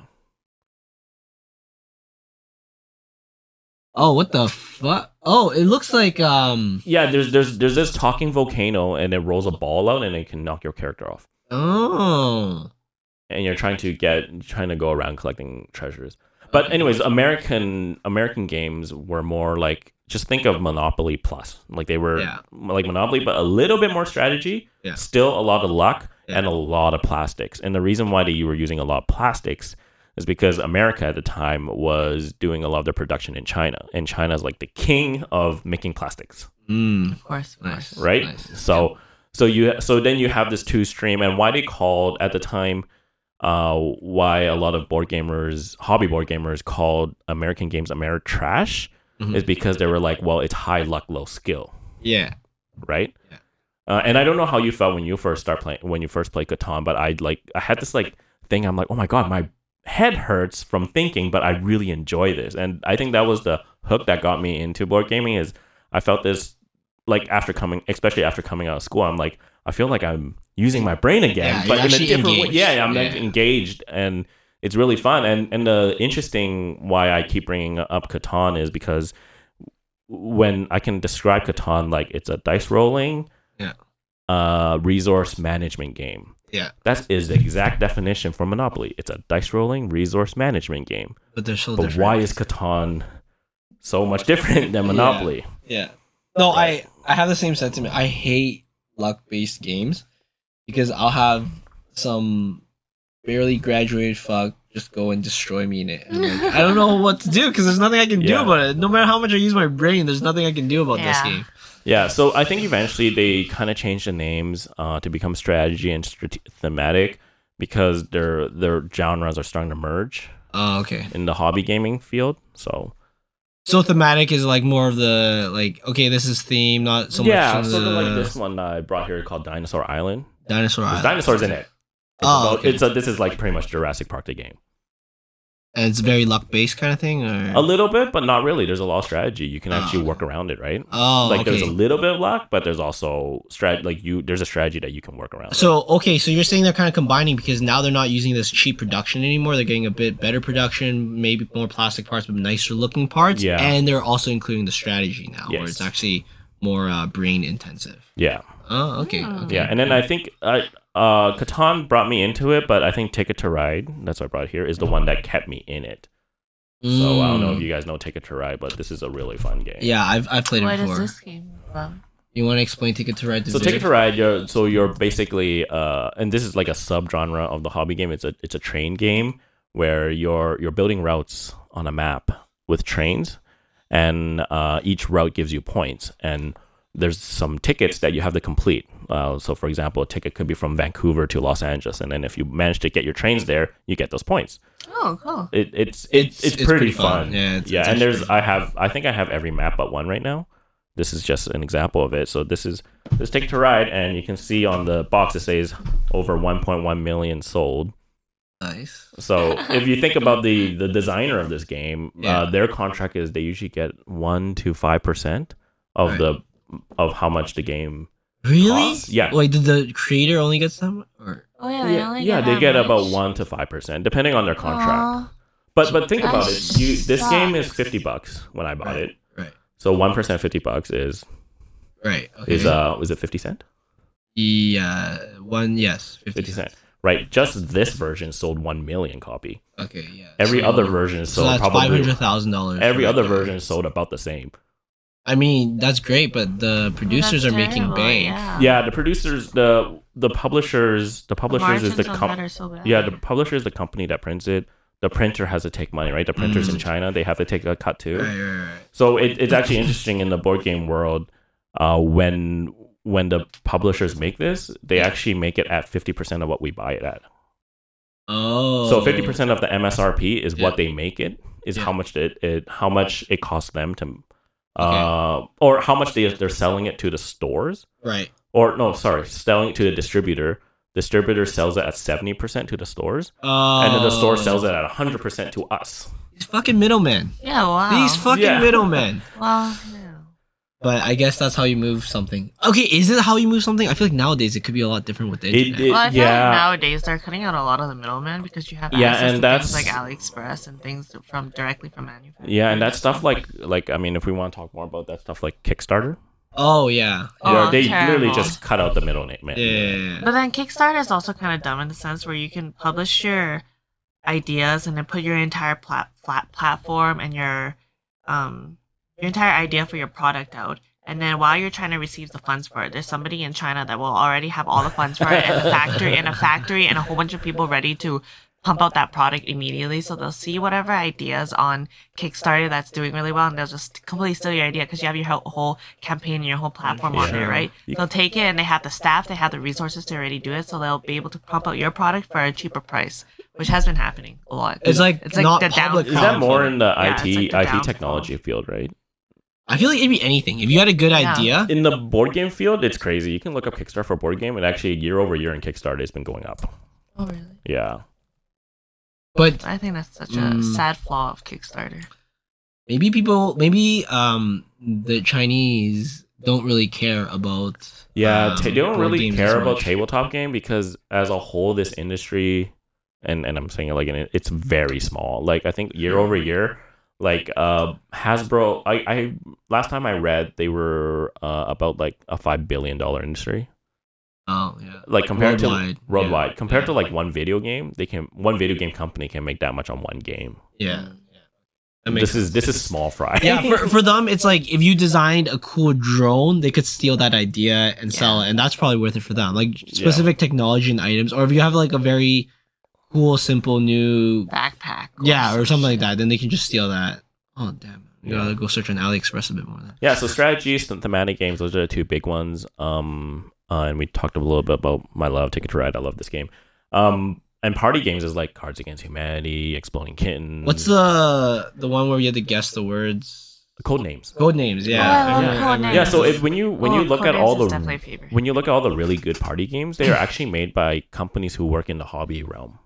S1: Oh, what the fuck? Oh, it looks like um.
S3: Yeah. There's there's there's this talking volcano, and it rolls a ball out, and it can knock your character off.
S1: Oh,
S3: And you're trying to get trying to go around collecting treasures. But anyways, uh, American American games were more like just think of Monopoly Plus. Like they were
S1: Yeah.
S3: like Monopoly, but a little bit more strategy.
S1: Yeah.
S3: Still a lot of luck
S1: Yeah.
S3: and a lot of plastics. And the reason why that you were using a lot of plastics is because America at the time was doing a lot of their production in China, and China's like the king of making plastics,
S1: mm,
S2: Of course, of
S1: nice.
S2: course.
S3: right?
S1: Nice.
S3: So so you so then you have this two stream, and why they called at the time. Uh, why a lot of board gamers, hobby board gamers, called American games Ameritrash
S1: Mhm.
S3: is because they were like, well, it's high luck, low skill
S1: yeah.
S3: right?
S1: Yeah.
S3: Uh, and I don't know how you felt when you first start playing when you first played Catan, but I like I had this like thing. I'm like, oh my god, my head hurts from thinking, but I really enjoy this. And I think that was the hook that got me into board gaming. Is I felt this like after coming, especially after coming out of school, I'm like, I feel like I'm using my brain again,
S1: Yeah,
S3: but
S1: you're
S3: in a
S1: actually
S3: different
S1: engaged.
S3: way. Yeah, I'm
S1: Yeah.
S3: like, engaged and it's really fun and and the interesting why I keep bringing up Catan is because when I can describe Catan like it's a dice rolling,
S1: Yeah.
S3: uh, resource management game.
S1: Yeah.
S3: that is the exact definition for Monopoly. It's a dice rolling resource management game.
S1: But they're so
S3: But
S1: different.
S3: why is Catan so much different than Monopoly?
S1: Yeah. No, I I have the same sentiment. I hate luck based games because I'll have some barely graduated fuck just go and destroy me in it. And I'm like, I don't know what to do because there's nothing I can do
S3: Yeah.
S1: about it. No matter how much I use my brain, there's nothing I can do about this
S2: Yeah.
S1: game.
S3: Yeah, so I think eventually they kind of changed the names uh, to become strategy and strate- thematic because their their genres are starting to merge
S1: Oh, okay.
S3: in the hobby gaming field. So
S1: So thematic is like more of the like okay, this is theme, not so
S3: yeah,
S1: much uh, of
S3: sort
S1: the
S3: of like this one I brought here called Dinosaur Island.
S1: dinosaur.
S3: There's
S1: Island.
S3: dinosaurs in it. It's
S1: Oh,
S3: about-
S1: okay.
S3: it's a, this is like pretty much Jurassic Park the game.
S1: and it's very luck based kind of thing. Or
S3: A little bit, but not really. There's a lot of strategy. You can
S1: Ah,
S3: actually
S1: okay.
S3: work around it, right?
S1: oh,
S3: like
S1: okay.
S3: there's a little bit of luck, but there's also strat like you there's a strategy that you can work around.
S1: So okay, so you're saying they're kind of combining because now they're not using this cheap production anymore. They're getting a bit better production, maybe more plastic parts, but nicer looking parts.
S3: Yeah.
S1: And they're also including the strategy now, where it's
S3: Yes.
S1: actually more uh, brain intensive.
S3: yeah.
S1: Oh, okay.
S2: Hmm.
S1: okay.
S3: Yeah, and then I think uh, uh, Catan brought me into it, but I think Ticket to Ride, that's what I brought here, is the one that kept me in it. So I don't
S1: Mm.
S3: know if you guys know Ticket to Ride, but this is a really fun game.
S1: Yeah, I've, I've played
S2: What
S1: it
S2: is
S1: before.
S2: this game about?
S1: You want to explain Ticket to Ride? To
S3: So Ticket to
S1: Viv?
S3: Ride, you're so you're basically, uh, and this is like a subgenre of the hobby game. It's a it's a train game where you're you're building routes on a map with trains, and uh, each route gives you points. And there's some tickets that you have to complete. Uh, so for example, a ticket could be from Vancouver to Los Angeles, and then if you manage to get your trains there, you get those points.
S2: Oh, cool.
S3: It, it's, it's, it's pretty fun.
S1: Yeah. It's,
S3: yeah,
S1: it's
S3: and
S1: actually
S3: there's I have I think I have every map but one right now. This is just an example of it. So this is this ticket to ride, and you can see on the box it says over 1.1 million sold.
S1: nice.
S3: So if you think about the the designer of this game,
S1: Yeah.
S3: uh, their contract is they usually get one to five percent of
S1: Right.
S3: the of how much the game
S1: Really?
S3: costs. Yeah.
S1: Wait, did the creator only get some? Or
S2: Oh yeah, they
S3: Yeah,
S2: only
S3: yeah,
S2: get
S3: they
S2: that
S3: get
S2: much.
S3: about one to five percent, depending on their contract.
S2: Aw.
S3: But but think
S2: that
S3: about it. You this
S2: sucks.
S3: game is fifty bucks when I bought it.
S1: right,
S3: So one percent fifty bucks is
S1: right. Okay.
S3: is uh is it fifty cent?
S1: yeah, one yes, fifty,
S3: Fifty cent. Right. Just this version sold one million copy.
S1: Okay, yeah.
S3: Every
S1: so-
S3: other version
S1: So,
S3: sold
S1: that's five
S3: probably
S1: hundred thousand dollars.
S3: every other version sold about the same.
S1: I mean, that's great, but the producers
S2: That's
S1: are making
S2: terrible,
S1: bank.
S2: Yeah,
S3: Yeah, the producers the the publishers the publishers is the
S2: Margins on that
S3: com-
S2: are so bad.
S3: yeah the publisher is the company that prints it. The printer has to take money, right? The printers in
S1: Mm.
S3: China they have to take a cut too.
S1: Right, right, right.
S3: So it, it's actually interesting in the board game world uh, when when the publishers make this, they actually make it at fifty percent of what we buy it at.
S1: Oh.
S3: So fifty percent of the MSRP is what
S1: Yeah.
S3: they make it is
S1: Yeah.
S3: how much it, it how much it costs them to, uh, or how much they they're selling it to the stores
S1: Right.
S3: or no sorry selling it to the distributor. Distributor sells it at seventy percent to the stores,
S1: Oh.
S3: and then the store sells it at hundred percent to us.
S1: These fucking middlemen.
S2: Yeah, wow.
S1: These fucking
S3: Yeah.
S1: middlemen.
S2: Wow. yeah.
S1: But I guess that's how you move something. Okay, is it how you move something? I feel like nowadays it could be a lot different with the
S3: It,
S1: internet.
S3: it-
S2: Well, I feel
S3: yeah,
S2: like nowadays they're cutting out a lot of the middlemen because you have
S3: Yeah,
S2: access
S3: and
S2: to things
S3: that's-
S2: like AliExpress and things from directly from manufacturers.
S3: Yeah, and that stuff like like I mean, if we want to talk more about that stuff like Kickstarter,
S1: oh yeah.
S2: Oh,
S3: they literally
S2: terrible.
S3: just cut out the middle name, man.
S1: Yeah. yeah,
S2: But then Kickstarter is also kind of dumb in the sense where you can publish your ideas and then put your entire plat- flat platform and your um your entire idea for your product out. And then while you're trying to receive the funds for it, there's somebody in China that will already have all the funds for it and a factory and a factory and a whole bunch of people ready to pump out that product immediately. So they'll see whatever ideas on Kickstarter that's doing really well and they'll just completely steal your idea because you have your whole- whole campaign and your whole platform on
S1: Sure.
S2: there, right?
S3: You-
S2: They'll take it and they have the staff, they have the resources to already do it, so they'll be able to pump out your product for a cheaper price, which has been happening a lot.
S1: It's like not public
S3: Is
S1: Yeah.
S3: that more in the
S2: Yeah,
S3: IT
S2: it's like the
S3: IT
S2: downfall.
S3: technology field, right?
S1: I feel like it'd be anything. If you had a good
S2: Yeah.
S1: idea,
S3: In the board game field, it's crazy. You can look up Kickstarter for board game, and actually year over year in Kickstarter, it's been going up.
S2: Oh really?
S3: Yeah,
S1: but
S2: I think that's such a
S1: Mm.
S2: sad flaw of Kickstarter.
S1: maybe people maybe um the Chinese don't really care about
S3: yeah.
S1: um,
S3: ta- they don't
S1: board
S3: really
S1: games
S3: care
S1: as
S3: about
S1: much.
S3: tabletop game because as a whole, this industry, and and I'm saying it like in- it's very small. Like I think year over year. Like uh, Hasbro, I, I last time I read they were uh, about like a five billion dollar industry.
S1: Oh yeah.
S3: like compared
S1: worldwide,
S3: to worldwide
S1: yeah,
S3: compared
S1: yeah.
S3: to like one video game they can one video game company can make that much on one game
S1: Yeah. That makes
S3: this is this is small fry
S1: yeah, for, for them, it's like if you designed a cool drone, they could steal that idea and sell it, and that's probably worth it for them. Like specific technology and items, or if you have like a very cool, simple new,
S2: Backpack.
S1: yeah, or
S2: some
S1: something like
S2: shit.
S1: that, then they can just steal that. Oh damn, you
S3: Yeah.
S1: gotta go search on AliExpress a bit more. Then.
S3: yeah so strategies and thematic games those are the two big ones um uh, and we talked a little bit about my love ticket to ride i love this game um and party games is like cards against humanity exploding kittens
S1: What's the the one where you had to guess the words?
S3: code names
S1: Code names, yeah.
S2: Oh, I love
S1: Yeah,
S2: code
S1: remember.
S2: names.
S3: yeah so if, when you when
S2: Oh,
S3: you look
S2: Code
S3: at all
S2: Names is
S3: the
S2: definitely a favorite.
S3: when you look at all the really good party games they are actually made by companies who work in the hobby realm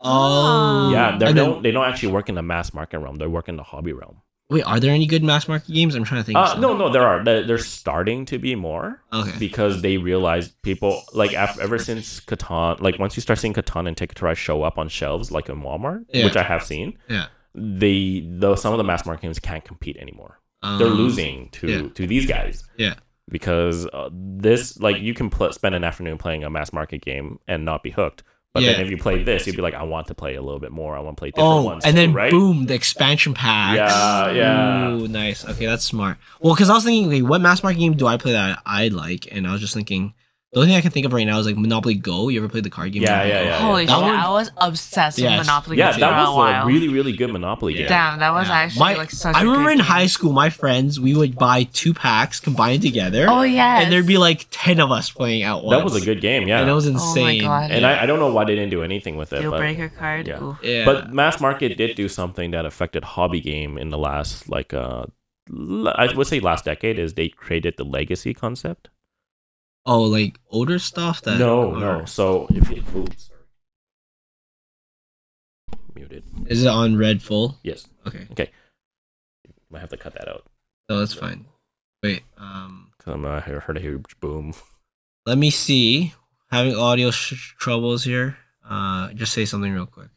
S1: oh
S3: yeah they
S1: And then-
S3: don't they don't actually work in the mass market realm they work in the hobby realm
S1: Wait, are there any good mass market games? I'm trying to think. of
S3: Uh,
S1: some.
S3: no, no, there are. They're, they're starting to be more
S1: Okay.
S3: because they realize people like af- ever since Catan, like once you start seeing Catan and Ticket to Ride show up on shelves like in Walmart,
S1: Yeah.
S3: which I have seen.
S1: Yeah.
S3: They though some of the mass market games can't compete anymore. They're
S1: Um,
S3: losing to
S1: yeah.
S3: to these guys.
S1: Yeah.
S3: Because uh, this like you can pl- spend an afternoon playing a mass market game and not be hooked. But then
S1: Yeah.
S3: if you play this, you'd be like, I want to play a little bit more. I want to play different
S1: Oh,
S3: ones.
S1: and
S3: too,"
S1: then
S3: right?
S1: boom, the expansion packs.
S3: Yeah, yeah.
S1: Ooh, nice. Okay, that's smart. Well, because I was thinking, like, what mass market game do I play that I like? And I was just thinking, the only thing I can think of right now is like Monopoly Go. You ever played the card game?
S3: Yeah,
S1: Monopoly
S3: yeah,
S1: Go?
S3: yeah.
S2: Holy
S1: That
S2: shit!
S1: one-
S2: I was obsessed
S1: Yes.
S2: with Monopoly
S3: Yeah,
S2: for
S3: that
S2: a
S3: was
S2: while.
S3: a really, really good Monopoly game.
S2: Damn, that was
S1: Yeah.
S2: actually
S1: My-
S2: like such.
S1: I
S2: a good
S1: remember in
S2: game.
S1: high school, my friends, we would buy two packs combined together,
S2: Oh yeah.
S1: and there'd be like ten of us playing out once.
S3: That was a good game, yeah.
S1: and it was
S2: Oh my
S1: insane.
S2: God.
S3: And I, I don't know why they didn't do anything with it.
S2: deal
S3: but,
S2: breaker card.
S3: Yeah.
S2: Ooh.
S1: yeah.
S3: but Mass Market did do something that affected hobby game in the last like uh l- I would say last decade is they created the legacy concept.
S1: oh, like older stuff that
S3: no,
S1: or-
S3: no. So if you oops, sorry. Muted.
S1: Is it on Red Full?
S3: Yes.
S1: Okay,
S3: I have to cut that out
S1: so that's fine. Wait, um,
S3: because I'm uh, I heard a huge boom.
S1: Let me see. Having audio sh- troubles here. Uh, just say something real quick.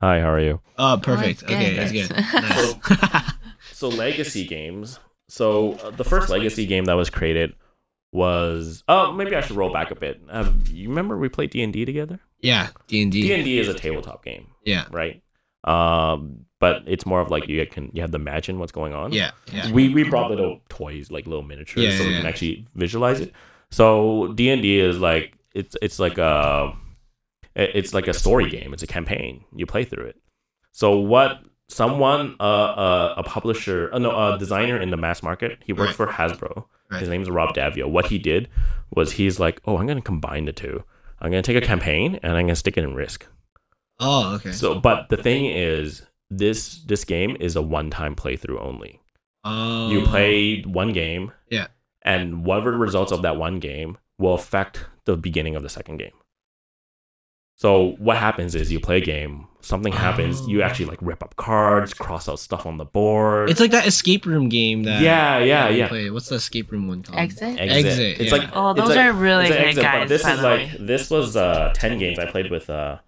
S3: Hi, how are you?
S1: Oh, perfect.
S2: that's good.
S1: okay, that's good.
S2: That's-
S1: Nice.
S3: So legacy games. So uh, the first legacy game that was created was oh maybe I should roll back a bit. Uh, you remember we played D and D together?
S1: yeah, D and
S3: D
S1: D.
S3: and D is a tabletop game,
S1: Yeah,
S3: right? Um, but it's more of like you can you have to imagine what's going on.
S1: yeah, yeah.
S3: we we brought little toys like little miniatures
S1: Yeah,
S3: so we
S1: yeah,
S3: can
S1: yeah.
S3: actually visualize it so d&d is like it's it's like a it- it's like a story game it's a campaign you play through it so what someone uh, uh, a publisher uh, no a designer in the mass market he worked for hasbro his
S1: Right.
S3: name is rob davio what he did was he's like oh i'm gonna combine the two i'm gonna take a campaign and i'm gonna stick it in risk
S1: Oh, okay.
S3: so but the thing is this this game is a one-time playthrough only
S1: Oh,
S3: you play one game
S1: Yeah.
S3: and whatever the results of that one game will affect the beginning of the second game so what happens is you play a game something happens you
S1: Oh.
S3: actually like rip up cards cross out stuff on the board
S1: It's like that escape room game that.
S3: yeah yeah
S1: we
S3: yeah
S1: Play. What's the escape room one called?
S2: Exit.
S3: exit,
S1: Exit,
S3: it's
S1: yeah.
S3: like
S2: Oh,
S3: it's
S2: those
S3: like-
S2: are really
S3: it's
S2: good
S3: an exit,
S2: guys.
S3: but this
S2: by
S3: is
S2: the
S3: like
S2: way.
S3: this was uh 10 games i played with uh,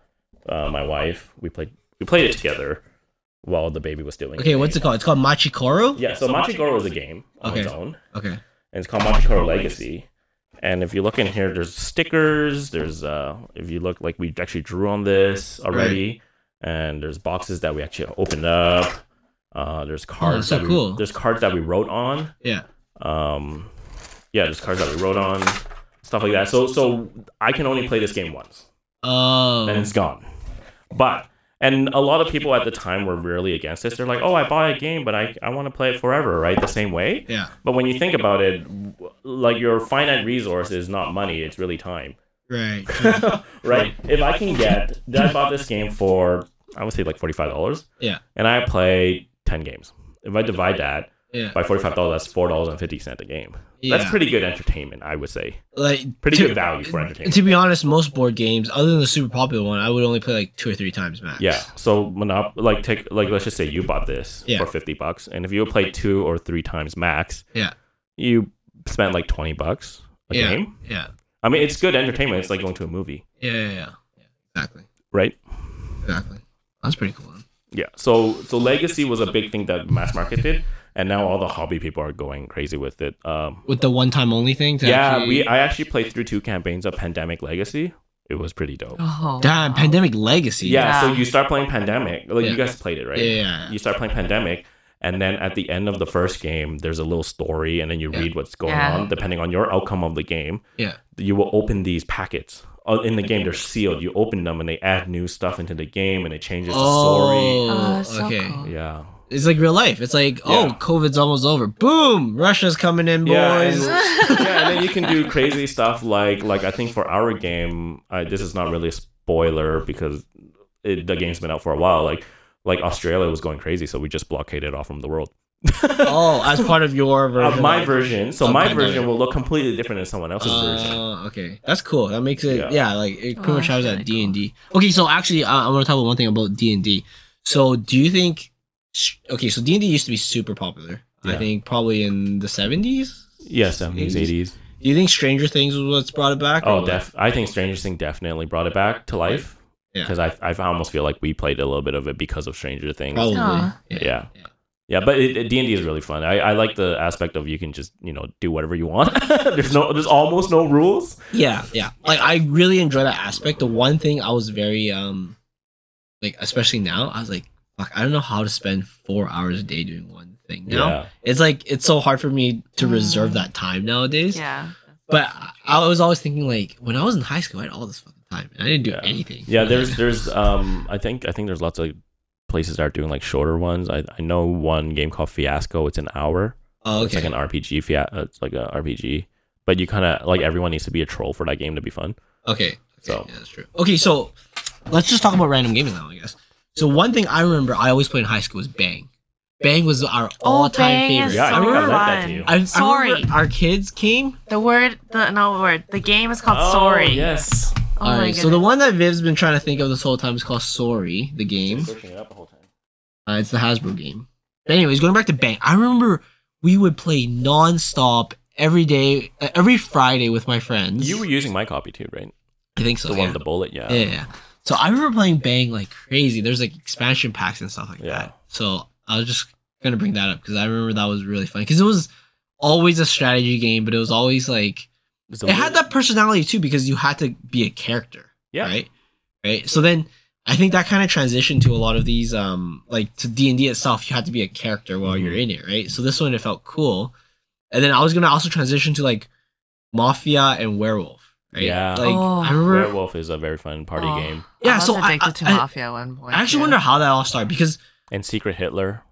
S3: uh my wife we played we played it together while the baby was still in
S1: Okay, what's it called? It's called Machikoro.
S3: yeah so machigoro is a game on its
S1: Okay.
S3: own
S1: Okay.
S3: and it's called Monte Carlo Legacy. And if you look in here, there's stickers. There's uh, if you look like we actually drew on this already, and there's boxes that we actually opened up. Uh, there's cards
S1: so
S3: that we,
S1: cool.
S3: there's cards that we wrote on.
S1: Yeah.
S3: Um, yeah, there's cards that we wrote on, stuff like that. So so I can only play this game once
S1: Oh.
S3: and it's gone. But and a lot of people at the time were really against this. They're like, "Oh, I bought a game, but I I want to play it forever, right? The same way."
S1: Yeah.
S3: But when you think about it, w- like your finite resource is not money; it's really time,
S1: Right.
S3: right? If I can get, I bought this game for I would say like forty five dollars.
S1: Yeah.
S3: And I play ten games. If I divide that
S1: Yeah.
S3: by forty five dollars, that's four dollars and fifty cent a game.
S1: yeah.
S3: That's pretty good entertainment, I would say.
S1: like
S3: Pretty
S1: to-
S3: good value for entertainment.
S1: To be honest, most board games, other than the super popular one, I would only play like two or three times max.
S3: Yeah. So monop like take like let's just say you bought this
S1: Yeah.
S3: for fifty bucks, and if you would play two or three times max,
S1: Yeah.
S3: you spent like twenty bucks a
S1: Yeah.
S3: game.
S1: Yeah.
S3: I mean, it's good entertainment. It's like going to a movie,
S1: Yeah. Yeah. yeah. yeah. Exactly.
S3: right?
S1: Exactly. That's pretty cool.
S3: Yeah. So so legacy was a big thing that mass market did, and now all the hobby people are going crazy with it. Um,
S1: With the one time only thing. To
S3: yeah,
S1: actually-
S3: we I actually played through two campaigns of Pandemic Legacy. It was pretty dope.
S2: Oh,
S1: Damn,
S2: wow.
S1: pandemic legacy.
S3: Yeah, So
S2: Yeah.
S3: you start playing Pandemic. Like
S1: Yeah.
S3: you guys played it, right?
S1: Yeah. yeah, yeah.
S3: you start playing pandemic and then at the end of the first game there's a little story and then you
S1: Yeah.
S3: read what's going
S2: Yeah.
S3: on depending on your outcome of the game
S1: Yeah.
S3: you will open these packets Uh, in the game they're sealed you open them and they add new stuff into the game and it changes the story
S1: Oh,
S2: Oh, so
S1: okay.
S2: cool.
S3: yeah
S1: It's like real life. It's like, oh,
S3: Yeah.
S1: COVID's almost over. Boom, Russia's coming in, boys.
S3: yeah and, yeah, and then you can do crazy stuff like like i think for our game I, this is not really a spoiler because it, the game's been out for a while like like australia was going crazy so we just blockaded off from the world
S1: oh, as part of your version.
S3: Uh, my version. So
S1: Some
S3: my
S1: kind of-
S3: version will look completely different than someone else's version.
S1: Oh, okay. That's cool. That makes it yeah,
S3: Yeah.
S1: like it pretty
S2: Oh,
S1: much
S2: that's
S1: has that D
S2: really
S1: and D. Okay, so actually, uh, I want to talk about one thing about D and D. So, do you think? sh- Okay, so D and D used to be super popular. I
S3: Yeah.
S1: think probably in the seventies.
S3: Yeah, seventies, eighties.
S1: Do you think Stranger Things was what's brought it back? or
S3: Oh,
S1: what?
S3: def- I think Stranger Things definitely brought it back to life.
S1: Yeah.
S3: Because I, I almost feel like we played a little bit of it because of Stranger Things.
S1: probably.
S2: Aw.
S1: Yeah.
S3: Yeah. Yeah, but D and D is really fun. I, I like the aspect of you can just you know do whatever you want. there's no, there's almost no rules.
S1: Yeah, yeah. Like I really enjoy that aspect. The one thing I was very um like especially now, I was like, fuck, I don't know how to spend four hours a day doing one thing now.
S3: Yeah,
S1: It's like it's so hard for me to
S2: Mm.
S1: reserve that time nowadays.
S2: Yeah.
S1: But I- I was always thinking like when I was in high school I had all this fucking time and I didn't do
S3: Yeah.
S1: anything.
S3: yeah. There's there's um I think I think there's lots of places that are doing like shorter ones. I I know one game called Fiasco. It's an hour.
S1: oh,
S3: It's like
S1: okay.
S3: an RPG. Fiat, uh, it's like a RPG, but you kind of like everyone needs to be a troll for that game to be fun.
S1: okay.
S3: So-
S1: yeah, that's true. Okay, so let's just talk about random gaming now, I guess. So one thing I remember I always played in high school was Bang. Bang was our all time
S2: Oh, Bang is
S1: favorite.
S3: Yeah, I
S2: so
S3: think I
S2: fun.
S3: lent that to you.
S1: I,
S2: Sorry.
S1: I remember our kids came.
S2: The word, the no word. The game is called Oh, Sorry.
S3: Oh, yes.
S2: Oh
S1: All
S2: my
S1: right,
S2: goodness.
S1: so the one that Viv's been trying to think of this whole time is called Sorry, the game. Uh, it's the Hasbro game. But anyways, going back to Bang, I remember we would play nonstop every day, uh, every Friday with my friends.
S3: You were using my copy too, right?
S1: I think so.
S3: The
S1: yeah.
S3: one with the bullet, yeah.
S1: yeah, yeah. So I remember playing Bang like crazy. There's like expansion packs and stuff like
S3: Yeah.
S1: that. So I was just gonna bring that up because I remember that was really fun because it was always a strategy game, but it was always like
S3: It's a
S1: it had
S3: little-
S1: that personality too because you had to be a character.
S3: Yeah.
S1: Right. Right. So then I think that kind of transitioned to a lot of these, um, like to D and D itself, you had to be a character while you're in
S3: Mm-hmm.
S1: it, right? So this one it felt cool, and then I was gonna also transition to like Mafia and Werewolf. Right?
S3: Yeah.
S1: Like
S2: Oh.
S1: I remember.
S3: Werewolf is a very fun party
S2: Oh,
S3: game.
S1: Yeah,
S2: I was
S1: so I-
S2: addicted
S1: I-
S2: to
S1: I-
S2: Mafia at one point.
S1: I actually
S2: yeah.
S1: wonder how that all started because
S3: And Secret Hitler.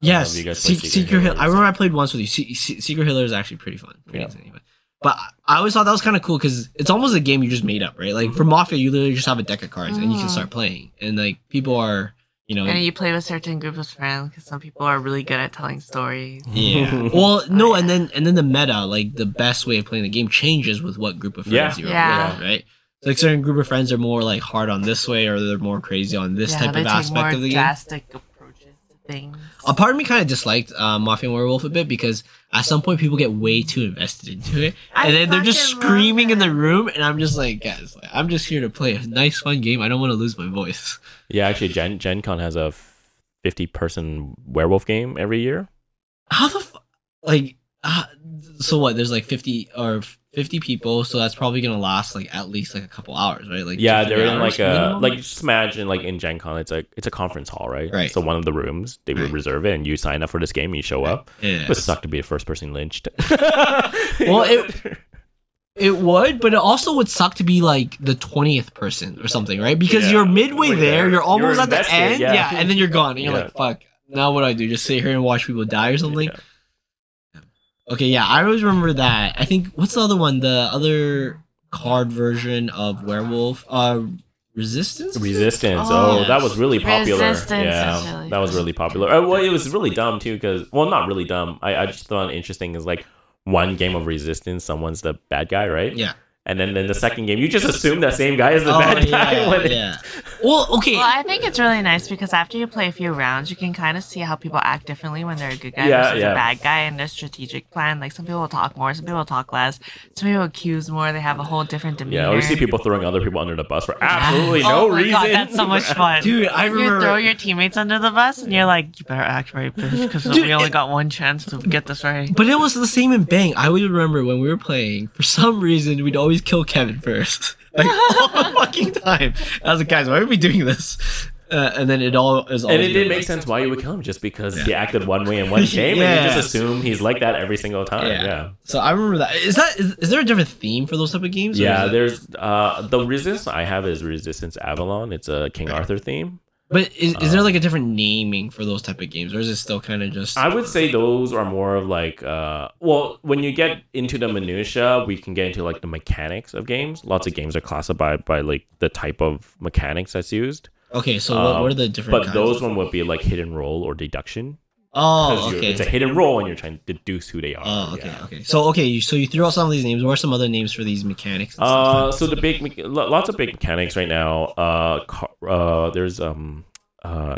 S1: yes,
S3: if you guys
S1: Se-
S3: played
S1: Secret,
S3: Secret
S1: Hill.
S3: Hitler,
S1: I remember
S3: so-
S1: I played once with you. Se- Se- Secret Hitler is actually pretty fun, pretty
S3: Yeah.
S1: exciting, but. But I always thought that was kind of cool because it's almost a game you just made up, right? Like
S3: Mm-hmm.
S1: for Mafia, you literally just have a deck of cards and you can
S2: Mm.
S1: start playing, and like people are, you know,
S2: And you play with certain group of friends because some people are really good at telling stories.
S1: Yeah. well, no, and then and then the meta, like the best way of playing the game, changes with what group of
S3: Yeah.
S1: friends you're
S2: Yeah.
S1: with, right? So like certain group of friends are more like hard on this way, or they're more crazy on this
S2: yeah,
S1: type
S2: they
S1: of
S2: take more
S1: aspect of the game. Oh,
S2: drastic approaches to things.
S1: A part of me kind of disliked uh, Mafia and Werewolf a bit because at some point people get way too invested into it, and then they're just screaming in the room, and I'm just like, guys, like, I'm just here to play a nice, fun game. I don't want to lose my voice.
S3: Yeah, actually, Gen Gen Con has a fifty person werewolf game every year.
S1: How the fu- like? Uh, so what? There's like 50 or 50 people, so that's probably gonna last like at least like a couple hours, right? Like
S3: yeah,
S1: two,
S3: they're
S1: three
S3: in
S1: hours
S3: like a
S1: minimum?
S3: like just imagine like in Gen Con, it's a it's a conference hall, right?
S1: Right.
S3: So one of the rooms they would
S1: Right.
S3: reserve it, and you sign up for this game, and you show up.
S1: yeah.
S3: It would suck to be the first person lynched.
S1: Well, it- It would, but it also would suck to be like the twentieth person or something, right? Because
S3: Yeah,
S1: you're midway
S3: we're
S1: there,
S3: there.
S1: you're almost
S3: You're
S1: at the
S3: invested,
S1: end,
S3: yeah.
S1: yeah. and then you're gone, and you're
S3: Yeah.
S1: like, "Fuck!" Now what do I do? Just sit here and watch people die or something?
S3: Yeah.
S1: Okay, yeah, I always remember that. I think what's the other one? The other card version of Werewolf, uh, Resistance.
S3: Resistance. Oh,
S2: Oh,
S3: that was really popular.
S2: Resistance
S3: yeah,
S2: is really
S3: that was
S2: fun.
S3: really popular. Uh, well, it was really dumb too, because well, not really dumb. I, I just thought it interesting is like one game of Resistance, someone's the bad guy, right?
S1: Yeah. Oh,
S3: And then, then the second game, you just assume that same guy is the bad guy.
S1: yeah,
S3: when it-
S1: yeah. Well, okay.
S2: Well, I think it's really nice because after you play a few rounds, you can kind of see how people act differently when they're a good guy
S3: Yeah,
S2: versus
S3: yeah.
S2: a bad guy and their strategic plan. Like some people will talk more, some people will talk less, some people accuse more. They have a whole different demeanor.
S3: Yeah, or you see people throwing other people under the bus for absolutely
S2: oh
S3: no
S2: my
S3: reason.
S2: God, that's so much fun.
S1: Dude, I
S2: You
S1: remember-
S2: throw your teammates under the bus, and you're like, "You better act right, bitch, because
S1: Dude,
S2: we only
S1: it-
S2: got one chance to get this right."
S1: but it was the same in Bang. I would remember when we were playing. For some reason, we'd always kill Kevin first, like all the fucking time. I was like, guys, why are we doing this? Uh, and then it all is.
S3: and
S1: always
S3: it didn't
S1: gonna
S3: make sense why you would kill him just because
S1: Yeah.
S3: he acted one way in one game, and you
S1: Yeah.
S3: just assume he's like that every single time.
S1: Yeah.
S3: yeah.
S1: So I remember that. Is that is, is there a different theme for those type of games? or
S3: yeah,
S1: is it-
S3: there's uh the resistance I have is Resistance Avalon. It's a King Arthur theme.
S1: But is, is there
S3: um,
S1: like a different naming for those type of games, or is it still kind of just?
S3: I would say those are more of like uh well, when you get into the minutia, we can get into like the mechanics of games. Lots of games are classified by like the type of mechanics that's used.
S1: okay, so what,
S3: um,
S1: what are the different?
S3: But
S1: kinds?
S3: those one would be like hit and roll or deduction. 'Cause
S1: Oh,
S3: you're-
S1: okay.
S3: It's a hit and roll and you're trying to deduce who they are.
S1: Oh, okay,
S3: yeah.
S1: okay. So okay, you, so you threw out some of these names. What are some other names for these mechanics? and stuff?
S3: Uh, so the big, me- lo- lots of big mechanics right now. Uh, car, uh, there's um, uh,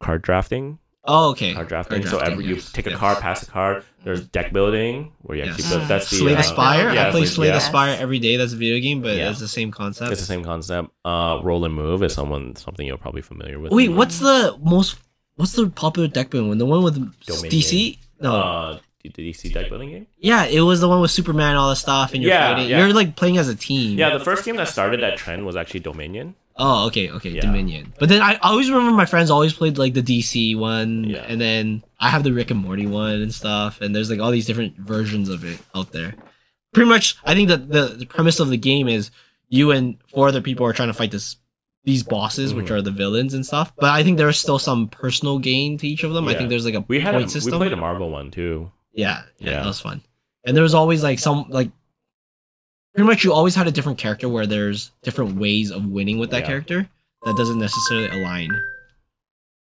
S3: card drafting,
S1: oh, okay.
S3: card drafting.
S1: Card
S3: so every you
S1: yes,
S3: take a
S1: yes.
S3: card, pass a card. There's deck building where you
S1: Yes.
S3: actually build. That's the
S1: Slay
S3: uh,
S1: the Spire.
S3: yeah,
S1: I play
S3: Slay-
S1: Slay
S3: yeah.
S1: the Spire every day. That's a video game, but
S3: Yeah.
S1: it's the same concept.
S3: It's the same concept. Uh, roll and move is someone something you're probably familiar with.
S1: Wait, what's the most? What's the popular deck building one? The one with
S3: Dominion.
S1: DC? No.
S3: Uh, d- d- DC deck building game?
S1: yeah, it was the one with Superman and all that stuff, and you're
S3: Yeah,
S1: fighting.
S3: yeah.
S1: You're like playing as a team.
S3: Yeah, the first game that started that trend was actually Dominion.
S1: Oh, okay, okay,
S3: Yeah.
S1: Dominion. But then I I always remember my friends always played like the DC one,
S3: Yeah.
S1: and then I have the Rick and Morty one and stuff. And there's like all these different versions of it out there. Pretty much, I think that the, the premise of the game is you and four other people are trying to fight this these bosses, which
S3: Mhm.
S1: are the villains and stuff. But I think there's still some personal gain to each of them. I
S3: Yeah.
S1: think there's like a
S3: We had a,
S1: point
S3: we
S1: system.
S3: played a Marvel one too.
S1: Yeah, yeah,
S3: Yeah.
S1: that was fun. And there was always like some like pretty much you always had a different character where there's different ways of winning with that
S3: Yeah.
S1: character that doesn't necessarily align.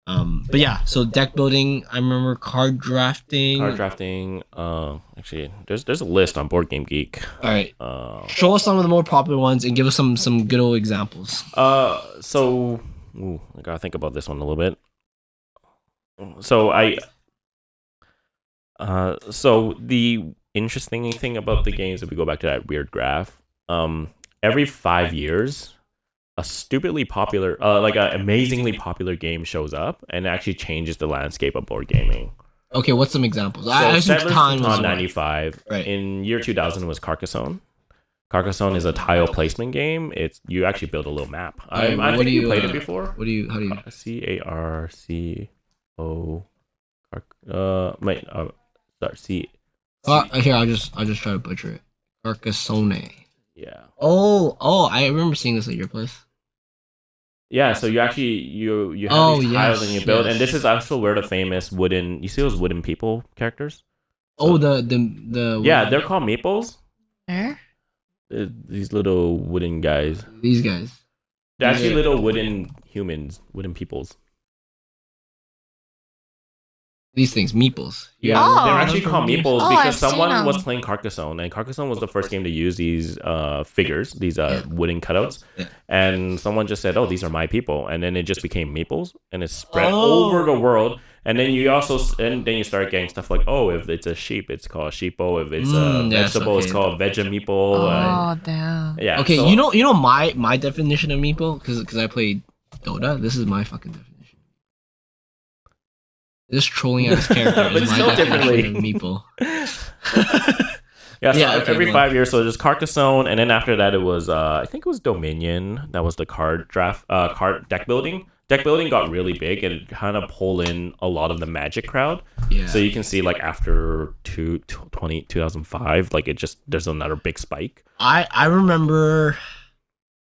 S1: Um, but yeah, so deck building. I remember card drafting.
S3: Card drafting. Uh, actually, there's there's a list on Board Game Geek.
S1: All right,
S3: Uh,
S1: show us some of the more popular ones and give us some some good old examples.
S3: Uh, so ooh, I gotta think about this one a little bit. So I, uh, so the interesting thing about the games, if we go back to that weird graph, um, every five years, a stupidly popular, uh, like an amazingly popular game shows up and actually changes the landscape of board gaming.
S1: Okay, what's some examples?
S3: So
S1: I, I assume
S3: Settlers
S1: Catan was
S3: on
S1: one.
S3: 95.
S1: Right.
S3: In year 2000 was Carcassonne. Carcassonne is a tile placement game. It's you actually build a little map. I,
S1: Alright,
S3: I
S1: what
S3: think
S1: do
S3: you
S1: you,
S3: played
S1: uh,
S3: it before. Uh,
S1: What do you? How do you?
S3: C A R C O Carc- uh wait uh sorry C
S1: Uh, here, I'll just I'll just try to butcher it. Carcassonne.
S3: yeah.
S1: Oh, oh, I remember seeing this at your place.
S3: Yeah, so you actually you you have
S1: Oh,
S3: these tiles
S1: yes,
S3: and you build
S1: yes.
S3: and this is also where the famous wooden you see those wooden people characters?
S1: Oh, the the the
S3: Yeah, they're called meeples.
S5: Where?
S3: Uh, These little wooden guys.
S1: these guys.
S3: They're actually
S1: Yeah.
S3: little wooden humans, wooden peoples.
S1: These things, meeples.
S3: Yeah,
S2: Oh.
S3: they're actually called meeples
S2: Oh, I've
S3: because
S2: seen
S3: someone was
S2: them.
S3: playing Carcassonne, and Carcassonne was the first game to use these uh, figures, these uh, wooden cutouts,
S1: Yeah.
S3: and someone just said, "Oh, these are my people," and then it just became meeples, and it spread
S1: Oh.
S3: over the world. And then you also, s- and then you start getting stuff like, "Oh, if it's a sheep, it's called sheepo. If it's a
S1: Mm, yes,
S3: vegetable, it's
S1: okay.
S3: called vegemeeple." and-
S2: Oh, damn.
S3: yeah.
S1: okay,
S3: so-
S1: you know you know my my definition of meeple because because I played Dota. This is my fucking definition. This trolling ass character
S3: But
S1: is my
S3: so
S1: definition of
S3: differently.
S1: meeple.
S3: yeah, so
S1: Yeah, okay,
S3: every
S1: well-
S3: five years, so just Carcassonne, and then after that, it was uh, I think it was Dominion. That was the card draft, uh, card deck building. Deck building got really big and kind of pull in a lot of the Magic crowd.
S1: Yeah.
S3: So you can see like after two, tw- 20, 2005, like it just there's another big spike.
S1: I I remember.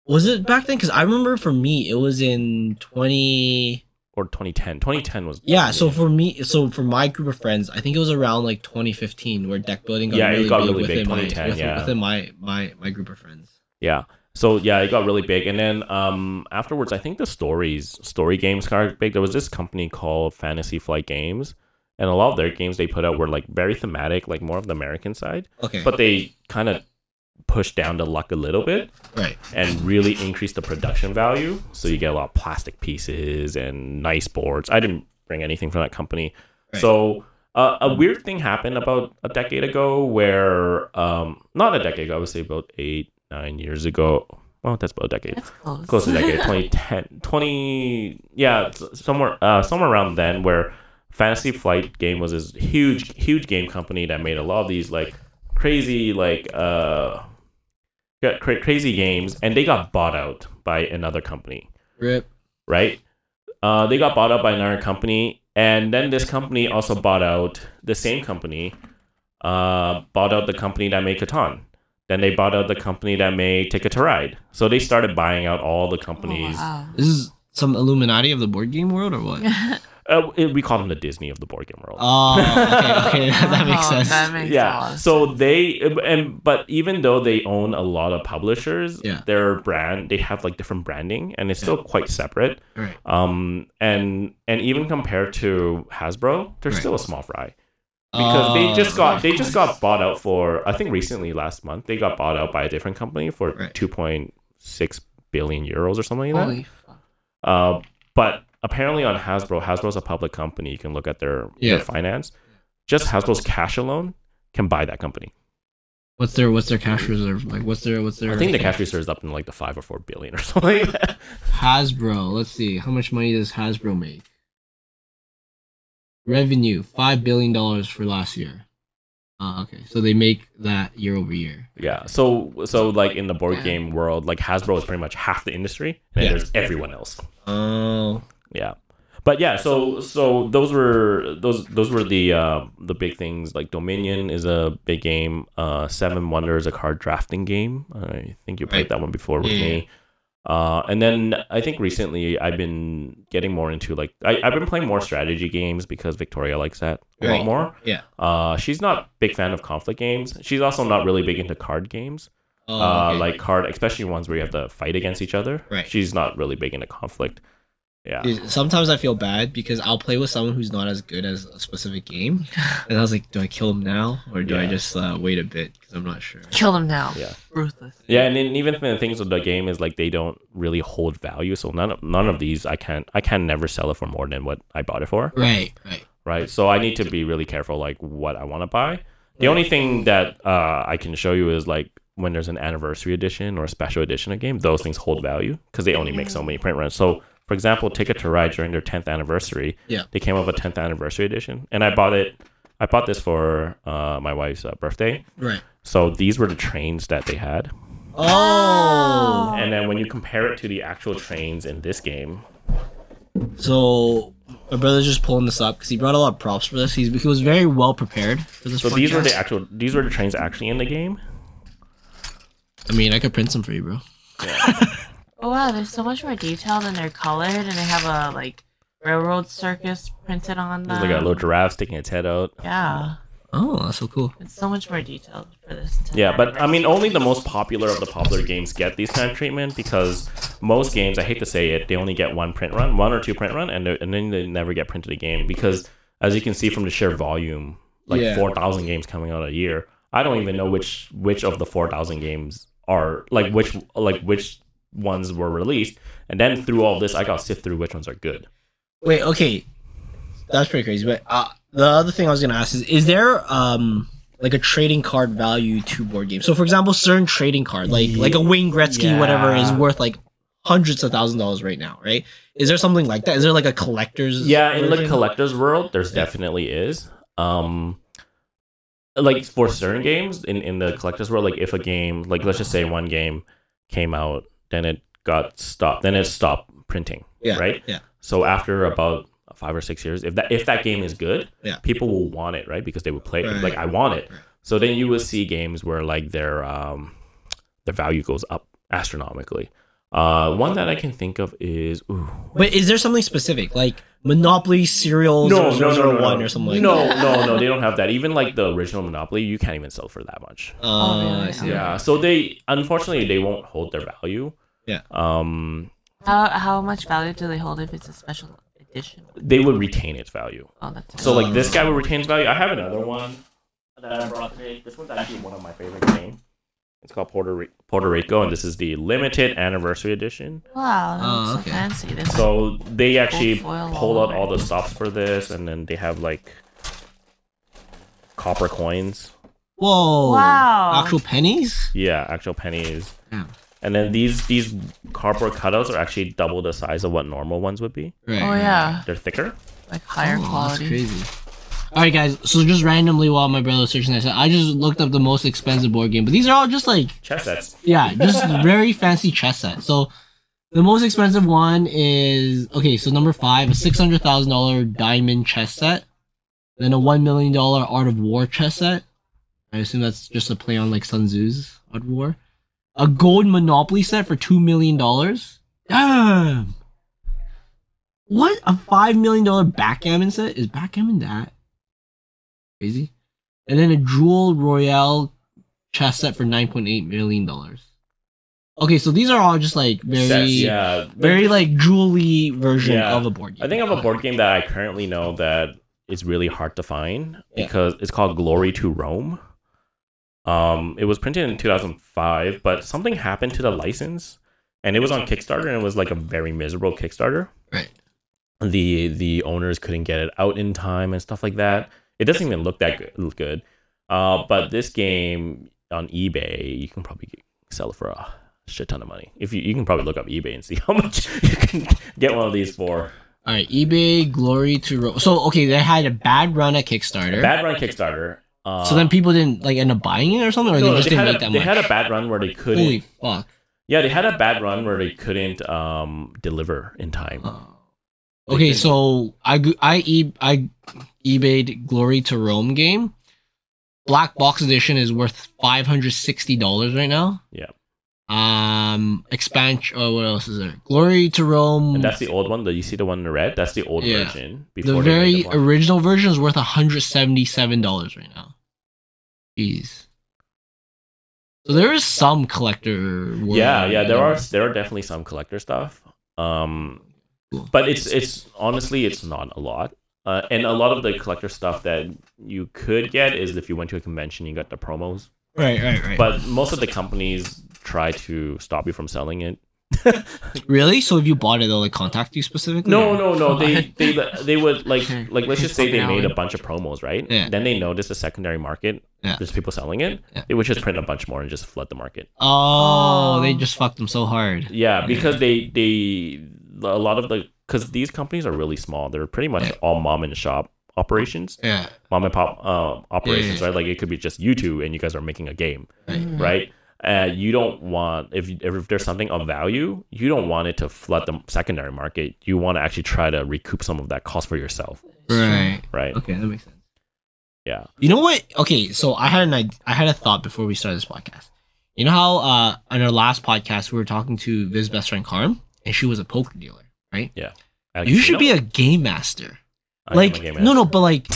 S1: Was it back then? Because I remember for me, it was in twenty.
S3: Or 2010, 2010 was
S1: Yeah. So for me, so for my group of friends, I think it was around like 2015 where deck building got
S3: Yeah, it
S1: really
S3: got
S1: big
S3: really big,
S1: within my
S3: 2010,
S1: within,
S3: yeah.
S1: within my my my group of friends.
S3: Yeah. So yeah, it got really big, and then um, afterwards, I think the stories, story games, kind of big. There was this company called Fantasy Flight Games, and a lot of their games they put out were like very thematic, like more of the American side,
S1: Okay.
S3: but they kind of pushed down the luck a little bit
S1: right.
S3: and really increased the production value. So you get a lot of plastic pieces and nice boards. I didn't bring anything from that company,
S1: Right.
S3: so. Uh, a weird thing happened about a decade ago where um not a decade ago i would say about eight nine years ago well that's about a decade
S2: That's close.
S3: close to decade 2010 20 yeah s- somewhere uh, somewhere around then where fantasy flight game was this huge huge game company that made a lot of these like crazy like uh yeah, cra- crazy games and they got bought out by another company
S1: Rip.
S3: right? Uh, they got bought up by another company, and then this company also bought out the same company, uh, bought out the company that made Catan. Then they bought out the company that made Ticket to Ride. So they started buying out all the companies.
S2: Oh,
S1: This is some Illuminati of the board game world or what?
S2: wow.
S3: uh, it- we call them the Disney of the board game world.
S1: Oh, okay, okay, that, that makes
S2: Oh,
S1: sense.
S2: That makes a lot
S3: yeah.
S2: of
S3: So they and but even though they own a lot of publishers,
S1: Yeah.
S3: their brand they have like different branding, and it's still quite separate.
S1: Right.
S3: um and and even compared to Hasbro, they're
S1: Right.
S3: still a small fry because they just
S1: Oh,
S3: got they just got bought out for I think recently last month they got bought out by a different company for
S1: Right.
S3: 2.6 billion euros or something like that.
S2: Holy fuck.
S3: Uh, but apparently on Hasbro, Hasbro's a public company. You can look at their
S1: Yeah.
S3: their finance. Just Hasbro's cash alone can buy that company.
S1: What's their what's their cash reserve like? What's their what's their?
S3: I think the cash reserve is up in like the five or four billion or something. Like that.
S1: Hasbro. Let's see how much money does Hasbro make? Revenue five billion dollars for last year. Uh, okay, so they make that year over year.
S3: Yeah. So so like in the board
S2: Yeah.
S3: game world, like Hasbro is pretty much half the industry, and
S1: Yeah.
S3: there's everyone else.
S1: Oh,
S3: Yeah. But yeah, so so those were those those were the uh, the big things. Like Dominion is a big game. Uh, Seven Wonder is a card drafting game. I think you played
S1: Right.
S3: that one before with
S1: Yeah.
S3: me. Uh, and then I think recently I've been getting more into like I, I've been playing more strategy games because Victoria likes that a
S1: Right.
S3: lot more.
S1: Yeah.
S3: Uh, she's not big fan of conflict games. She's also not really big into card games
S1: oh
S3: uh,
S1: okay.
S3: like card, especially ones where you have to fight against each other.
S1: Right.
S3: She's not really big into conflict. Yeah.
S1: Dude, Sometimes I feel bad because I'll play with someone who's not as good as a specific game, and I was like, do I kill him now or do I
S3: Yeah.
S1: just uh, wait a bit because I'm not sure.
S2: Kill them now.
S3: Yeah.
S2: Ruthless.
S3: Yeah, and then even the things with the game is like they don't really hold value. So none of none of these I can't I can never sell it for more than what I bought it for.
S1: Right, right.
S3: Right. So I need to be really careful like what I want to buy. The only thing that uh, I can show you is like when there's an anniversary edition or a special edition of a game, those things hold value because they only make so many print runs. So, for example, Ticket to Ride during their 10th anniversary,
S1: Yeah.
S3: they came up with a 10th anniversary edition, and I bought it. I bought this for uh, my wife's uh, birthday.
S1: Right.
S3: So these were the trains that they had,
S1: Oh.
S3: and then when you compare it to the actual trains in this game,
S1: So my brother's just pulling this up because he brought a lot of props for this. He's, he was very well prepared for this.
S3: so these were the
S1: podcast.
S3: actual these were the trains actually in the game.
S1: I mean, I could print some for you, bro.
S2: Oh wow, they're so much more detailed and they're colored and they have a like railroad circus printed on them.
S3: There's like a little giraffe sticking its head out.
S2: yeah,
S1: Oh, that's so cool.
S2: it's so much more detailed for this. to
S3: Yeah, but I
S2: happen.
S3: mean, only the most popular of the popular games get these kind of treatment because most games, I hate to say it, they only get one print run, one or two print run, and, they're- and then they never get printed again because, as you can see from the sheer volume, like
S1: Yeah.
S3: four thousand games coming out a year, I don't even know which which of the four thousand games are like which like which ones were released, and then through all this, I got to sift through which ones are good.
S1: Wait, okay, that's pretty crazy. But uh, the other thing I was gonna ask is, is there um like a trading card value to board games? So, for example, certain trading card, like like a Wayne Gretzky, whatever, is
S3: Yeah.
S1: worth like hundreds of thousand dollars right now, right? Is there something like that? Is there like a collector's?
S3: yeah in the
S1: version?
S3: collector's world there's
S1: Yeah.
S3: definitely is um like for certain games in in the collector's world like if a game like let's just say one game came out then it got stopped then it stopped printing
S1: Yeah,
S3: right
S1: yeah.
S3: so after about five or six years if that if that game is good
S1: Yeah.
S3: people will want it right because they would play it
S1: Right.
S3: like i want it
S1: Right.
S3: so then you will see games where like their um their value goes up astronomically uh one that i can think of is ooh,
S1: But is there something specific like Monopoly serial
S3: no, no, no, no,
S1: 001
S3: no.
S1: or something like
S3: no,
S1: that?
S3: no, no, they don't have that. Even like the original Monopoly, you can't even sell for that much.
S1: Uh,
S2: Oh, really?
S1: I see.
S3: Yeah. So they unfortunately they won't hold their value.
S1: Yeah.
S3: Um,
S2: how how much value do they hold if it's a special edition?
S3: they would retain its value.
S2: Oh, that's
S3: So like this guy will retain its value. I have another one that I brought today. This one's actually one of my favorite games. It's called Puerto, Ri- Puerto Rico, and this is the limited anniversary edition.
S2: wow, that
S1: Oh,
S2: looks
S1: okay.
S2: so fancy. This oh,
S3: So they actually
S2: foil
S3: pull out
S2: all
S3: all the stops for this, and then they have like copper coins.
S1: Whoa!
S2: Wow.
S1: Actual pennies?
S3: Yeah, actual pennies.
S1: Yeah.
S3: And then these these cardboard cutouts are actually double the size of what normal ones would be.
S1: Right.
S2: oh
S1: right.
S2: yeah,
S3: They're thicker.
S2: like higher
S1: Oh,
S2: quality.
S1: crazy. All right, guys. So just randomly, while my brother was searching this, I just looked up the most expensive board game. But these are all just like,
S3: Chess sets.
S1: yeah, just very fancy chess sets. So the most expensive one is okay. So number five, a six hundred thousand dollar diamond chess set, then a one million dollar Art of War chess set. I assume that's just a play on like Sun Tzu's Art of War. A gold Monopoly set for two million dollars. Damn. What a five million dollar backgammon set is backgammon that crazy? And then a Jewel Royale chess set for nine point eight million dollars. Okay, so these are all just like very
S3: Sets, yeah.
S1: very like jewelry version
S3: Yeah.
S1: of a board game.
S3: I think of a board game that I currently know that is really hard to find
S1: Yeah.
S3: because it's called Glory to Rome. Um, it was printed in 2005, but something happened to the license, and it was on Kickstarter, and it was like a very miserable Kickstarter.
S1: Right.
S3: the the owners couldn't get it out in time and stuff like that. It doesn't even look that good. look good. Uh, but this game on eBay, you can probably get, sell it for a shit ton of money. If you, you can probably look up eBay and see how much you can get one of these for.
S1: All right, eBay Glory to Ro- so okay. They had a bad run at Kickstarter,
S3: Bad run Kickstarter. Uh,
S1: so then people didn't like end up buying it or something, or
S3: no,
S1: they just didn't
S3: had
S1: make
S3: a,
S1: that
S3: they
S1: much.
S3: had a bad run where they couldn't.
S1: Holy fuck!
S3: Yeah, they had a bad run where they couldn't um, deliver in time.
S1: Oh. Okay, so I go- I e I eBayed Glory to Rome game. Black box edition is worth five hundred sixty dollars right now.
S3: Yeah.
S1: Um, expansion. Oh, what else is there? Glory to Rome.
S3: And that's the old one. That you see the one in red. That's the old
S1: Yeah.
S3: version.
S1: the
S3: they made
S1: very
S3: one.
S1: original version is worth $177 right now. Jeez. So there is some collector. world
S3: yeah
S1: out
S3: yeah there are
S1: there.
S3: there are definitely some collector stuff um
S1: Cool.
S3: but it's it's honestly it's not a lot uh, and a lot of the collector stuff that you could get is if you went to a convention you got the promos
S1: Right, right, right.
S3: but most of the companies try to stop you from selling it
S1: Really? So if you bought it, they'll like contact you specifically?
S3: No,
S1: or-
S3: no, no. They they they would like
S7: Okay.
S3: like let's just say they made a bunch of promos, right?
S1: Yeah.
S3: Then they noticed the secondary market.
S1: Yeah.
S3: There's people selling it.
S1: Yeah.
S3: They would just print a bunch more and just flood the market.
S1: Oh, they just fucked them so hard.
S3: Yeah, because they they a lot of the because these companies are really small. They're pretty much
S1: Yeah.
S3: all mom and shop operations,
S1: Yeah.
S3: mom and pop uh, operations,
S1: yeah. Mm-hmm.
S3: right? Like it could be just you two and you guys are making a game,
S1: Right.
S2: Mm,
S3: right? Uh, you don't want if if there's something of value, you don't want it to flood the secondary market. You want to actually try to recoup some of that cost for yourself,
S1: Right.
S3: right?
S1: Okay, that makes sense.
S3: Yeah.
S1: You know what? Okay, so I had an id- I had a thought before we started this podcast. You know how uh on our last podcast we were talking to Viz's best friend Carm, and she was a poker dealer, right?
S3: Alex,
S1: You should
S3: know,
S1: be a game master.
S3: I am a
S1: like
S3: game
S1: no, no,
S3: master.
S1: but like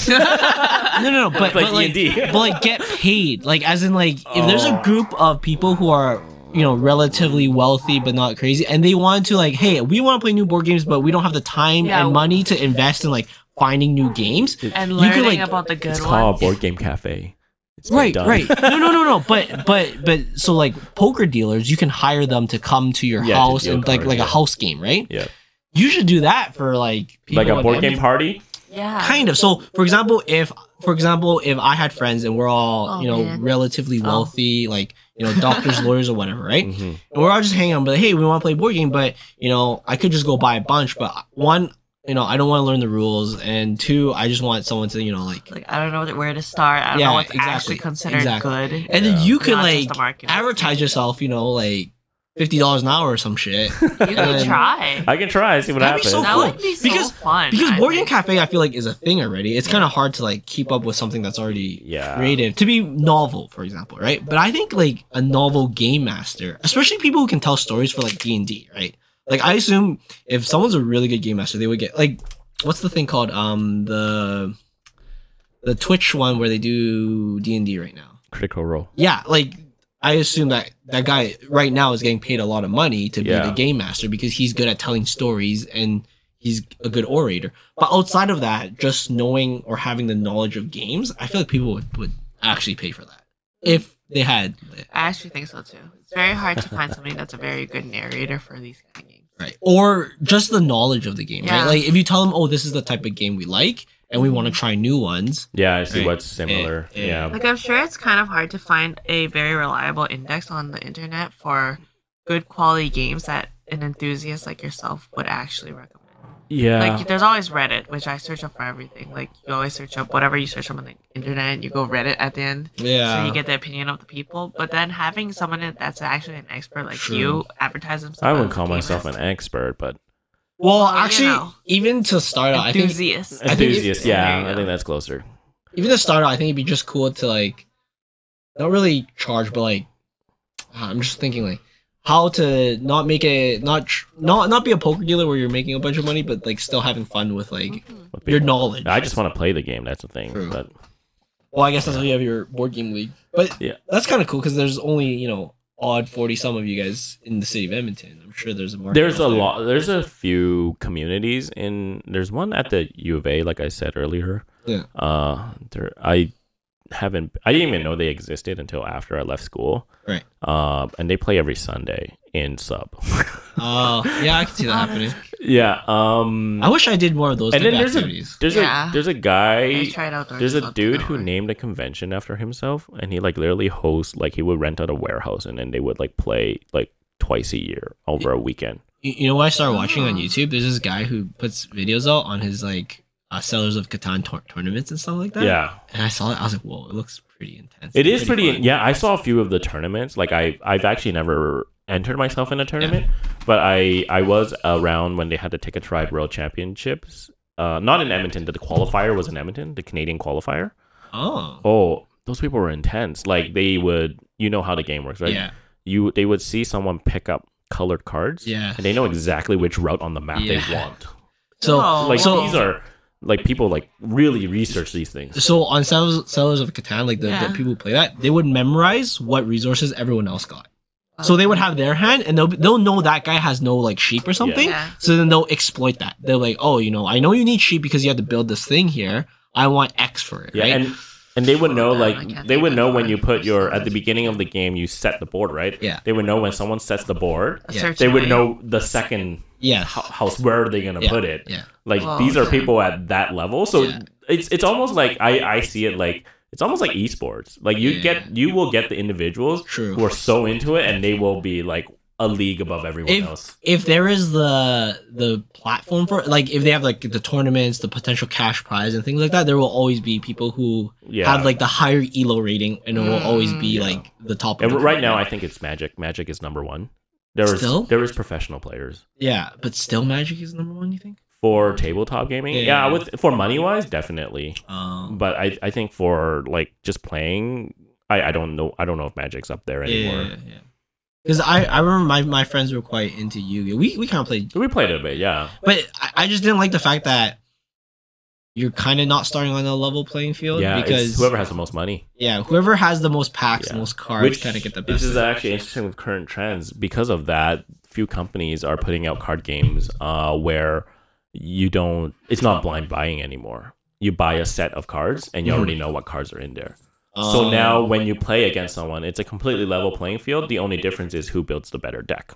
S1: no, no, no, but
S3: Like
S1: but like,
S3: D&D.
S1: but like get paid, like as in like if there's a
S3: Oh.
S1: group of people who are you know relatively wealthy but not crazy, and they want to like, hey, we want to play new board games, but we don't have the time
S2: Yeah.
S1: and money to invest in like finding new games.
S2: and
S1: You could,
S2: learning
S1: like-
S2: about the good
S3: It's called
S2: ones.
S3: board game cafe. It's been
S1: right,
S3: done.
S1: right. No, no, no, no. But but but so like poker dealers, you can hire them to come to your
S3: Yeah, to
S1: house
S3: deal
S1: and like
S3: cards,
S1: like a
S3: yeah.
S1: house game, right?
S3: Yeah.
S1: You should do that for like
S3: Like a
S1: on
S3: board
S1: Gambit.
S3: game party.
S2: yeah.
S1: kind of so for example if for example if i had friends and we're all
S2: Oh,
S1: you know
S2: man.
S1: relatively
S2: Oh.
S1: wealthy like you know doctors lawyers or whatever right
S3: Mhm.
S1: and we're all just hanging out but like, hey we want to play board game but you know i could just go buy a bunch but one you know i don't want to learn the rules and two i just want someone to you know like
S2: Like I don't know where to start. I don't
S1: Yeah,
S2: know what's
S1: exactly,
S2: actually considered
S1: exactly.
S2: good.
S1: and
S3: Yeah.
S1: then you could
S2: Not just
S1: like
S2: the market.
S1: advertise yourself you know like $50 an hour or some shit
S2: You
S1: and-
S2: could try.
S3: I can try. See what
S1: That'd be
S3: happens.
S1: so
S2: that
S1: cool.
S2: would be so
S1: Because-
S2: fun.
S1: because
S2: I
S1: board game
S2: think.
S1: cafe i feel like is a thing already it's kind of hard to like keep up with something that's already
S3: Yeah.
S1: creative to be novel for example right but i think like a novel game master especially people who can tell stories for like d&d right like i assume if someone's a really good game master they would get like what's the thing called um the the twitch one where they do d&d right now
S3: Critical role.
S1: yeah like i assume that that guy right now is getting paid a lot of money to be
S3: Yeah.
S1: the game master because he's good at telling stories and he's a good orator but outside of that just knowing or having the knowledge of games i feel like people would, would actually pay for that if they had
S2: I actually think so too. It's very hard to find somebody that's a very good narrator for these kind of games.
S1: right or just the knowledge of the game
S2: Yeah.
S1: right like if you tell them oh this is the type of game we like and we want to try new ones
S3: Yeah, I see
S1: Right.
S3: what's similar.
S1: Yeah.
S3: Yeah.
S2: Like I'm sure it's kind of hard to find a very reliable index on the internet for good quality games that an enthusiast like yourself would actually recommend.
S3: Yeah.
S2: Like there's always Reddit, which I search up for everything. Like you always search up whatever you search up on the internet, you go Reddit at the end.
S1: yeah
S2: So you get the opinion of the people, but then having someone that's actually an expert like
S1: True.
S2: you advertise themselves.
S3: I wouldn't
S2: as a
S3: call
S2: gamer.
S3: myself an expert, but
S1: well
S2: Well, you
S1: actually
S2: know.
S1: even to start out i think
S2: enthusiast.
S1: I think-
S3: enthusiast. Yeah, I think that's closer.
S1: even to start out, I think it'd be just cool to like not really charge, but like ah, I'm just thinking like how to not make it not tr- not not be a poker dealer where you're making a bunch of money, but like still having fun with like
S3: Would be-
S1: your knowledge.
S3: I just want to play the game. That's the thing.
S1: True.
S3: But
S1: well, I guess that's why you have your board game league, but
S3: Yeah.
S1: that's kind of cool because there's only you know odd forty some of you guys in the city of Edmonton. I'm sure there's a market
S3: there's
S1: out
S3: a
S1: there.
S3: lot. There's a few communities in. There's one at the U of A, like I said earlier.
S1: Yeah.
S3: Uh, there. I haven't. I didn't even know they existed until after I left school.
S1: Right.
S3: Uh, and they play every Sunday in sub.
S1: Oh yeah, I can see that
S2: Oh,
S1: happening.
S3: yeah. Um.
S1: I wish I did more of those.
S3: and
S1: type
S3: then
S1: of
S3: there's
S1: activities.
S3: a there's
S2: Yeah.
S3: a there's a guy
S2: I tried outdoors
S3: There's a
S2: club,
S3: dude
S2: that
S3: who
S2: one.
S3: named a convention after himself, and he like literally hosts like he would rent out a warehouse, and then they would like play like twice a year over a weekend.
S1: You, you know what I started watching on
S2: Ah.
S1: YouTube? There's this guy who puts videos out on his like uh, sellers of Catan tour- tournaments and stuff like that.
S3: Yeah,
S1: And I saw it. I was like, whoa, it looks pretty intense.
S3: it is pretty.
S1: fun.
S3: yeah, I saw a few of the tournaments. Like I I've actually never entered myself in a tournament, but I I was around when they had the Ticket Tribe World Championships. Uh, not in Edmonton. but The qualifier was in Edmonton, the Canadian qualifier.
S1: Oh.
S3: Oh, those people were intense. Like they would, you know how the game works, right?
S1: Yeah.
S3: you they would see someone pick up colored cards
S1: Yeah.
S3: and they know exactly which route on the map they
S1: Yeah.
S3: want
S1: So
S2: Oh,
S3: like
S1: So-
S3: these are like people like really research these things
S1: so on sellers, sellers of Catan, like the,
S2: Yeah.
S1: the people who play that, they would memorize what resources everyone else got. So they would have their hand, and they'll be- they'll know that guy has no like sheep or something.
S2: Yeah.
S1: So then they'll exploit that. They're like, oh, you know, I know you need sheep because you had to build this thing here. I want X for it,
S3: yeah
S1: right?
S3: and And they would know,
S2: Um, I
S3: like,
S2: can't
S3: they
S2: think
S3: would
S2: of
S3: know
S2: the
S3: when you
S2: word.
S3: put your at the beginning of the game, you set the board, right?
S1: Yeah.
S3: They would know when someone sets the board.
S2: A
S1: Yeah.
S2: certain
S3: They would
S2: way.
S3: know the second
S1: Yeah.
S3: ho- house where are they gonna
S1: Yeah,
S3: put it.
S1: yeah.
S3: Like
S2: Well,
S3: these are
S2: okay.
S3: people at that level, so
S1: Yeah.
S3: it's it's almost like I I see it like it's almost like esports. Like you
S1: Yeah.
S3: get you will get the individuals
S1: True.
S3: who are so into it, and they will be like a league above everyone
S1: If-
S3: else.
S1: if there is the the platform for it, like if they have like the tournaments, the potential cash prize and things like that, there will always be people who
S3: Yeah.
S1: have like the higher elo rating and it will always be
S3: Mm, yeah.
S1: like the top. of
S3: and
S1: the
S3: right now, I
S1: tournament.
S3: think it's Magic. Magic is number one. There is
S1: Still?
S3: there is professional players
S1: yeah, but still, Magic is number one. You think?
S3: for tabletop gaming.
S1: Yeah.
S3: Yeah, with for money wise, definitely.
S1: Um,
S3: But I I think for like just playing, I I don't know I don't know if Magic's up there anymore.
S1: Yeah, yeah. Because I, I remember my, my friends were quite into Yu-Gi-Oh. We we kind of played,
S3: We played a bit, yeah.
S1: but I, I just didn't like the fact that you're kind of not starting on a level playing field
S3: Yeah, it's
S1: because
S3: whoever has the most money.
S1: yeah, whoever has the most packs,
S3: Yeah.
S1: most cards, kind of get the best.
S3: This is
S1: of it.
S3: actually interesting with current trends. Because of that, few companies are putting out card games uh, where you don't. It's not blind buying anymore. You buy a set of cards, and you
S1: Mhm.
S3: already know what cards are in there.
S1: Um,
S3: so now, when you play against someone, it's a completely level playing field. The only difference is who builds the better deck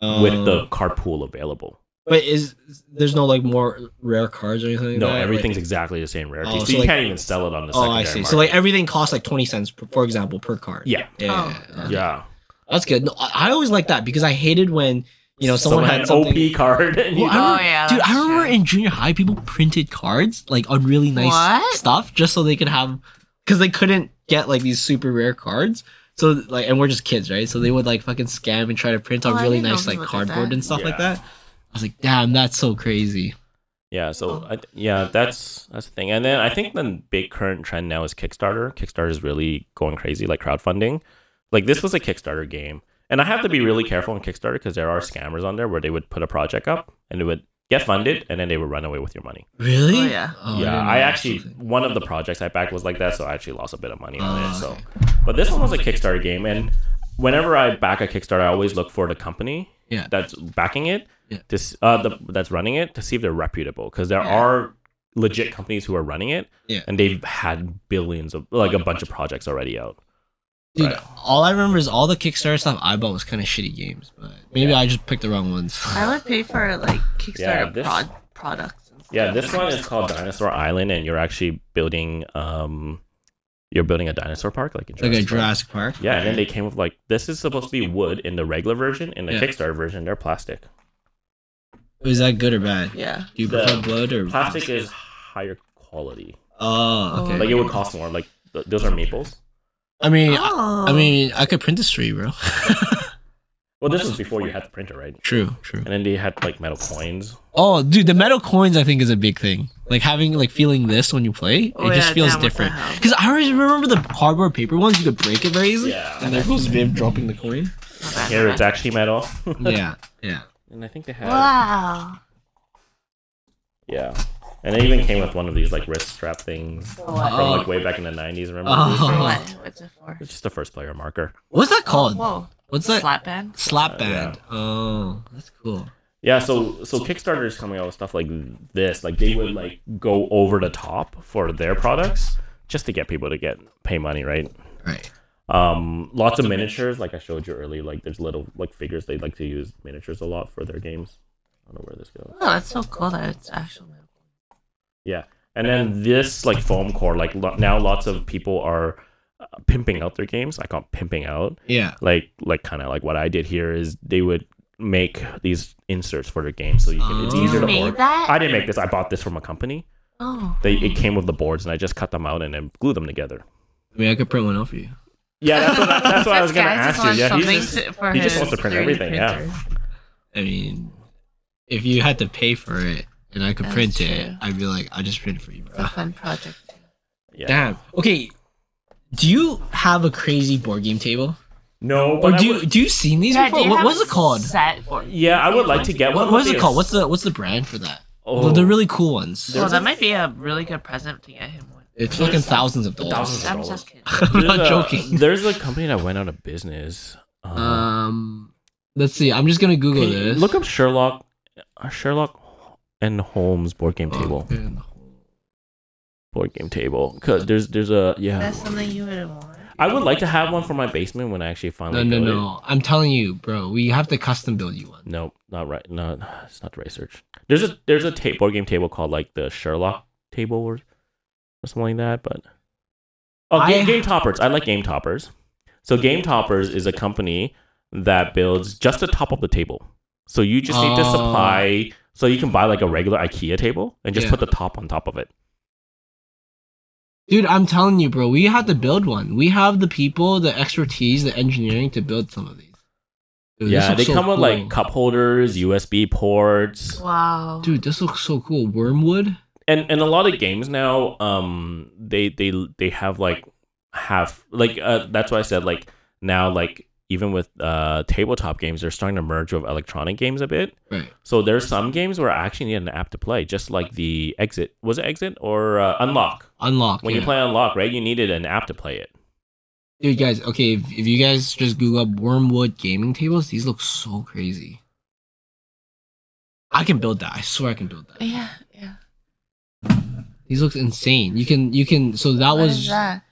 S3: with
S1: um,
S3: the card pool available.
S1: But is there's no like more rare cards or anything? like
S3: No,
S1: that?
S3: everything's exactly the same rarity,
S1: Oh,
S3: so,
S1: so
S3: you
S1: like-
S3: can't even sell it on the.
S1: Like, oh, I
S3: secondary
S1: see.
S3: Market.
S1: So like everything costs like twenty cents, per, for example, per card.
S3: yeah,
S1: yeah,
S2: Oh.
S1: okay.
S3: yeah.
S1: That's good. No, I I always like that because I hated when you know someone, had
S3: an
S1: something.
S3: OP card. And you,
S1: Well, I
S2: Oh,
S1: remember-
S2: yeah.
S1: Dude,
S2: that's
S1: I remember
S2: true.
S1: in junior high, people printed cards like on really nice
S2: What?
S1: stuff just so they could have, because they couldn't get like these super rare cards. So like, and we're just kids, right? So they would like fucking scam and try to print
S2: Oh,
S1: on
S2: I
S1: really
S2: didn't know
S1: nice like
S2: people did
S1: cardboard
S2: that.
S1: and stuff like
S3: Yeah.
S1: that. I was like, damn, that's so crazy.
S3: Yeah, so I, th- yeah, that's that's the thing. And then I think the big current trend now is Kickstarter. Kickstarter is really going crazy, like crowdfunding. Like this was a Kickstarter game, and I have to be really careful on Kickstarter because there are scammers on there where they would put a project up and it would get funded, and then they would run away with your money.
S1: Really?
S2: Oh, yeah.
S3: yeah,
S1: didn't
S3: I,
S1: know that
S3: actually
S1: sort of thing.
S3: one of the projects I backed was like that, so I actually lost a bit of money on
S1: Oh,
S3: it. So,
S1: okay.
S3: but this one was a Kickstarter game, and whenever I back a Kickstarter, I always look for the company
S1: Yeah.
S3: that's backing it,
S1: Yeah.
S3: to s uh, the, that's running it, to see if they're reputable, because there
S2: Yeah.
S3: are legit companies who are running it,
S1: Yeah.
S3: and they've had billions of like a bunch of projects already out.
S1: Dude,
S3: Right.
S1: all I remember is all the Kickstarter stuff I bought was kind of shitty games, but maybe I just picked the wrong ones.
S2: I would pay for like Kickstarter
S3: this-
S2: prod- products. and
S3: Yeah,
S2: stuff.
S3: this one is called Dinosaur Island, and you're actually building um, you're building a dinosaur park, like in
S1: like a
S3: Park.
S1: Jurassic Park.
S3: Yeah, and then they came with like this is supposed to be wood in the regular version, in the
S1: Yeah.
S3: Kickstarter version, they're plastic.
S1: Is that good or bad? Do
S2: Yeah.
S1: you
S3: The
S1: prefer blood or
S3: Plastic is higher quality.
S1: Oh, okay.
S3: Like it would cost more. Like th- those are maples.
S1: I mean, I-
S2: Oh.
S1: I mean, I could print this for you, bro.
S3: Well, this was before you had the printer, right?
S1: true, true.
S3: And then they had like metal coins.
S1: Oh, dude, the metal coins I think is a big thing. Like having like feeling this when you play,
S2: Oh,
S1: it just
S2: yeah,
S1: feels
S2: damn, what the
S1: different.
S2: hell.
S1: Because I always remember the cardboard paper ones; you could break it very easily.
S3: Yeah.
S1: And there goes Viv dropping the coin.
S2: Not bad,
S3: Here
S2: not
S3: it's
S2: bad.
S3: actually metal.
S1: yeah, yeah.
S3: and I think they had
S2: Wow.
S3: yeah. And it even came with one of these like wrist strap things from
S1: Oh.
S3: like way back in the '90s. Remember?
S1: Oh.
S2: For what? What's it for?
S3: It's just a first player marker.
S1: What's that called?
S2: Whoa.
S1: What's that?
S2: Slap band?
S1: Slap
S3: Uh, yeah.
S1: band. Oh, that's cool.
S3: Yeah, so so Kickstarter is coming out with stuff like this. Like they would like go over the top for their products just to get people to get pay money, right?
S1: Right.
S3: Um, lots of miniatures, like I showed you earlier. Like there's little like figures they like to use miniatures a lot for their games. I don't know where this goes.
S2: Oh, that's so cool that it's actual metal.
S3: Yeah, and then this like foam core, like lo- now lots of people are uh, pimping out their games. I call it pimping out.
S1: Yeah.
S3: Like like kind of like what I did here is they would make these inserts for their games so you can it's
S1: Oh.
S3: easier
S2: You
S3: to
S2: made
S3: order.
S2: that?
S3: I didn't make this. I bought this from a company.
S2: Oh.
S3: They it came with the boards, and I just cut them out and then glued them together.
S1: I mean, I could print one out for you.
S3: Yeah, that's what, that's what I was
S2: This guy
S3: gonna
S2: just
S3: ask you.
S2: wants
S3: Yeah, he's
S2: something
S3: just,
S2: to- for
S3: he just
S2: his
S3: wants to print
S2: 3D
S3: everything, yeah.
S2: printer.
S1: I mean, if you had to pay for it and I could
S2: That's
S1: print it,
S2: true.
S1: I'd be like, I just print it for you,
S2: It's a
S1: bro.
S2: fun project.
S3: yeah.
S1: Damn. Okay. Do you have a crazy board game table?
S3: No,
S1: Or
S3: but I
S1: do you
S3: would-
S1: do you seen these
S2: Yeah, do
S1: before?
S2: you
S1: What
S2: have
S1: was
S2: a
S1: it called?
S2: Set board.
S3: yeah, I would like to get one.
S1: What was it called? What's the what's the brand for that?
S3: Oh.
S1: Oh. The really cool ones.
S2: Well, that might be a really good present to get him one.
S1: It's fucking thousands of dollars.
S3: Thousands of
S2: I'm
S3: dollars.
S2: just kidding.
S1: I'm
S3: There's
S1: not
S3: a-
S1: joking.
S3: There's a company that went out of business. Um,
S1: Um, let's see. I'm just gonna Google
S3: can you
S1: this.
S3: Look up Sherlock, uh, Sherlock and Holmes board game
S1: Oh,
S3: table.
S1: man.
S3: board game table. Cause there's there's a yeah.
S5: That's something you would want.
S3: I would like to have one for my basement when I actually
S1: No,
S3: finally.
S1: no,
S3: build it.
S1: no. I'm telling you, bro. We have to custom build you one.
S3: Nope, not right. No, it's not the right search. There's a there's a ta- board game table called like the Sherlock table or, or something like that. But oh,
S1: I-
S3: game, game toppers. I like game toppers. So game toppers is a company that builds just the top of the table. So you just need to
S1: Oh.
S3: supply. So you can buy like a regular IKEA table and just
S1: Yeah.
S3: put the top on top of it.
S1: Dude, I'm telling you, bro. We have to build one. We have the people, the expertise, the engineering to build some of these. Dude, this
S3: yeah,
S1: looks
S3: they
S1: so
S3: come with like
S1: cool.
S3: cup holders, USB ports.
S2: Wow.
S1: Dude, this looks so cool. Wormwood.
S3: and and a lot of games now um they they they have like half like uh, that's why i said like now like even with uh tabletop games they're starting to merge with electronic games a bit
S1: Right.
S3: so there's some games where i actually need an app to play just like the exit was it exit or uh, unlock
S1: Unlock.
S3: when
S1: yeah.
S3: you play unlock right you needed an app to play it
S1: Dude, guys, okay, if, if you guys just Google up Wormwood gaming tables, these look so crazy. I can build that. I swear I can build that.
S2: Yeah, yeah.
S1: These look insane. You can, you can. So that
S2: What is
S1: was
S2: that?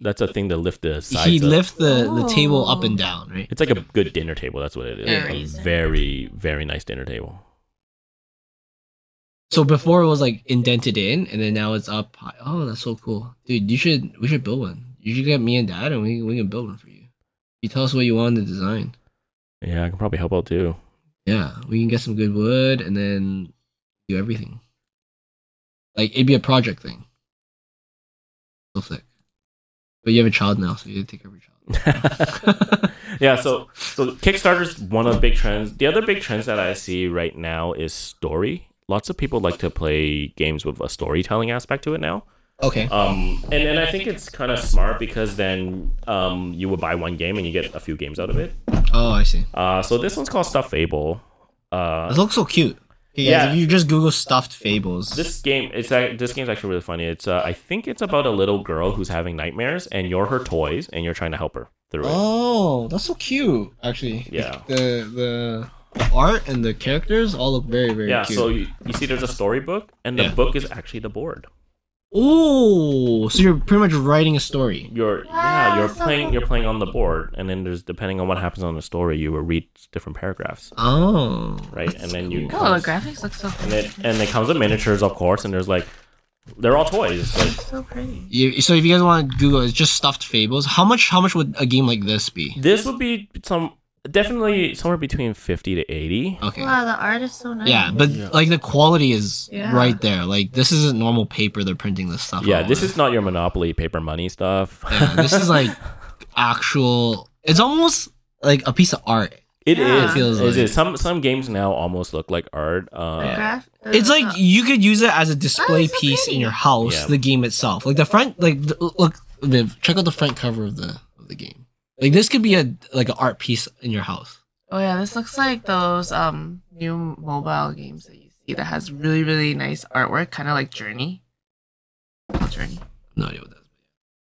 S3: that's a thing to lift the sides
S1: he
S3: up.
S1: lift the the table up
S2: Oh.
S1: and down, right?
S3: it's like a good dinner table that's what it is
S2: Aries.
S3: a very very nice dinner table
S1: So before it was like indented in, and then now it's up. High. Oh, that's so cool, dude. You should, we should build one. You should get me and dad, and we we can build one for you. You tell us what you want in the design.
S3: yeah i can probably help out too
S1: Yeah, we can get some good wood, and then do everything. Like it'd be a project thing. So sick. But you have a child now, so you take care of your child.
S3: yeah, so so Kickstarter's one of the big trends. The other big trends that I see right now is story. Lots of people like to play games with a storytelling aspect to it now.
S1: Okay.
S3: Um, and, and I think it's kind of smart because then um, you would buy one game and you get a few games out of it.
S1: Oh, I see.
S3: Uh, so this one's called Stuff Fable. Uh,
S1: It looks so cute. Okay, guys,
S3: Yeah.
S1: If you just Google stuffed fables,
S3: this game it's ac- this game's actually really funny. It's uh, I think it's about a little girl who's having nightmares and you're her toys and you're trying to help her through it.
S1: Oh, that's so cute. Actually,
S3: Yeah.
S1: The the, the art and the characters all look very very
S3: yeah,
S1: cute.
S3: so you, you see there's a storybook and the
S1: Yeah.
S3: book is actually the board.
S1: oh, so you're pretty much writing a story.
S3: you're yeah you're playing you're playing on the board and then there's depending on what happens on the story you will read different paragraphs
S1: Oh,
S3: right and then
S2: Oh,
S3: you
S2: the
S3: comes-
S2: graphics look so
S3: and it and it comes with miniatures of course and there's like they're all toys like
S2: so pretty.
S1: You, so if you guys want to Google, it's just stuffed fables. How much? How much would a game like this be?
S3: this would be some definitely somewhere between 50 to 80
S1: Okay.
S2: Wow, the art is so nice.
S1: Yeah, but like the quality is
S2: Yeah.
S1: right there. Like this isn't normal paper they're printing this stuff.
S3: yeah
S1: on
S3: this
S1: with.
S3: is not your monopoly paper money stuff
S1: Yeah, this is like actual. It's almost like a piece of art.
S3: it
S2: Yeah.
S3: is.
S1: Feels
S3: it
S1: like-
S3: is. some some games now almost look like art uh
S2: The graph- the-
S1: It's like
S2: the-
S1: you could use it as a display
S2: Uh-huh. Oh, so
S1: piece in
S2: pretty.
S1: your house.
S3: Yeah.
S1: The game itself, like the front, like the, look, Viv, check out the front cover of the of the game. Like this could be a like an art piece in your house.
S2: oh yeah, this looks like those um new mobile games that you see that has really really nice artwork, kind of like Journey. Journey.
S1: No idea what that is.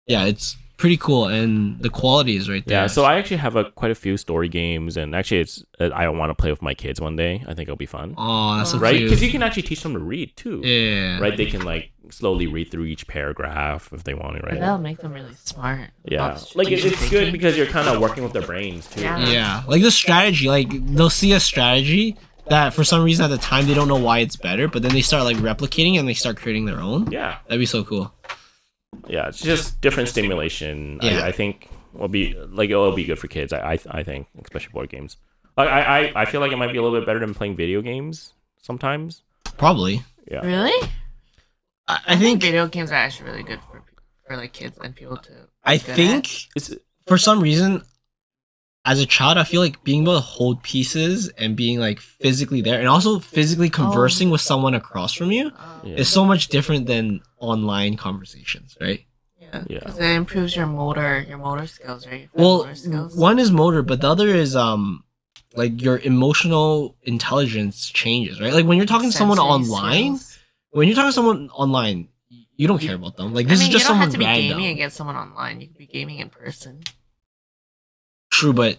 S1: Yeah, it's pretty cool, and the quality is right there.
S3: Yeah, so I actually have a quite a few story games, and actually, it's uh, I want to play with my kids one day. I think it'll be fun,
S1: oh, that's so
S3: right? Because
S1: cute.
S3: you can actually teach them to read too,
S1: yeah,
S3: right? They can like slowly read through each paragraph if they want to,
S2: But
S3: right?
S2: that'll make them really smart.
S3: Yeah,
S2: About
S3: like it,
S2: strategic
S3: it's good
S2: thinking.
S3: because you're kind of working with their brains too.
S2: Yeah.
S1: Yeah, like the strategy, like they'll see a strategy that for some reason at the time they don't know why it's better, but then they start like replicating and they start creating their own.
S3: yeah,
S1: That'd be so cool.
S3: yeah. It's just different stimulation.
S1: Yeah.
S3: I, I think will be like it'll be good for kids. I I, I think especially board games. I, I I- I feel like it might be a little bit better than playing video games sometimes.
S1: Probably.
S2: Really?
S1: I, I think.
S2: video games are actually really good for for like kids and people to.
S1: I
S2: good at.
S1: think
S3: It's
S1: for some reason, as a child, I feel like being able to hold pieces and being like physically there and also
S2: Oh.
S1: physically conversing with someone across from you
S2: Um,
S3: yeah.
S1: is so much different than online conversations, right?
S2: yeah,
S3: Yeah.
S2: because it improves your motor, your motor skills, right? Your
S1: Well,
S2: motor skills.
S1: one is motor, but the other is um like your emotional intelligence changes, right? Like when you're talking to someone
S2: Sensory
S1: online,
S2: skills.
S1: when you're talking to someone online, y- you don't care about them. Like
S2: I
S1: this
S2: mean,
S1: is just
S2: you don't
S1: someone
S2: have to be
S1: random.
S2: gaming against someone online. You can be gaming in person.
S1: True, but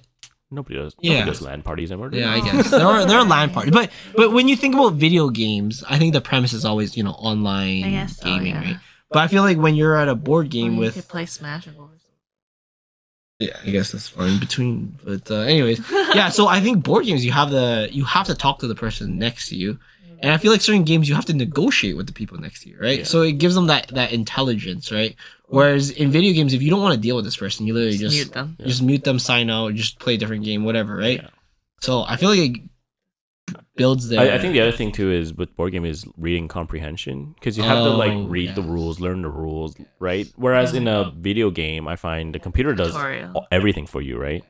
S3: Nobody does.
S1: Yeah.
S3: Nobody does land parties anymore. do
S1: yeah, I
S3: they?
S2: Oh.
S1: guess there are there are LAN parties, but but when you think about video games, I think the premise is always you know online
S2: I guess so,
S1: gaming,
S2: yeah.
S1: right? But I feel like when you're at a board game
S2: Or you
S1: with,
S2: could play Smash and Overwatch.
S1: yeah, I guess that's fine in between. But uh, anyways, yeah. So I think board games you have the you have to talk to the person next to you, and I feel like certain games you have to negotiate with the people next to you, right?
S3: Yeah.
S1: So it gives them that that intelligence, right? Whereas in video games, if you don't want to deal with this person, you literally
S2: Just
S1: just
S2: mute them.
S1: You just mute them, sign out, just play a different game, whatever, right?
S3: Yeah.
S1: So I feel like it builds their.
S3: I, I think the other thing too is with board game is reading comprehension because you have to like
S1: Oh,
S3: read the
S1: yes.
S3: rules, learn the rules, right? Whereas in a video game, I find the computer does
S2: Mm-hmm. Tutorial.
S3: all- everything for you, right?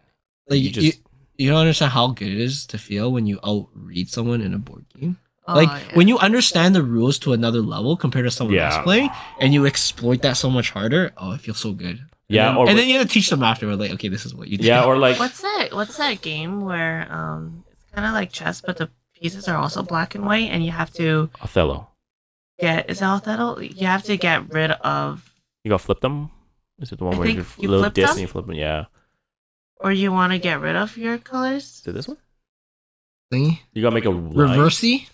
S1: like,
S3: you
S1: you,
S3: just
S1: you, don't understand how good it is to feel when you outread someone in a board game.
S2: Oh,
S1: like
S2: yeah.
S1: when you understand the rules to another level compared to someone
S3: Yeah.
S1: else playing, and you exploit that so much harder. Oh, it feels so good.
S3: yeah,
S1: and,
S3: or
S1: and then you have to teach them afterward. Like, okay, this is what you. did.
S3: yeah, or like
S2: What's that? What's that game where um it's kind of like chess, but the pieces are also black and white, and you have to
S3: Othello.
S2: get is that that'll you have to get rid of,
S3: You got flip them. Is it the one
S2: I
S3: where
S2: think
S3: you
S2: you
S3: little
S2: flip
S3: disc
S2: them?
S3: and you flip them? Yeah.
S2: or you want to get rid of your colors.
S3: Is it this one?
S1: Thingy.
S3: You gotta make a line.
S1: Reversey.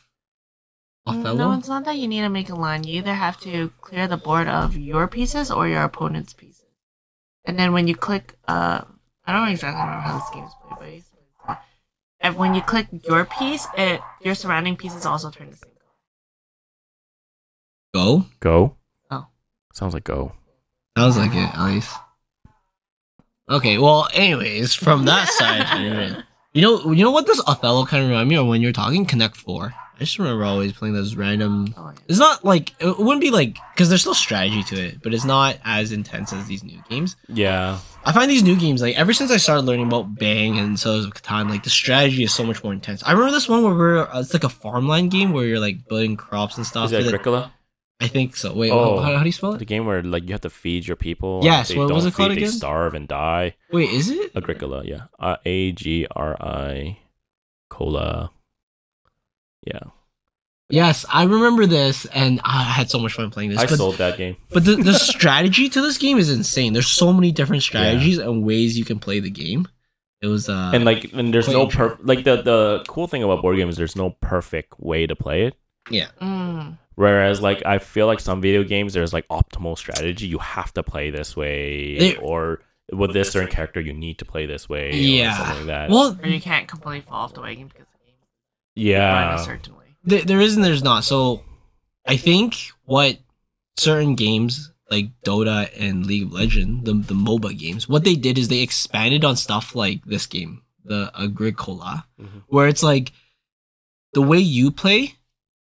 S2: Mm,
S1: Othello.
S2: No, it's not that you need to make a line. You either have to clear the board of your pieces or your opponent's pieces. And then when you click, uh, I don't exactly remember how this game is played, but it's- and when you click your piece, it your surrounding pieces also turn the same. color.
S1: Go.
S3: Go.
S2: Oh.
S3: Sounds like go.
S1: Sounds like it, at least. Okay. Well, anyways, from that side. anyway. You know, you know what this Othello kind of remind me of when you're talking Connect Four. I just remember always playing those random.
S2: Oh, yeah.
S1: It's not like it wouldn't be like because there's still strategy to it, but it's not as intense as these new games.
S3: Yeah.
S1: I find these new games like ever since I started learning about Bang and Settlers of Catan, like the strategy is so much more intense. I remember this one where we're uh, it's like a farmland game where you're like building crops and
S2: Uh,
S1: stuff.
S3: Is it
S1: for the-
S3: Agricola?
S1: I think so. Wait,
S3: Oh.
S1: how, how do you spell
S3: The
S1: it?
S3: game where like you have to feed your people. and
S1: Yes,
S3: if
S1: what was it called
S3: feed,
S1: again?
S3: They starve and die.
S1: Wait, is it?
S3: Agricola. Yeah. Uh, A G R I, cola. Yeah.
S1: Yes, I remember this, and I had so much fun playing this.
S3: I
S1: but
S3: sold that game.
S1: But the, the strategy to this game is insane. There's so many different strategies and ways you can play the game. It was uh
S3: and like and there's no
S1: Wait.
S3: per like the the cool thing about board games is there's no perfect way to play it
S2: Mm.
S3: whereas like i feel like some video games there's like optimal strategy you have to play this way
S1: They-
S3: or with this certain character you need to play this way or
S1: Yeah.
S3: something like that
S1: well,
S2: Or you can't completely fall off the wagon because the game is run a
S3: yeah
S2: certain way.
S1: th- there is and there's not. So I think what certain games like Dota and League of Legends, the the MOBA games, what they did is they expanded on stuff like this game, the Agricola,
S3: Mhm.
S1: where it's like the way you play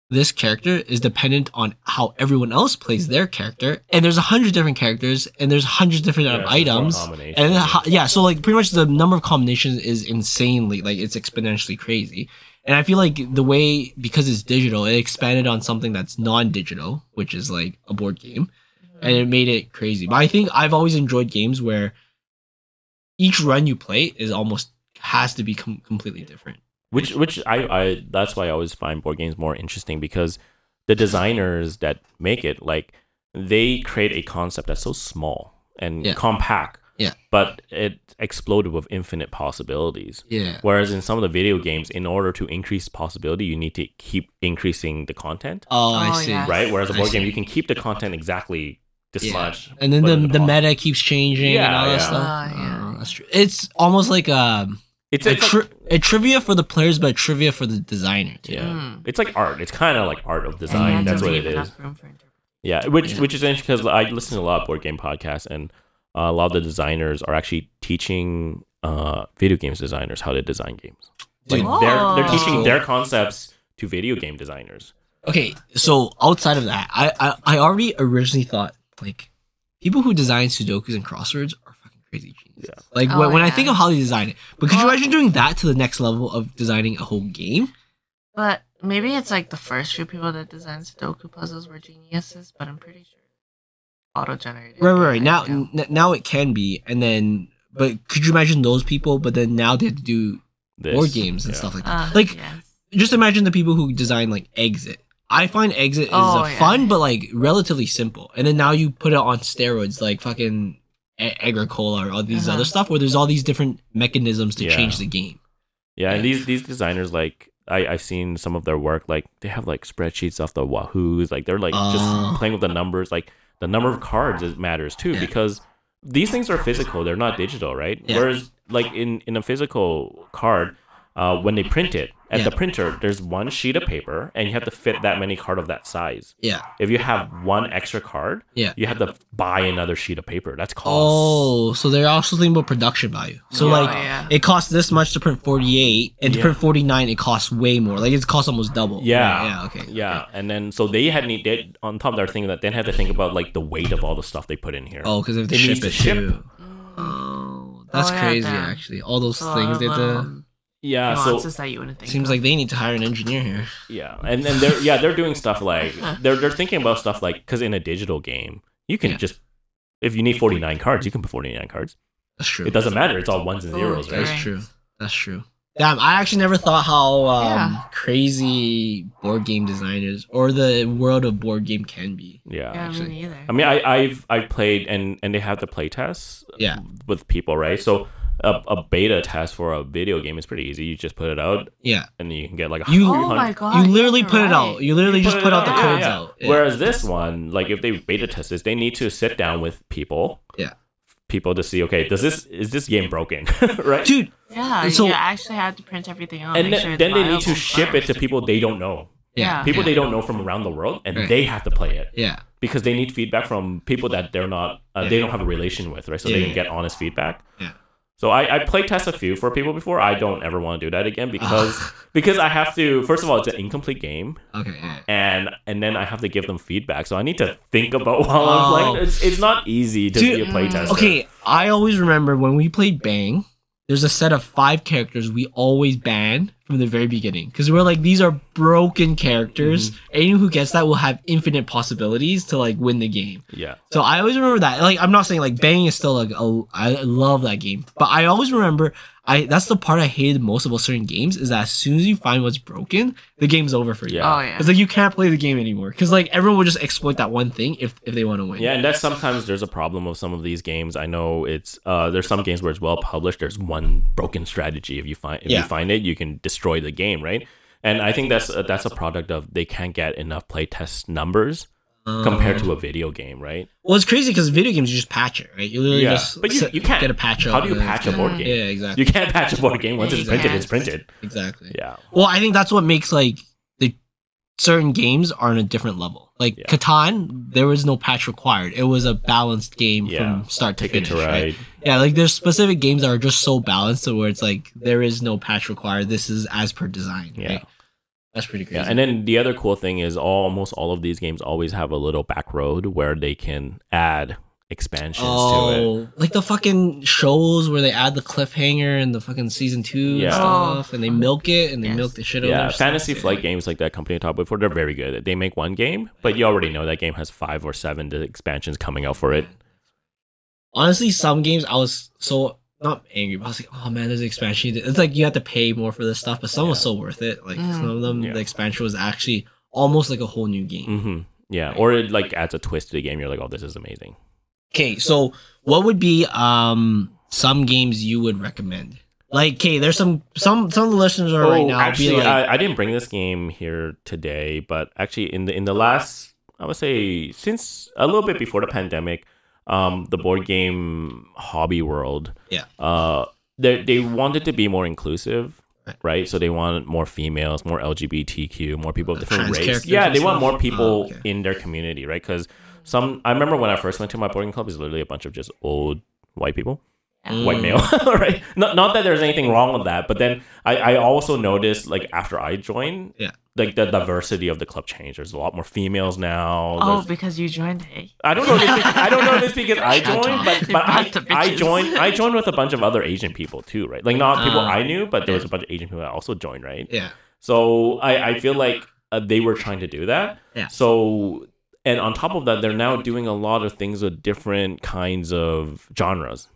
S1: this character is dependent on how everyone else plays their character, and there's a hundred different characters, and there's hundreds different
S3: Yeah, it's just one
S1: items.
S3: combination.
S1: and then ho- yeah so like pretty much the number of combinations is insanely like it's exponentially crazy and i feel like the way because it's digital it expanded on something that's non-digital which is like a board game
S2: Mm-hmm.
S1: and it made it crazy but i think i've always enjoyed games where each run you play is almost has to be com- completely different
S3: which which I, I that's why I always find board games more interesting because the designers that make it like they create a concept that's so small and
S1: Yeah.
S3: compact
S1: Yeah.
S3: but it exploded with infinite possibilities
S1: yeah
S3: whereas in some of the video games in order to increase possibility you need to keep increasing the content
S1: oh, i
S2: Oh,
S1: see
S2: yeah.
S3: right whereas a
S1: I
S3: board game
S1: see.
S3: you can keep the content exactly this
S1: Yeah.
S3: much
S1: and then
S3: but
S1: the,
S3: in
S1: the
S3: pos-
S1: meta keeps changing and
S3: Yeah,
S1: all that
S3: yeah.
S1: stuff
S2: Oh, yeah.
S1: that's true it's almost like um
S3: it's,
S1: a,
S3: it's
S1: tri-
S3: like,
S1: a trivia for the players, but a trivia for the designer too.
S3: yeah
S2: Mm.
S3: it's like art it's kind of like art of
S2: And you
S3: design
S2: have to
S3: that's what
S2: leave
S3: it is
S2: enough room for interpretation.
S3: Yeah, which
S1: Yeah.
S3: which is interesting because I listen to a lot of board game podcasts, and uh, a lot of the designers are actually teaching uh, video games designers how to design games. Like
S1: Dude,
S2: Whoa.
S3: they're they're
S1: That's
S3: teaching
S1: cool.
S3: their concepts to video game designers.
S1: okay. So outside of that, I, I I already originally thought like people who design Sudokus and crosswords are fucking crazy geniuses.
S3: Yeah.
S1: Like
S2: Oh,
S1: when, when I
S2: yeah.
S1: think of how they design it, but could you
S2: Well-
S1: imagine doing that to the next level of designing a whole game?
S2: But maybe it's like the first few people that designed Sudoku puzzles were geniuses, but I'm pretty sure auto generated.
S1: Right, right, right. Now n- now it can be, and then but could you imagine those people? But then now they have to do
S3: This,
S1: board games and
S3: yeah.
S1: stuff like that.
S2: Uh,
S1: like
S2: yes.
S1: just imagine the people who design like exit i find exit is
S2: Oh,
S1: a
S2: yeah.
S1: fun but like relatively simple and then now you put it on steroids like fucking A- agricola or all these
S2: Uh-huh.
S1: other stuff where there's all these different mechanisms to
S3: Yeah.
S1: change the game
S3: Yeah, and these these designers like I I've seen some of their work like they have like spreadsheets off the wahoos like they're like
S1: Oh.
S3: just playing with the numbers like the number of cards is, matters too
S1: Yeah.
S3: because these things are physical they're not digital right
S1: Yeah.
S3: whereas like in in a physical card uh, when they print it at
S1: Yeah.
S3: the printer there's one sheet of paper and you have to fit that many card of that size
S1: Yeah.
S3: if you have one extra card
S1: Yeah.
S3: you have to buy another sheet of paper that's cost
S1: Oh, so they're also thinking about production value. So
S3: Yeah.
S1: like
S2: Oh, yeah.
S1: it costs this much to print 48 and to
S3: Yeah.
S1: print 49 it costs way more. Like it costs almost double.
S3: Yeah.
S1: Right, Yeah, okay.
S3: yeah and then so they had need they, on top of their thing that then had to think about like the weight of all the stuff they put in here
S1: Oh, cuz if they
S3: It
S1: ship
S3: needs
S1: it
S3: to ship.
S1: too. Oh, that's
S2: Mm. Oh, yeah,
S1: crazy
S2: damn. Oh,
S1: actually. All those
S2: It's a lot
S1: things
S2: of,
S1: they have to
S2: um,
S3: yeah so
S2: nuances that you wouldn't think.
S1: Seems
S2: of.
S1: like they need to hire an engineer here.
S3: Yeah, and then they're yeah they're doing stuff like they're they're thinking about stuff like because in a digital game you can
S1: Yeah.
S3: just if you need forty nine cards you can put forty nine cards.
S1: That's true.
S3: It doesn't matter. It's all ones and zeros,
S1: That's
S3: Oh, right?
S2: Right.
S1: true. That's true. Damn, I actually never thought how um,
S2: Yeah.
S1: crazy board game designers or the world of board game can be.
S3: Yeah.
S2: yeah,
S1: actually.
S2: me neither.
S3: I mean, I, I've I've played and and they have the play tests
S1: Yeah.
S3: with people, right? So a, a beta test for a video game is pretty easy. You just put it out
S1: Yeah,
S3: and you can get like a
S1: You-
S2: oh my
S3: 100.
S2: god!
S1: you literally
S2: you're
S1: put it out.
S2: right.
S1: You literally just put out the
S2: out, yeah,
S1: codes
S3: yeah.
S1: out. Yeah.
S3: Whereas this one, like if they beta test this, they need to sit down with people.
S1: Yeah.
S3: People to see, okay, does this is this game broken, right?
S1: dude,
S2: Yeah,
S1: So-
S2: you actually had to print everything out.
S3: and
S2: make
S3: then,
S2: sure it's
S3: then they need to
S2: viable
S3: ship it
S2: first.
S3: to people they don't know
S1: yeah,
S2: Yeah.
S3: people they don't know from around the world and
S1: Right.
S3: they have to play it
S1: yeah,
S3: because they need feedback from people that they're not uh,
S1: Yeah.
S3: they don't have a relation with right so they
S1: Yeah.
S3: can get honest feedback
S1: Yeah.
S3: so I, I play test a few for people before i don't ever want to do that again because because i have to first of all it's an incomplete game
S1: okay, yeah.
S3: and and then i have to give them feedback so i need to think about while
S1: Oh.
S3: i'm playing it's, it's not easy to
S1: Dude, mm,
S3: be a playtester
S1: Okay, I always remember when we played Bang. There's a set of five characters we always ban from the very beginning because we're like these are broken characters. Anyone who gets that will have infinite possibilities to like win the game.
S3: yeah
S1: So I always remember that. Like I'm not saying like Bang is still like a, I love that game, but I always remember I that's the part I hated most about certain games is that as soon as you find what's broken, the game's over for you.
S3: Yeah.
S2: Oh yeah.
S1: It's like you can't play the game anymore because like everyone will just exploit that one thing if if they want to win.
S3: Yeah, and that's sometimes there's a problem of some of these games. I know it's uh, there's some games where it's well published. There's one broken strategy. If you find if
S1: Yeah.
S3: you find it, you can destroy the game, right? And I think that's uh, that's a product of they can't get enough playtest numbers
S1: Um,
S3: compared to a video game, right?
S1: well, it's crazy because video games you just patch it, right? You literally
S3: Yeah.
S1: just
S3: But you-
S1: set-
S3: you can't.
S1: get a patch.
S3: How
S1: up
S3: do you
S1: and then
S3: patch a
S1: it's-
S3: board
S2: Mm.
S3: game?
S1: Yeah, exactly,
S3: You can't patch a board game once it's
S2: You
S3: printed.
S2: can't.
S3: It's printed.
S1: exactly.
S3: Yeah,
S1: Well, I think that's what makes like the certain games are on a different level. Like
S3: Yeah.
S1: Catan, there was no patch required. It was a balanced game
S3: Yeah.
S1: from start to
S3: take it
S1: finish.
S3: to
S1: right?
S3: ride.
S1: Yeah, like there's specific games that are just so balanced to where it's like there is no patch required. This is as per design.
S3: Yeah.
S1: right? that's pretty crazy.
S3: Yeah, and then the other cool thing is almost all of these games always have a little back road where they can add expansions to it.
S1: oh, like the fucking shows where they add the cliffhanger and the fucking season two and
S3: Yeah. Oh.
S1: stuff, and they milk it and they
S2: Yes.
S1: milk the shit out
S3: yeah,
S1: of their
S3: fantasy
S1: stuff.
S3: flight games like that company top before they're very good. They make one game, but you already know that game has five or seven di- expansions coming out for it.
S1: Honestly, some games I was so not angry, but I was like, oh man, there's an expansion. It's like you have to pay more for this stuff, but some was
S3: Yeah.
S1: so worth it. Like
S2: Mm.
S1: some of them,
S3: Yeah.
S1: the expansion was actually almost like a whole new game.
S3: hmm Yeah, or it like adds a twist to the game. You're like, oh, this is amazing.
S1: Okay, so what would be um some games you would recommend? Like, okay, there's some some some of the listeners are right now
S3: Oh, actually,
S1: be like,
S3: I, I didn't bring this game here today, but actually in the in the last, I would say since a little bit before the pandemic, um, the board game hobby world,
S1: Yeah.
S3: uh, they they wanted to be more inclusive.
S1: Right.
S3: Right, so they want more females, more LGBTQ, more people
S1: Uh,
S3: of different
S1: trans
S3: race.
S1: characters
S3: Yeah,
S1: and
S3: they want
S1: stuff?
S3: more people
S1: Oh, okay.
S3: in their community, right? Because some, I remember when I first went to my boarding club, it was literally a bunch of just old white people white
S1: Mm.
S3: male, right? Not not that there's anything wrong with that, but then I, I also noticed like after I joined,
S1: Yeah.
S3: like the diversity of the club changed. There's a lot more females now.
S2: Oh,
S3: There's-
S2: because you joined it.
S3: I don't know. If it's, I don't know if it's because I
S1: Shut
S3: joined,
S1: up.
S3: but
S2: You
S3: but I,
S2: brought the
S3: I
S2: bitches.
S3: joined I joined with a bunch of other Asian people too, right? Like not people
S1: Uh,
S3: I knew, but there was a bunch of Asian people that also joined, right?
S1: yeah,
S3: So I, I feel like uh, they were trying to do that.
S1: Yeah.
S3: So and on top of that, they're now doing a lot of things with different kinds of genres.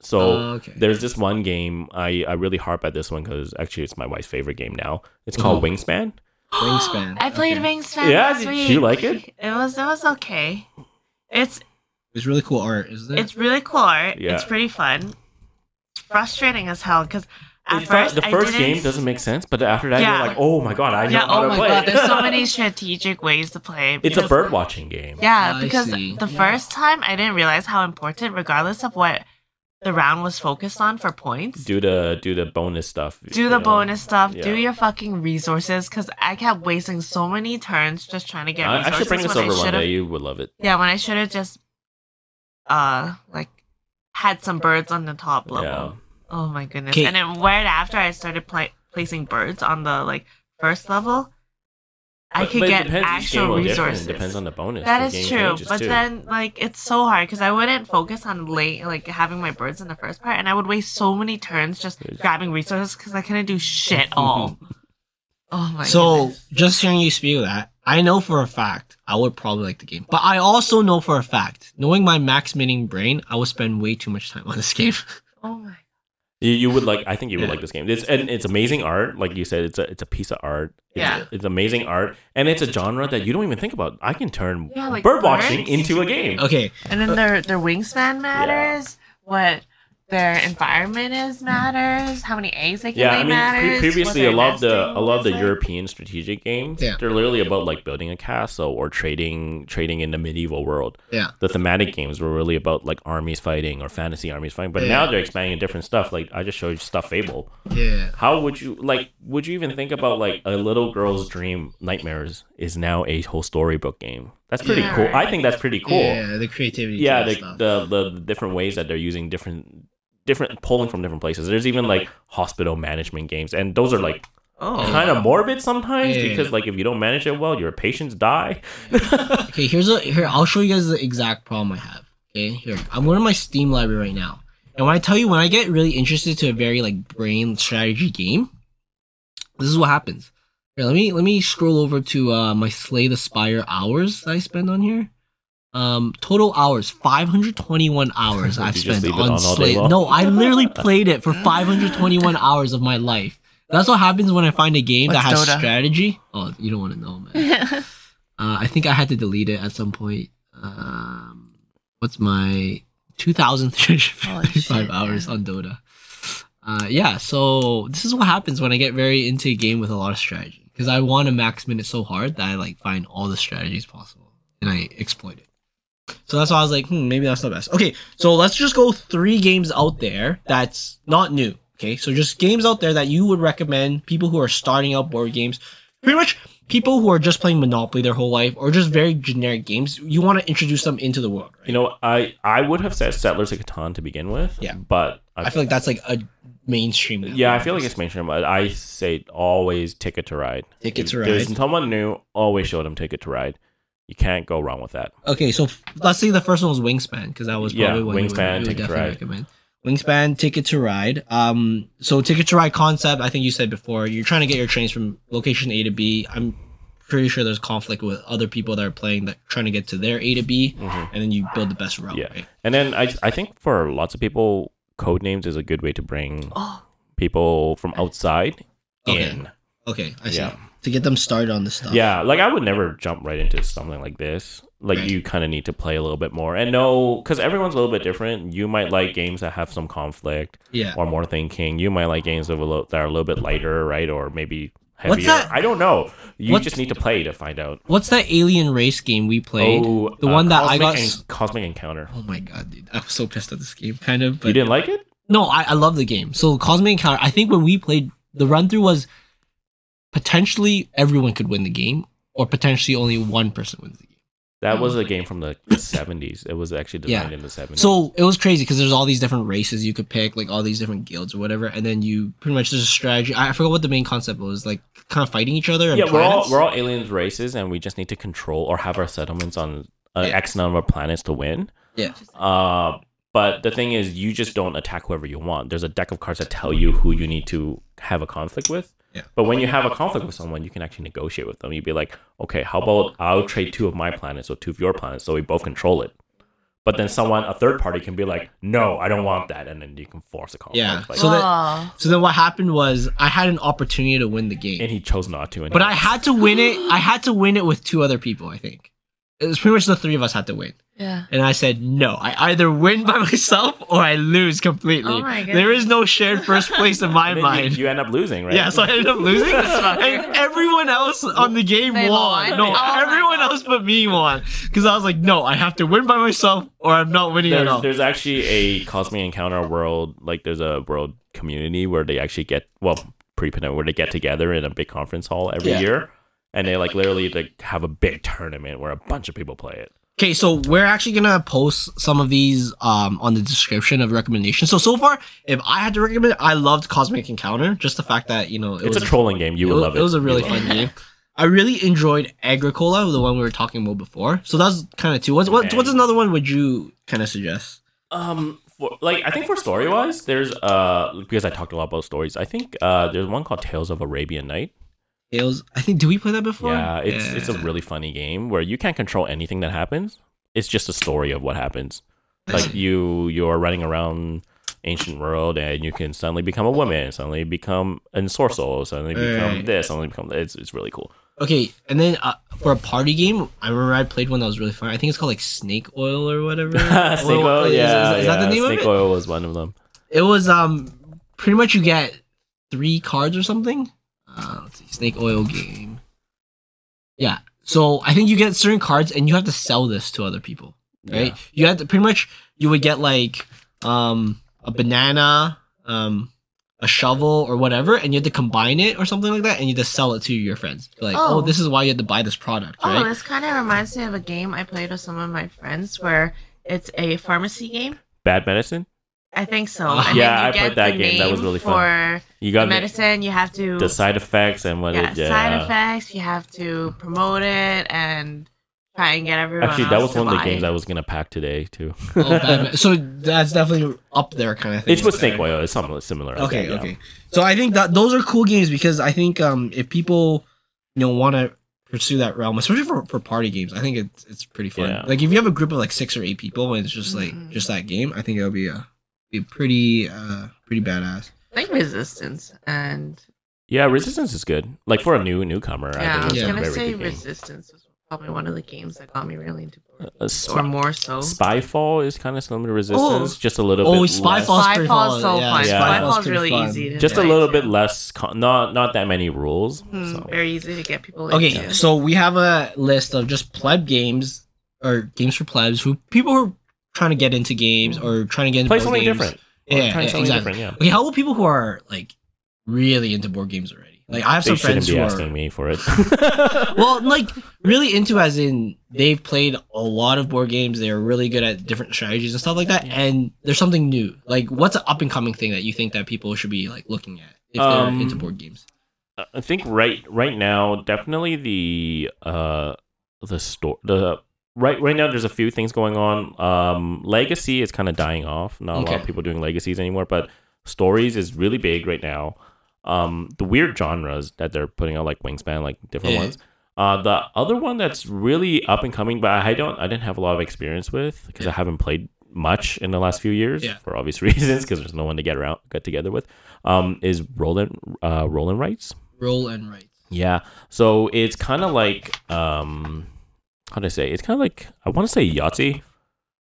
S3: So
S1: Uh, okay,
S3: there's this one game I, I really harp at this one because actually it's my wife's favorite game now. It's called Wingspan.
S1: Wingspan,
S2: I played
S1: okay.
S2: Wingspan.
S3: Yeah,
S2: last
S3: did
S2: week.
S3: you like it?
S2: It was it was okay. It's
S1: it's really cool art, isn't it?
S2: it's really cool art.
S3: Yeah.
S2: It's pretty fun. It's frustrating as hell because At
S3: It felt-
S2: first,
S3: the
S2: I
S3: first
S2: didn't-
S3: game doesn't make sense, but after that,
S2: Yeah.
S3: you're like, oh my god, I know
S2: Yeah.
S3: how
S2: Oh
S3: to
S2: my
S3: play.
S2: god. There's so many
S3: it's
S2: strategic ways to play.
S3: a
S2: because-
S3: bird watching game.
S1: I
S2: Yeah, because
S1: see.
S2: the first time I didn't realize how important, regardless of what the round was focused on for points.
S3: Do the do the bonus stuff.
S2: do
S3: you
S2: the
S3: know.
S2: bonus stuff. Do
S3: Yeah.
S2: your fucking resources, because I kept wasting so many turns just trying to get
S3: I,
S2: resources.
S3: I should bring this
S2: when I
S3: over one
S2: should've-
S3: day. You would love it.
S2: Yeah, when I should have just, uh, like, had some birds on the top level.
S3: Yeah.
S2: Oh my goodness!
S1: Okay.
S2: And then right after I started pla placing birds on the like first level, I
S3: But-
S2: could
S3: but it
S2: get
S3: depends. Each game
S2: actual
S3: will differ, and
S2: resources.
S3: It depends on the bonus.
S2: That
S3: The
S2: is
S3: game
S2: true,
S3: changes,
S2: but
S3: too.
S2: then like it's so hard because I wouldn't focus on late like having my birds in the first part, and I would waste so many turns just
S3: Yes.
S2: grabbing resources because I couldn't do shit all. oh my.
S1: so
S2: goodness.
S1: just hearing you speak of that, I know for a fact I would probably like the game. But I also know for a fact, knowing my max minting brain, I would spend way too much time on this game.
S2: oh my.
S3: you, you would like. I think you would
S1: Yeah.
S3: like this game. It's and it's amazing art. Like you said, it's a it's a piece of art. It's,
S2: Yeah.
S3: it's amazing art, and it's a genre that you don't even think about. I can turn
S2: Yeah, like
S3: bird watching
S2: birds?
S3: into a game.
S1: okay,
S2: And
S3: Uh,
S2: then their their wingspan matters. What their environment is matters. How many eggs they can
S3: Yeah,
S2: lay
S3: I mean,
S2: matters.
S3: pre-
S2: what
S3: previously
S2: their
S3: a lot of the
S2: nesting
S3: a lot of the
S2: is like.
S3: European strategic games,
S1: Yeah.
S3: they're literally about like building a castle or trading trading in the medieval world.
S1: Yeah.
S3: the thematic games were really about like armies fighting or fantasy armies fighting, but
S1: Yeah.
S3: now they're expanding to different stuff. Like I just showed you stuff Fable.
S1: yeah.
S3: How would you like? Would you even think about like a little girl's dream nightmares is now a whole storybook game? That's pretty
S2: Yeah.
S3: cool. I think that's pretty cool
S1: Yeah, the creativity. to
S3: yeah
S1: that
S3: the,
S1: stuff.
S3: the, the the different ways that they're using different different pulling from different places there's even like hospital management games and those are like
S1: oh.
S3: kind of morbid sometimes
S1: Yeah.
S3: because like if you don't manage it well your patients die
S1: Okay, here's a here. I'll show you guys the exact problem I have. Okay, here I'm going to my Steam library right now, and when I tell you when I get really interested to a very like brain strategy game, this is what happens. Here, let me let me scroll over to uh, my Slay the Spire hours that I spend on here. Um, total hours 521 hours
S3: Did
S1: I've
S3: you just
S1: spent
S3: leave it
S1: on,
S3: on all day
S1: Slay.
S3: long?
S1: No, I literally played it for 521 hours of my life. That's what happens when I find a game that
S2: What's
S1: has
S2: Dota?
S1: strategy. Oh, you don't want to know, man. Uh, I think I had to delete it at some point. Um, what's my 2,355
S2: Oh, shit,
S1: hours
S2: yeah.
S1: on Dota? Uh, yeah, so this is what happens when I get very into a game with a lot of strategy because I want to max min it so hard that I like find all the strategies possible and I exploit it. So that's why I was like, hmm, maybe that's not best. Okay, so let's just go three games out there that's not new. Okay, so just games out there that you would recommend people who are starting out board games. Pretty much people who are just playing Monopoly their whole life or just very generic games. You want to introduce them into the world, right?
S3: you know i i would have said settlers of catan to begin with
S1: Yeah.
S3: but i,
S1: I feel like that's like a mainstream. now.
S3: yeah i feel like it's mainstream but i say always ticket to ride
S1: Ticket to
S3: If there's
S1: Ride.
S3: someone new always show them ticket to ride you can't go wrong with that
S1: Okay, so f- let's see. The first one was Wingspan because that was
S3: Yeah,
S1: probably one you would-
S3: Wingspan,
S1: you would,
S3: Ticket to
S1: definitely
S3: Ride.
S1: recommend. Wingspan, Ticket to Ride. Um, so Ticket to Ride concept. I think you said before you're trying to get your trains from location A to B. I'm pretty sure there's conflict with other people that are playing that trying to get to their A to B,
S3: Mhm.
S1: and then you build the best route.
S3: Yeah.
S1: Right?
S3: and then i i think for lots of people code names is a good way to bring
S2: Oh,
S3: people from outside
S1: Okay.
S3: in.
S1: Okay, I see.
S3: Yeah.
S1: To get them started on this stuff.
S3: Yeah, like I would never jump right into something like this. Like
S1: Right.
S3: you kind of need to play a little bit more and know because everyone's a little bit different. You might like games that have some conflict
S1: Yeah.
S3: or more thinking. You might like games of a little, that are a little bit lighter, right? Or maybe heavier.
S1: What's that-
S3: I don't know. You
S1: What's-
S3: just need to play to find out.
S1: What's that alien race game we played? Oh,
S3: Oh,
S1: The one that I
S3: Cosmic
S1: got
S3: En-
S1: s-
S3: Cosmic Encounter.
S1: my god, dude! I was so pissed at this game, kind of.
S3: you
S1: But
S3: didn't like it?
S1: No, I, I love the game. So Cosmic Encounter, I think when we played, the run through was potentially everyone could win the game, or potentially only one person wins the game.
S3: That was a game from the 70s. It was actually
S1: Oh Yeah.
S3: designed in the 70s.
S1: So it was crazy because there's all these different races you could pick, like all these different guilds or whatever, and then you pretty much there's a strategy. I, I forgot what the main concept was, like kind of fighting each other. And
S3: yeah, we're all
S1: planets.
S3: we're all aliens races, and we just need to control or have our settlements on an
S1: Yeah.
S3: X number of planets to win.
S1: Yeah.
S3: Uh, but the thing is, you just don't attack whoever you want. There's a deck of cards that tell you who you need to have a conflict with.
S1: Yeah.
S3: But when you have a conflict with someone, you can actually negotiate with them. You'd be like, okay, how about I'll trade two of my planets or two of your planets, so we both control it. But then someone, a third party, can be like, no, I don't want that, and then you can force a conflict.
S1: Yeah.
S3: Like,
S1: So that-
S2: oh.
S1: So then what happened was I had an opportunity to win the game,
S3: and he chose not to. And
S1: but
S3: he-
S1: I had to win it. I had to win it with two other people, I think. It was pretty much the three of us had to win.
S2: Yeah.
S1: And I said, no, I either win by myself or I lose completely.
S2: Oh my god.
S1: there is no shared first place in my
S3: And then
S1: mind.
S3: You, you end up losing, right?
S1: Yeah, so I ended up losing. and everyone else on the game
S2: They
S1: won.
S2: won.
S1: No,
S2: Oh my
S1: everyone
S2: God.
S1: else but me won. Because I was like, no, I have to win by myself or I'm not winning at
S3: there's,
S1: all.
S3: there's actually a cosmic encounter world like there's a world community where they actually get well pre-pandemic where they get together in a big conference hall every
S1: Yeah.
S3: year and they like literally like have a big tournament where a bunch of people play it
S1: Okay, so we're actually gonna post some of these um on the description of recommendations. So so far, if I had to recommend, I loved Cosmic Encounter. Just the fact that you know it
S3: it's
S1: was
S3: a trolling game you
S1: it,
S3: would
S1: was-
S3: love it
S1: It was a really
S3: You love
S1: fun game. I really enjoyed Agricola, the one we were talking about before. So that's kind of two. What's what's, what's
S3: Okay.
S1: another one? Would you kind of suggest?
S3: it. um for, like i think for story wise there's uh because i talked a lot about stories i think uh there's one called tales of arabian night
S1: It was. I think. Did we play that before?
S3: yeah it's it's a
S1: Yeah.
S3: really funny game where you can't control anything that happens it's just a story of what happens like you you're running around ancient world and you can suddenly become a woman suddenly become an sorcerer suddenly become
S1: Right.
S3: this suddenly become that. it's, it's really cool
S1: Okay, and then uh, for a party game, I remember I played one that was really fun. I think it's called like Snake Oil or whatever.
S3: snake
S1: Well,
S3: oil
S1: is- is-
S3: yeah
S1: is that the
S3: yeah,
S1: name of
S3: snake
S1: it?
S3: oil was one of them
S1: It was um pretty much you get three cards or something. Uh, let's see, Snake Oil game. Yeah, so I think you get certain cards and you have to sell this to other people, right?
S3: Yeah.
S1: You had to pretty much you would get like um a banana, um a shovel or whatever, and you had to combine it or something like that, and you had to sell it to your friends. Like, oh,
S2: Oh.
S1: this is why you had to buy this product,
S2: Oh,
S1: right?
S2: this kind of reminds me of a game I played with some of my friends where it's a pharmacy game.
S3: bad medicine
S2: I think so.
S1: Yeah,
S2: And then
S3: I
S2: you get
S3: played that
S2: the
S3: game. That was
S2: name
S3: really fun.
S2: For
S3: you
S2: the
S3: got the,
S2: medicine, you have to
S3: the side effects and what
S2: yeah,
S3: it yeah
S2: side effects. You have to promote it and try and get everyone.
S3: actually that
S2: else
S3: was
S2: to
S3: one of the
S2: buy
S3: games
S2: it.
S3: i was gonna pack today too
S1: Oh, Batman. So that's definitely up there, kind of thing.
S3: it's with snake oil it's something similar I
S1: Okay,
S3: think, yeah.
S1: okay. So I think that those are cool games because I think um, if people you know want to pursue that realm, especially for, for party games, I think it's it's pretty fun.
S3: Yeah.
S1: Like if you have a group of like six or eight people and it's just like
S2: Mhm.
S1: just that game, I think it'll be a be pretty uh pretty badass.
S2: like resistance and
S3: yeah resistance is good like for a new newcomer
S2: yeah, I was
S3: i think it's
S1: Yeah.
S3: a
S2: gonna
S3: very
S2: say
S3: good game
S2: resistance was probably one of the games that got me really into board
S3: Uh,
S2: games, or
S3: Spy-
S2: more so.
S3: spyfall is kind of similar to resistance just a little
S1: Oh,
S3: bit less.
S1: Spyfall's pretty
S2: Spyfall
S1: fun.
S2: is so fun.
S3: Yeah.
S1: Spyfall's
S2: Spyfall is
S1: pretty
S2: really
S1: fun.
S2: easy. To
S3: just a
S2: play
S3: little
S2: too.
S3: bit less con- not not that many rules
S2: Mhm,
S3: so.
S2: Very easy to get people.
S1: Okay,
S2: into.
S1: so we have a list of just pleb games or games for plebs who people who are trying to get into games or trying to get into
S3: Hmm. play
S1: board
S3: something
S1: games.
S3: different Or
S1: Yeah,
S3: try
S1: yeah,
S3: something
S1: exactly.
S3: different
S1: Okay, how about people who are like really into board games already? Like I
S3: yeah
S1: have
S3: they
S1: some
S3: shouldn't
S1: friends
S3: be
S1: who
S3: asking
S1: are
S3: me for it
S1: well, like really into as in they've played a lot of board games. They are really good at different strategies and stuff like that. And there's something new. Like what's an up and coming thing that you think that people should be like looking at if they're
S3: Um,
S1: into board games?
S3: i think right right now definitely the uh the store the right right now there's a few things going on um legacy is kind of dying off not a lot
S1: Okay.
S3: of people doing legacies anymore but stories is really big right now um the weird genres that they're putting out like wingspan like different
S1: Yeah.
S3: ones uh, the other one that's really up and coming, but I don't, I didn't have a lot of experience with because I haven't played much in the last few years
S1: Yeah.
S3: for obvious reasons because there's no one to get around, get together with. Um, is Roland, uh, Roland Rights?
S1: Roll and write.
S3: Yeah. So it's kind of like, um, how do I say? It's kind of like I want to say Yahtzee,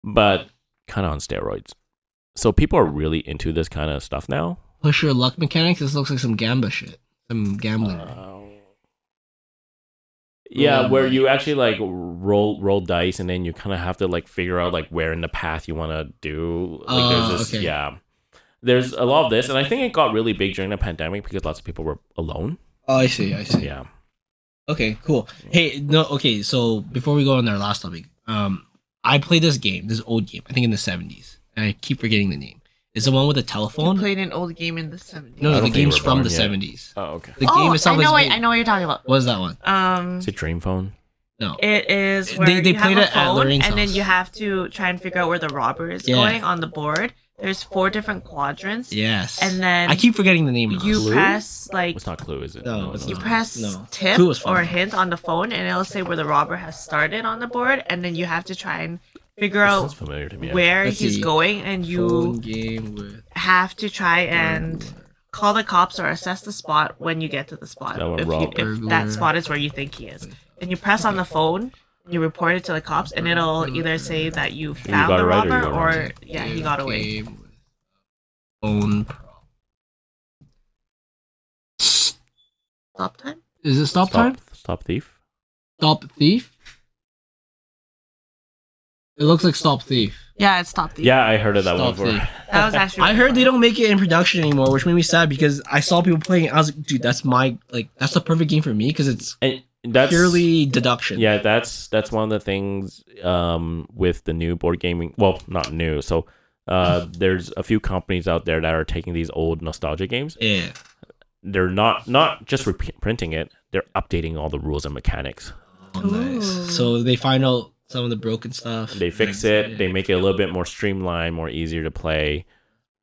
S3: but kind of on steroids. So people are really into this kind of stuff now.
S1: Push your luck mechanics. This looks like some gamba shit. Some gambling.
S3: Um, yeah,
S1: Roll
S3: where
S1: dice.
S3: you actually like roll roll dice, and then you kind of have to like figure out like where in the path you want to do. Like
S1: Ah,
S3: there's this,
S1: okay.
S3: yeah. There's a lot of this, and I think it got really big during the pandemic because lots of people were alone.
S1: oh, I see. I see.
S3: Yeah,
S1: Okay, cool. Hey, no, okay, so before we go on our last topic, um, I played this game, this old game, I think in the 70s, and I keep forgetting the name. It's the one with the
S2: You
S1: telephone.
S2: played an old game in the 70s.
S1: no,
S3: I
S1: no,
S3: don't
S1: the
S3: think you
S1: game's
S3: were
S1: from
S3: born
S1: the
S3: yet.
S1: 70s.
S3: Oh, okay.
S1: The
S2: oh,
S1: game itself
S2: I know,
S1: is.
S2: what, I know what you're talking about.
S1: What is that one?
S2: Um,
S3: Is it Dream Phone?
S1: No.
S2: it is
S1: They-
S2: where
S1: they
S2: you
S1: played
S2: have
S1: it
S2: a
S1: at
S2: phone,
S1: Lorraine's
S2: and then
S1: house.
S2: you have to try and figure out where the robber is
S1: Yeah.
S2: going on the board. There's four different quadrants,
S1: Yes.
S2: and then
S1: I keep forgetting the name. now.
S2: you
S3: Clue?
S2: press like
S3: It's not Clue, is it?
S1: No, it's
S2: you
S1: not.
S2: press
S1: No.
S2: tip
S1: Clue was fun.
S2: or hint on the phone, and it'll say where the robber has started on the board, and then you have to try and figure
S3: It sounds
S2: out
S3: familiar to me.
S2: where
S1: Let's
S2: he's
S1: see.
S2: going, and
S1: Phone
S2: you
S1: game with.
S2: have to try and. call the cops or assess the spot when you get to the spot
S3: That went
S2: if,
S3: wrong.
S2: you, if
S1: Burglar.
S2: that spot is where you think he is and you press on the phone you report it to the cops, and it'll either say that you found
S3: got
S2: the
S3: it right or you
S2: robber
S3: got
S2: or,
S3: wrong.
S2: yeah, he got away.
S1: Game with Phone problem.
S2: Stop time.
S1: Is it stop, time?
S3: Stop thief.
S1: Stop thief. It looks like stop thief.
S2: Yeah, it's stop thief.
S3: Yeah, I heard of that
S1: Stop
S3: one. before.
S1: thief.
S2: that was actually.
S1: I
S2: really
S1: heard they
S2: funny.
S1: don't make it in production anymore, which made me sad because I saw people playing. it. I was like, dude, that's my like that's the perfect game for me because it's
S3: And that's
S1: purely deduction.
S3: yeah, that's that's one of the things um with the new board gaming. Well, not new. So uh, there's a few companies out there that are taking these old nostalgia games.
S1: Yeah.
S3: They're not not just reprinting it. They're updating all the rules and mechanics.
S1: Oh, nice.
S2: Ooh.
S1: So they find out some of the broken stuff.
S3: They fix
S1: Yeah.
S3: it. They make it a little bit more streamlined, more easier to play.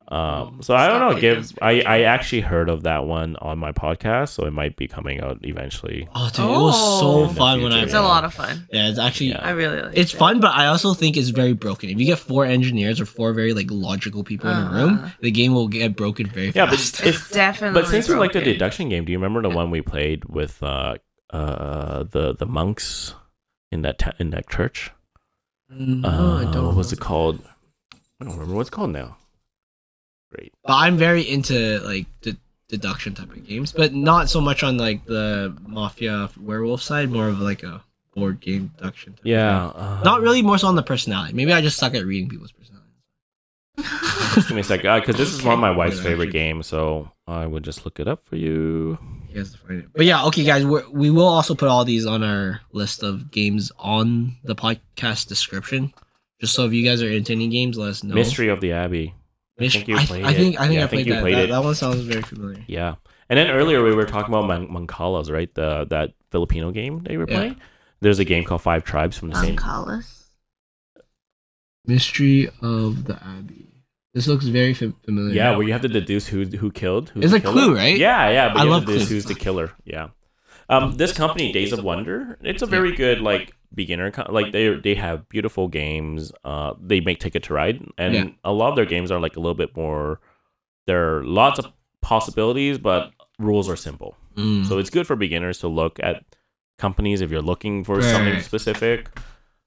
S3: Um, so I don't know. Give I I actually heard of that one on my podcast, so it might be coming out eventually.
S1: Oh, dude, it was so
S2: Oh.
S1: fun when I.
S2: It's a
S3: Yeah.
S2: lot of fun.
S1: Yeah, it's actually
S3: Yeah.
S2: I really like.
S1: it's fun, but I also think it's very broken. If you get four engineers or four very like logical people in a room,
S2: Uh-huh.
S1: the game will get broken very
S3: Yeah, but
S1: fast.
S3: if
S2: It's definitely.
S3: But since we like the
S2: broken.
S3: deduction game, do you remember the one we played with uh, uh, the the monks in that ta- in that church?
S1: no,
S3: uh,
S1: Oh, I don't.
S3: What was it called? I don't remember what it's called now. Great.
S1: But I'm very into like de- deduction type of games, but not so much on like the mafia werewolf side. More of like a board game deduction. Type of
S3: Yeah.
S1: thing.
S3: uh,
S1: not really. More so on the personality. Maybe I just suck at reading people's personalities.
S3: Just give me a second, because this is one of my wife's
S1: Okay.
S3: favorite games, so I would just look it up for you.
S1: You guys find it. But yeah, okay, guys, we're, we will also put all these on our list of games on the podcast description. Just so if you guys are into any games, let us know.
S3: Mystery of the Abbey. I
S1: Mystery.
S3: think you
S1: I,
S3: played
S1: I
S3: it.
S1: think I think
S3: Yeah,
S1: I played,
S3: you
S1: that.
S3: played
S1: that.
S3: it.
S1: that one sounds very familiar.
S3: Yeah. And then earlier we were talking about Mon- Moncalas, right? The that Filipino game they were
S1: Yeah.
S3: playing. There's a game called Five Tribes from the same.
S2: Moncalas.
S1: Mystery of the Abbey. This looks very fam- familiar.
S3: Yeah, where you have to deduce who who killed. Who's
S1: It's
S3: the
S1: like
S3: killer.
S1: Clue, right?
S3: Yeah, yeah. But
S1: I
S3: you have
S1: love
S3: to deduce
S1: Clue.
S3: who's the killer. Yeah. Um, this company, Days of Wonder, it's a very good like beginner. Co- like they they have beautiful games. Uh, they make Ticket to Ride, and
S1: Yeah.
S3: a lot of their games are like a little bit more. There are lots of possibilities, but rules are simple,
S1: Mm.
S3: so it's good for beginners to look at companies if you're looking for
S1: Right,
S3: something
S1: right.
S3: specific.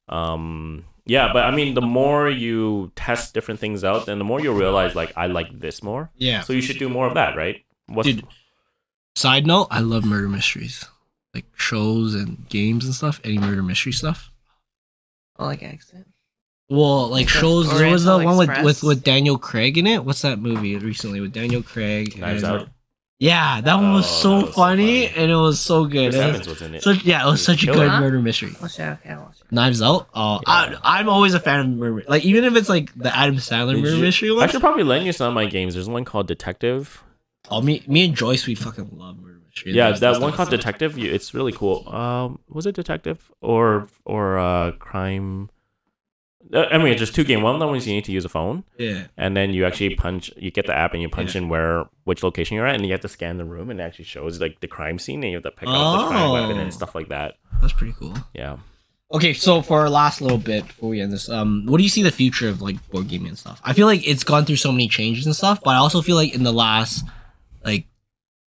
S3: Um, yeah, but I mean, the more you test different things out, then the more you'll realize like I like this more.
S1: yeah.
S3: So you should do more of that, right? What's,
S1: Dude. Side note: I love murder mysteries, like shows and games and stuff. Any murder mystery stuff.
S2: Oh, like accent.
S1: Well, like
S2: the
S1: shows. There was the one
S2: Oriental
S1: with, with
S2: Express.
S1: with Daniel Craig in it. What's that movie recently with Daniel Craig?
S3: Knives
S1: and-
S3: Out.
S1: Yeah, that one was
S3: Oh,
S1: so
S3: that was so
S1: funny,
S3: funny.
S1: and it was so good.
S3: Chris
S1: It was
S3: Evans was in it.
S1: such- yeah, it was such a
S3: Killer.
S1: good murder mystery.
S2: Watch it. Okay, I'll watch it.
S1: Knives Out. Oh,
S3: Yeah.
S1: I, I'm always a fan of murder. Like even if it's like the Adam Sandler
S3: Did
S1: murder
S3: you-
S1: mystery
S3: I
S1: one.
S3: should probably lend you some of my games. There's one called Detective.
S1: Oh, me, me and Joyce, we fucking love murder mystery.
S3: Yeah, that one called Detective. You, it's really cool. Um, was it Detective or or uh, Crime? Uh, I mean, it's just two game. One of them is you need to use a phone,
S1: Yeah.
S3: and then you actually punch. You get the app and you punch in where which location you're at, and you have to scan the room, and it actually shows like the crime scene, and you have to pick out the crime weapon
S1: Oh.
S3: and stuff like that.
S1: That's pretty cool.
S3: Yeah.
S1: Okay, so for our last little bit before we end this, um, what do you see the future of like board gaming and stuff? I feel like it's gone through so many changes and stuff, but I also feel like in the last like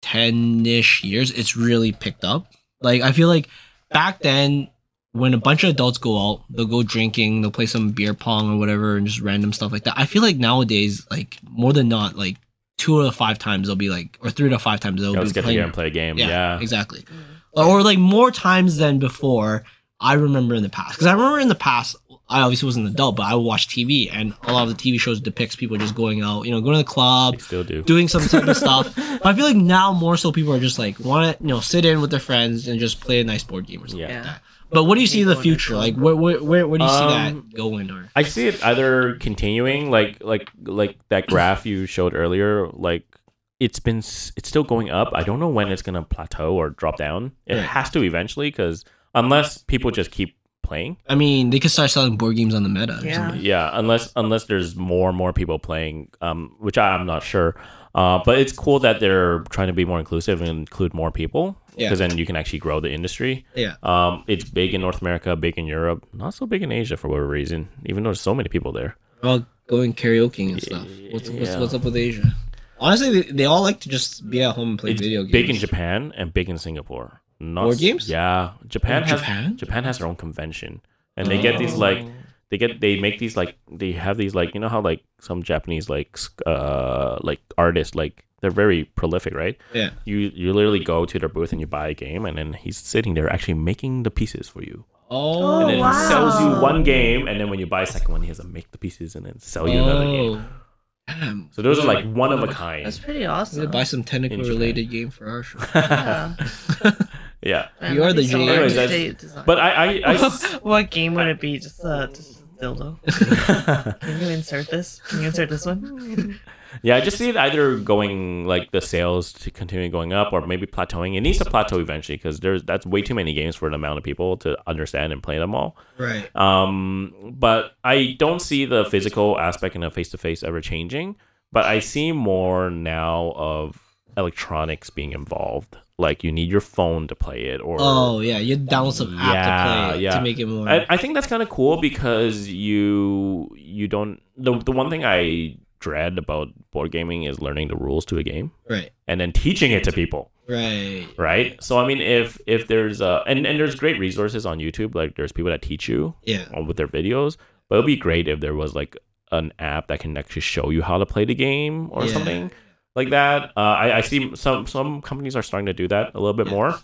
S1: ten ish years, it's really picked up. Like I feel like back then, when a bunch of adults go out, they'll go drinking, they'll play some beer pong or whatever, and just random stuff like that. I feel like nowadays, like more than not, like two out of five times they'll be like, or three out of five times they'll
S3: Yeah,
S1: be
S3: let's get
S1: playing
S3: together and play a game. Yeah.
S1: exactly. Or, or, like more times than before. I remember in the past because I remember in the past I obviously was an adult, but I would watch TV and a lot of the TV shows depicts people just going out, you know, going to the club,
S3: They still do.
S1: doing some type of stuff. But I feel like now more so people are just like want to you know sit in with their friends and just play a nice board game or something
S3: Yeah.
S1: like that. But what do you see in the future? Like where where where, where do you see
S3: Um,
S1: that going? Or
S3: I see it either continuing like like like that graph you showed earlier like it's been s- it's still going up. I don't know when it's going to plateau or drop down. It
S1: Right.
S3: has to eventually cuz unless people just keep playing.
S1: I mean, they could start selling board games on the meta. Or
S2: Yeah.
S1: something.
S3: Yeah, unless unless there's more and more people playing um which I, I'm not sure. Uh, but it's cool that they're trying to be more inclusive and include more people
S1: Yeah.
S3: because then you can actually grow the industry.
S1: Yeah.
S3: Um, it's big in North America, big in Europe, not so big in Asia for whatever reason, even though there's so many people there.
S1: all going karaoke and stuff. What's, what's,
S3: Yeah.
S1: what's up with Asia? Honestly, they, they all like to just be at home and play
S3: it's
S1: video games.
S3: big in Japan and big in Singapore. not
S1: Board games?
S3: Yeah, Japan
S1: In
S3: has
S1: Japan? Oh.
S3: Japan has their own convention, and they get these like they get they make these like they have these like you know how like some Japanese like s- uh like artists like they're very prolific, right?
S1: Yeah.
S3: You you literally go to their booth and you buy a game, and then he's sitting there actually making the pieces for you.
S5: And
S1: Oh,
S3: And then
S5: wow.
S3: he sells you one game, and then when you buy a second one, he has to make the pieces and then sell you another game.
S1: Oh. Damn.
S3: So Oh. those are like one of a
S5: That's
S3: kind.
S5: pretty
S1: We need to
S5: awesome.
S1: buy some technical
S3: Japan.
S1: related game for our show.
S5: Yeah.
S3: yeah,
S5: Man,
S1: You are
S5: that'd be
S1: the
S5: so
S1: GM.
S5: hard
S3: Anyways,
S5: to
S3: that's-
S5: do design.
S3: but I I. I s-
S5: what game would it be? Just uh, just a dildo. Can you insert this? Can you insert this one?
S3: Yeah, I just see it either going like the sales to continue going up, or maybe plateauing. It needs to plateau eventually because there's that's way too many games for the amount of people to understand and play them all.
S1: right.
S3: Um, but I don't see the physical aspect in a face to face ever changing. But I see more now of electronics being involved. Like you need your phone to play it, or
S1: Oh yeah, you download some app
S3: Yeah,
S1: to play it
S3: yeah.
S1: to make it more.
S3: I, I think that's kind of cool because you you don't the the one thing I dread about board gaming is learning the rules to a game
S1: right.
S3: and then teaching it to people
S1: Right.
S3: right so i mean if if there's uh and, and there's great resources on youtube like there's people that teach you
S1: Yeah.
S3: on- with their videos but it would be great if there was like an app that can actually show you how to play the game or
S1: Yeah.
S3: something like that uh, I, I see some some companies are starting to do that a little bit
S1: Yeah.
S3: more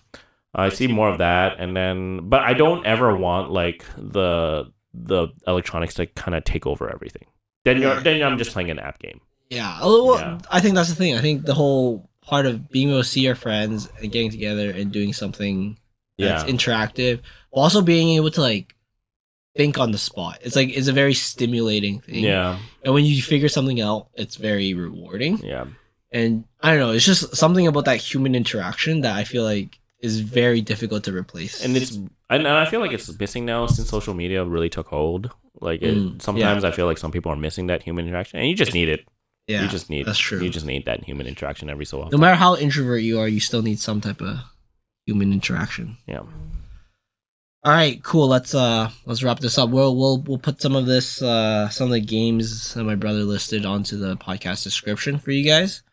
S3: i see more of that and then but i don't ever want like the the electronics to kind of take over everything then you're
S1: Yeah.
S3: then i'm just playing an app game
S1: Yeah. Although, well,
S3: Yeah.
S1: I think that's the thing. I think the whole part of being able to see your friends and getting together and doing something that's interactive, but also being able to like think on the spot. It's like it's a very stimulating thing.
S3: yeah
S1: And when you figure something out, it's very rewarding.
S3: yeah
S1: And I don't know, it's just something about that human interaction that I feel like is very difficult to replace.
S3: and it's and, and I feel like it's missing now since social media really took hold. Like it,
S1: Mm,
S3: sometimes I feel like some people are missing that human interaction, and you just need it.
S1: yeah.
S3: you just need
S1: that's true.
S3: You just need that human interaction every so
S1: no
S3: often.
S1: matter how introvert you are, you still need some type of human interaction.
S3: Yeah.
S1: All right, cool. Let's uh let's wrap this up. We'll we'll we'll put some of this uh some of the games that my brother listed onto the podcast description for you guys.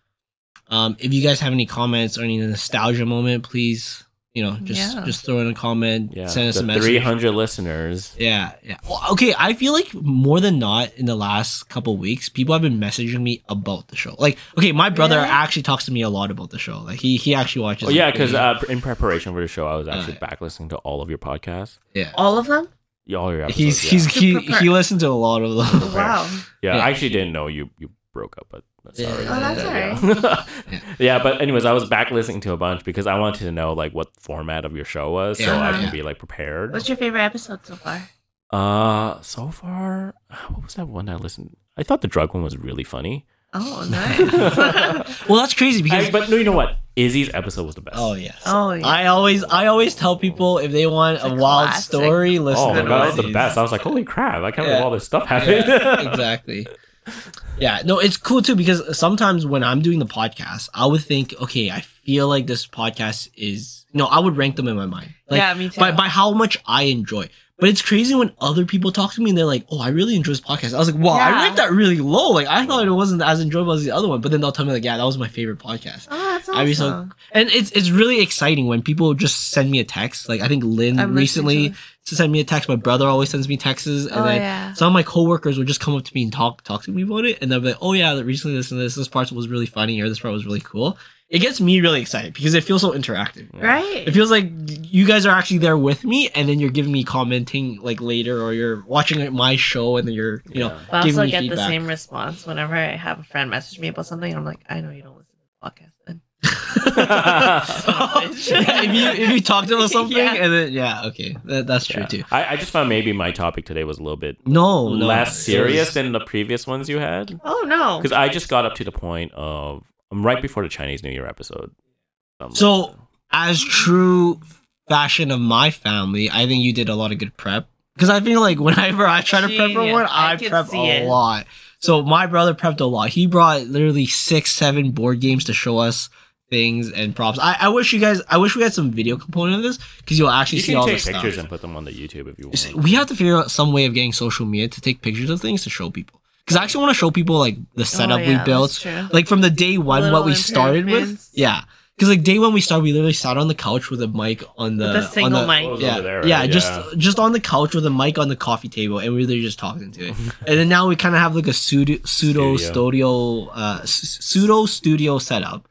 S1: Um if you guys have any comments or any nostalgia moment, please, you know, just
S5: Yeah.
S1: just throw in a comment,
S3: Yeah,
S1: send us
S3: the
S1: a message.
S3: 300 listeners.
S1: Yeah, yeah. Well, okay, I feel like more than not in the last couple weeks, people have been messaging me about the show. Like, okay, my brother
S5: Really?
S1: actually talks to me a lot about the show. Like, he he actually watches.
S3: Oh yeah, because
S1: yeah,
S3: uh, in preparation for the show, I was actually
S1: Alright.
S3: back listening to all of your podcasts,
S1: yeah.
S5: All of them?
S3: Yeah, all your Oh, episodes.
S1: he's
S3: yeah.
S1: he's
S5: To
S1: he,
S5: prepare.
S1: he listens to a lot of them.
S5: Wow.
S3: yeah,
S1: yeah.
S3: I actually didn't know you you broke up, but that's
S1: Yeah.
S3: all right.
S1: Oh, that's
S3: Yeah. yeah, but anyways, I was back listening to a bunch because I wanted to know like what format of your show was, so I
S1: Yeah.
S3: can be like prepared.
S2: What's your favorite episode so far?
S3: Uh, so far, what was that one I listened? I thought the drug one was really funny.
S5: Oh, nice.
S1: Well, that's crazy because
S3: I- but no, you know what? Izzy's episode was the best.
S1: oh yes,
S5: oh, yeah.
S1: I always I always tell people if they want
S2: It's
S1: a,
S2: a
S1: wild
S2: classic.
S1: story, listen
S3: Oh my
S1: to
S3: god, that was the
S1: Odyssey.
S3: best. I was like, holy crap! I can't believe
S1: Yeah.
S3: all this stuff happened.
S1: exactly. Yeah, no, it's cool too because sometimes when I'm doing the podcast, I would think, okay, I feel like this podcast is no, I would rank them in my mind, like
S2: yeah, me too.
S1: by by how much I enjoy. But it's crazy when other people talk to me and they're like, "Oh, I really enjoy this podcast." I was like, "Wow,
S2: Yeah.
S1: I ranked that really low. Like, I thought it wasn't as enjoyable as the other one." But then they'll tell me like, "Yeah, that was my favorite podcast."
S2: oh, that's awesome.
S1: I'd be so- And it's it's really exciting when people just send me a text. Like, I think Lynn
S2: I'm listening
S1: recently
S2: to it.
S1: sent me a text. My brother always sends me texts, and
S2: Oh,
S1: then
S2: yeah.
S1: some of my coworkers would just come up to me and talk talk to me about it, and they'll be like, "Oh yeah, that recently this and this this part was really funny, or this part was really cool." It gets me really excited because it feels so interactive.
S2: Right?
S1: It feels like you guys are actually there with me, and then you're giving me commenting like later, or you're watching my show, and then you're you know
S5: I
S1: give
S5: also
S1: me
S5: get the
S1: feedback.
S5: same response whenever I have a friend message me about something. I'm like, I know you don't listen to the podcast. Then.
S1: Yeah, if you if you talk to them something,
S5: Yeah.
S1: and then yeah, okay, that, that's true
S3: Yeah.
S1: too.
S3: I, I just found maybe my topic today was a little bit
S1: No, no,
S3: less
S1: it was-
S3: serious than the previous ones you had
S5: Oh, no.
S3: because I just got up to the point of I'm right before the Chinese New Year episode. Um, I'm like,
S1: So- as true fashion of my family, I think you did a lot of good prep. Because I feel like whenever I try to prep for
S5: Genius.
S1: one,
S5: I
S1: I,
S5: can
S1: prep
S5: see
S1: a
S5: it.
S1: lot. So my brother prepped a lot. He brought literally six, seven board games to show us things and props. I, I wish you guys, I wish we had some video component of this because you'll actually
S3: you
S1: see
S3: can
S1: all
S3: take
S1: this
S3: pictures
S1: stuff.
S3: and put them on the YouTube if you
S1: You see,
S3: want.
S1: We have to figure out some way of getting social media to take pictures of things to show people. Because I actually want to show people like the setup
S2: Oh, yeah,
S1: we built,
S2: that's true.
S1: like from the day one,
S2: Little
S1: what we started with.
S2: improvements.
S1: Yeah. Because like day one we started, we literally sat on the couch with a mic on the,
S2: the single
S1: on the,
S2: mic.
S3: was
S1: Yeah,
S3: over there, right?
S1: yeah, just
S3: Yeah.
S1: just on the couch with a mic on the coffee table, and we literally just talked into it. and then now we kind of have like a pseudo pseudo
S3: Studio.
S1: studio uh s- pseudo studio setup,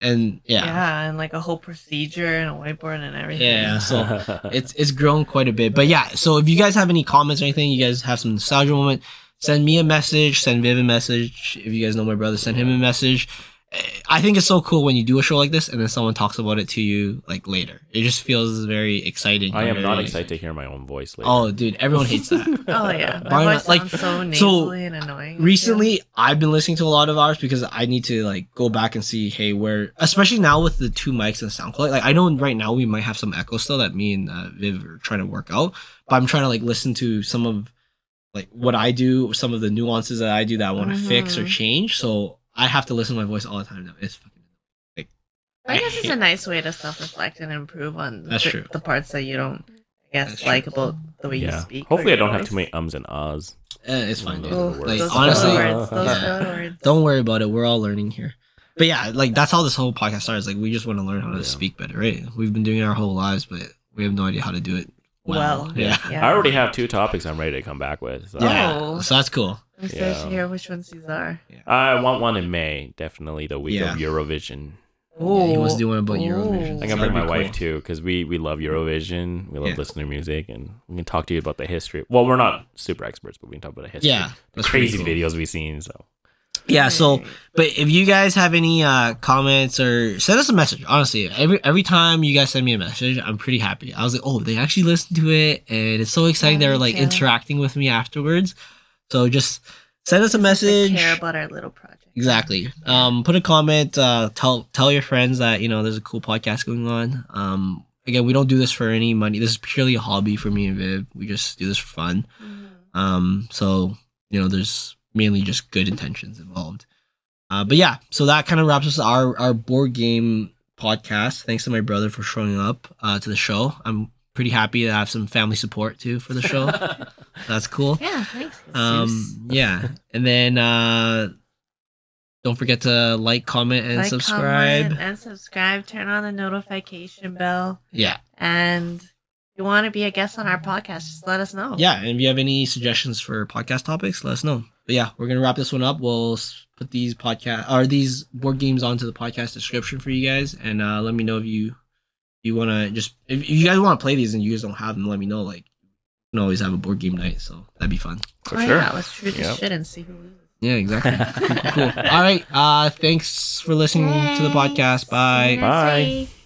S1: and
S2: Yeah.
S1: yeah,
S2: and like a whole procedure and a whiteboard and
S1: yeah,
S2: everything.
S1: so. It's it's grown quite a bit, but yeah. So if you guys have any comments or anything, you guys have some nostalgia moment. Send me a message. Send Viv a message. If you guys know my brother, send him a message. Eh, I think it's so cool when you do a show like this and then someone talks about it to you like later. It just feels very exciting.
S3: I am not
S1: Very-
S3: excited to hear my own voice later.
S1: Oh, dude, everyone hates that.
S2: Oh yeah,
S1: Why
S2: my
S1: not?
S2: voice
S1: Like,
S2: sounds so
S1: so,
S2: nasally and annoying.
S1: recently i've been listening to a lot of ours because i need to like go back and see hey where especially now with the two mics and sound quality like i know right now we might have some echo still that me and uh, viv are trying to work out but i'm trying to like listen to some of like what i do some of the nuances that i do that i want to fix or
S2: Mhm.
S1: change so i have to listen to my voice all the time now it's fucking
S2: I guess it's a nice way to self-reflect and improve on
S1: That's
S2: the,
S1: true.
S2: the parts that you don't, I
S1: That's
S2: guess,
S1: true.
S2: like about the way you
S3: yeah.
S2: speak. or
S3: Hopefully, I
S2: your
S3: don't have
S2: voice.
S3: too many ums and ahs.
S1: eh, it's fine dude.
S3: Those
S2: Oh,
S3: are the
S1: like
S3: worst.
S2: those
S1: honestly
S2: filler words, those
S1: yeah.
S2: filler words.
S1: don't worry about it we're all learning here but yeah like that's how this whole podcast started like we just want to learn how to
S3: Yeah.
S1: speak better right we've been doing it our whole lives but we have no idea how to do it well,
S2: Well,
S1: yeah
S2: Yeah.
S3: I already have two topics I'm ready to come back with. So.
S1: yeah
S2: Oh.
S1: so that's cool
S2: I'm excited
S3: Yeah.
S2: to hear which ones these are.
S3: I want one in May, definitely the week
S1: Yeah.
S3: of Eurovision.
S1: yeah, he wants to
S2: Ooh.
S1: do one about
S2: Ooh.
S1: eurovision
S2: I
S3: I'm
S2: think
S1: It's
S3: gonna bring
S1: gotta
S3: my
S1: be
S3: wife
S1: cool.
S3: too because we we love Eurovision. We love
S1: Yeah.
S3: listening to music, and we can talk to you about the history. Well, we're not super experts, but we can talk about the history.
S1: yeah
S3: the
S1: pretty
S3: crazy
S1: cool.
S3: videos we've seen. So
S1: yeah so
S2: Alright.
S1: but if you guys have any uh comments or send us a message honestly every every time you guys send me a message i'm pretty happy i was like oh they actually listened to it and it's so exciting
S2: Yeah,
S1: they're
S2: me
S1: like
S2: too.
S1: interacting with me afterwards so just send us a
S2: Since they
S1: message
S2: care about our little project.
S1: Exactly. Um, put a comment. Uh, tell tell your friends that you know there's a cool podcast going on. Um, again, we don't do this for any money. This is purely a hobby for me and Viv. We just do this for fun.
S2: Mm-hmm.
S1: Um, so you know, there's mainly just good intentions involved. Uh, but yeah, so that kind of wraps us our our board game podcast. Thanks to my brother for showing up uh, to the show. I'm pretty happy to have some family support too for the show. That's cool.
S2: Yeah, thanks. Jesus.
S1: Um, yeah, and then uh, don't forget to like, comment, and
S2: Like,
S1: subscribe.
S2: comment, and subscribe. Turn on the notification bell.
S1: Yeah,
S2: And if you want to be a guest on our podcast, just let us know.
S1: yeah. And if you have any suggestions for podcast topics, let us know. But yeah, we're gonna wrap this one up. We'll s- put these podcast or these board games onto the podcast description for you guys, and uh, let me know if you you wanna just if, if you guys want to play these and you guys don't have them, let me know. Like, you can always have a board game night, so that'd be fun.
S3: for
S2: Oh,
S3: sure.
S2: yeah, let's shoot the
S3: Yep.
S2: shit and see who loses.
S1: Yeah, exactly. cool. All right. Uh, thanks for listening to the podcast. Bye.
S3: Bye.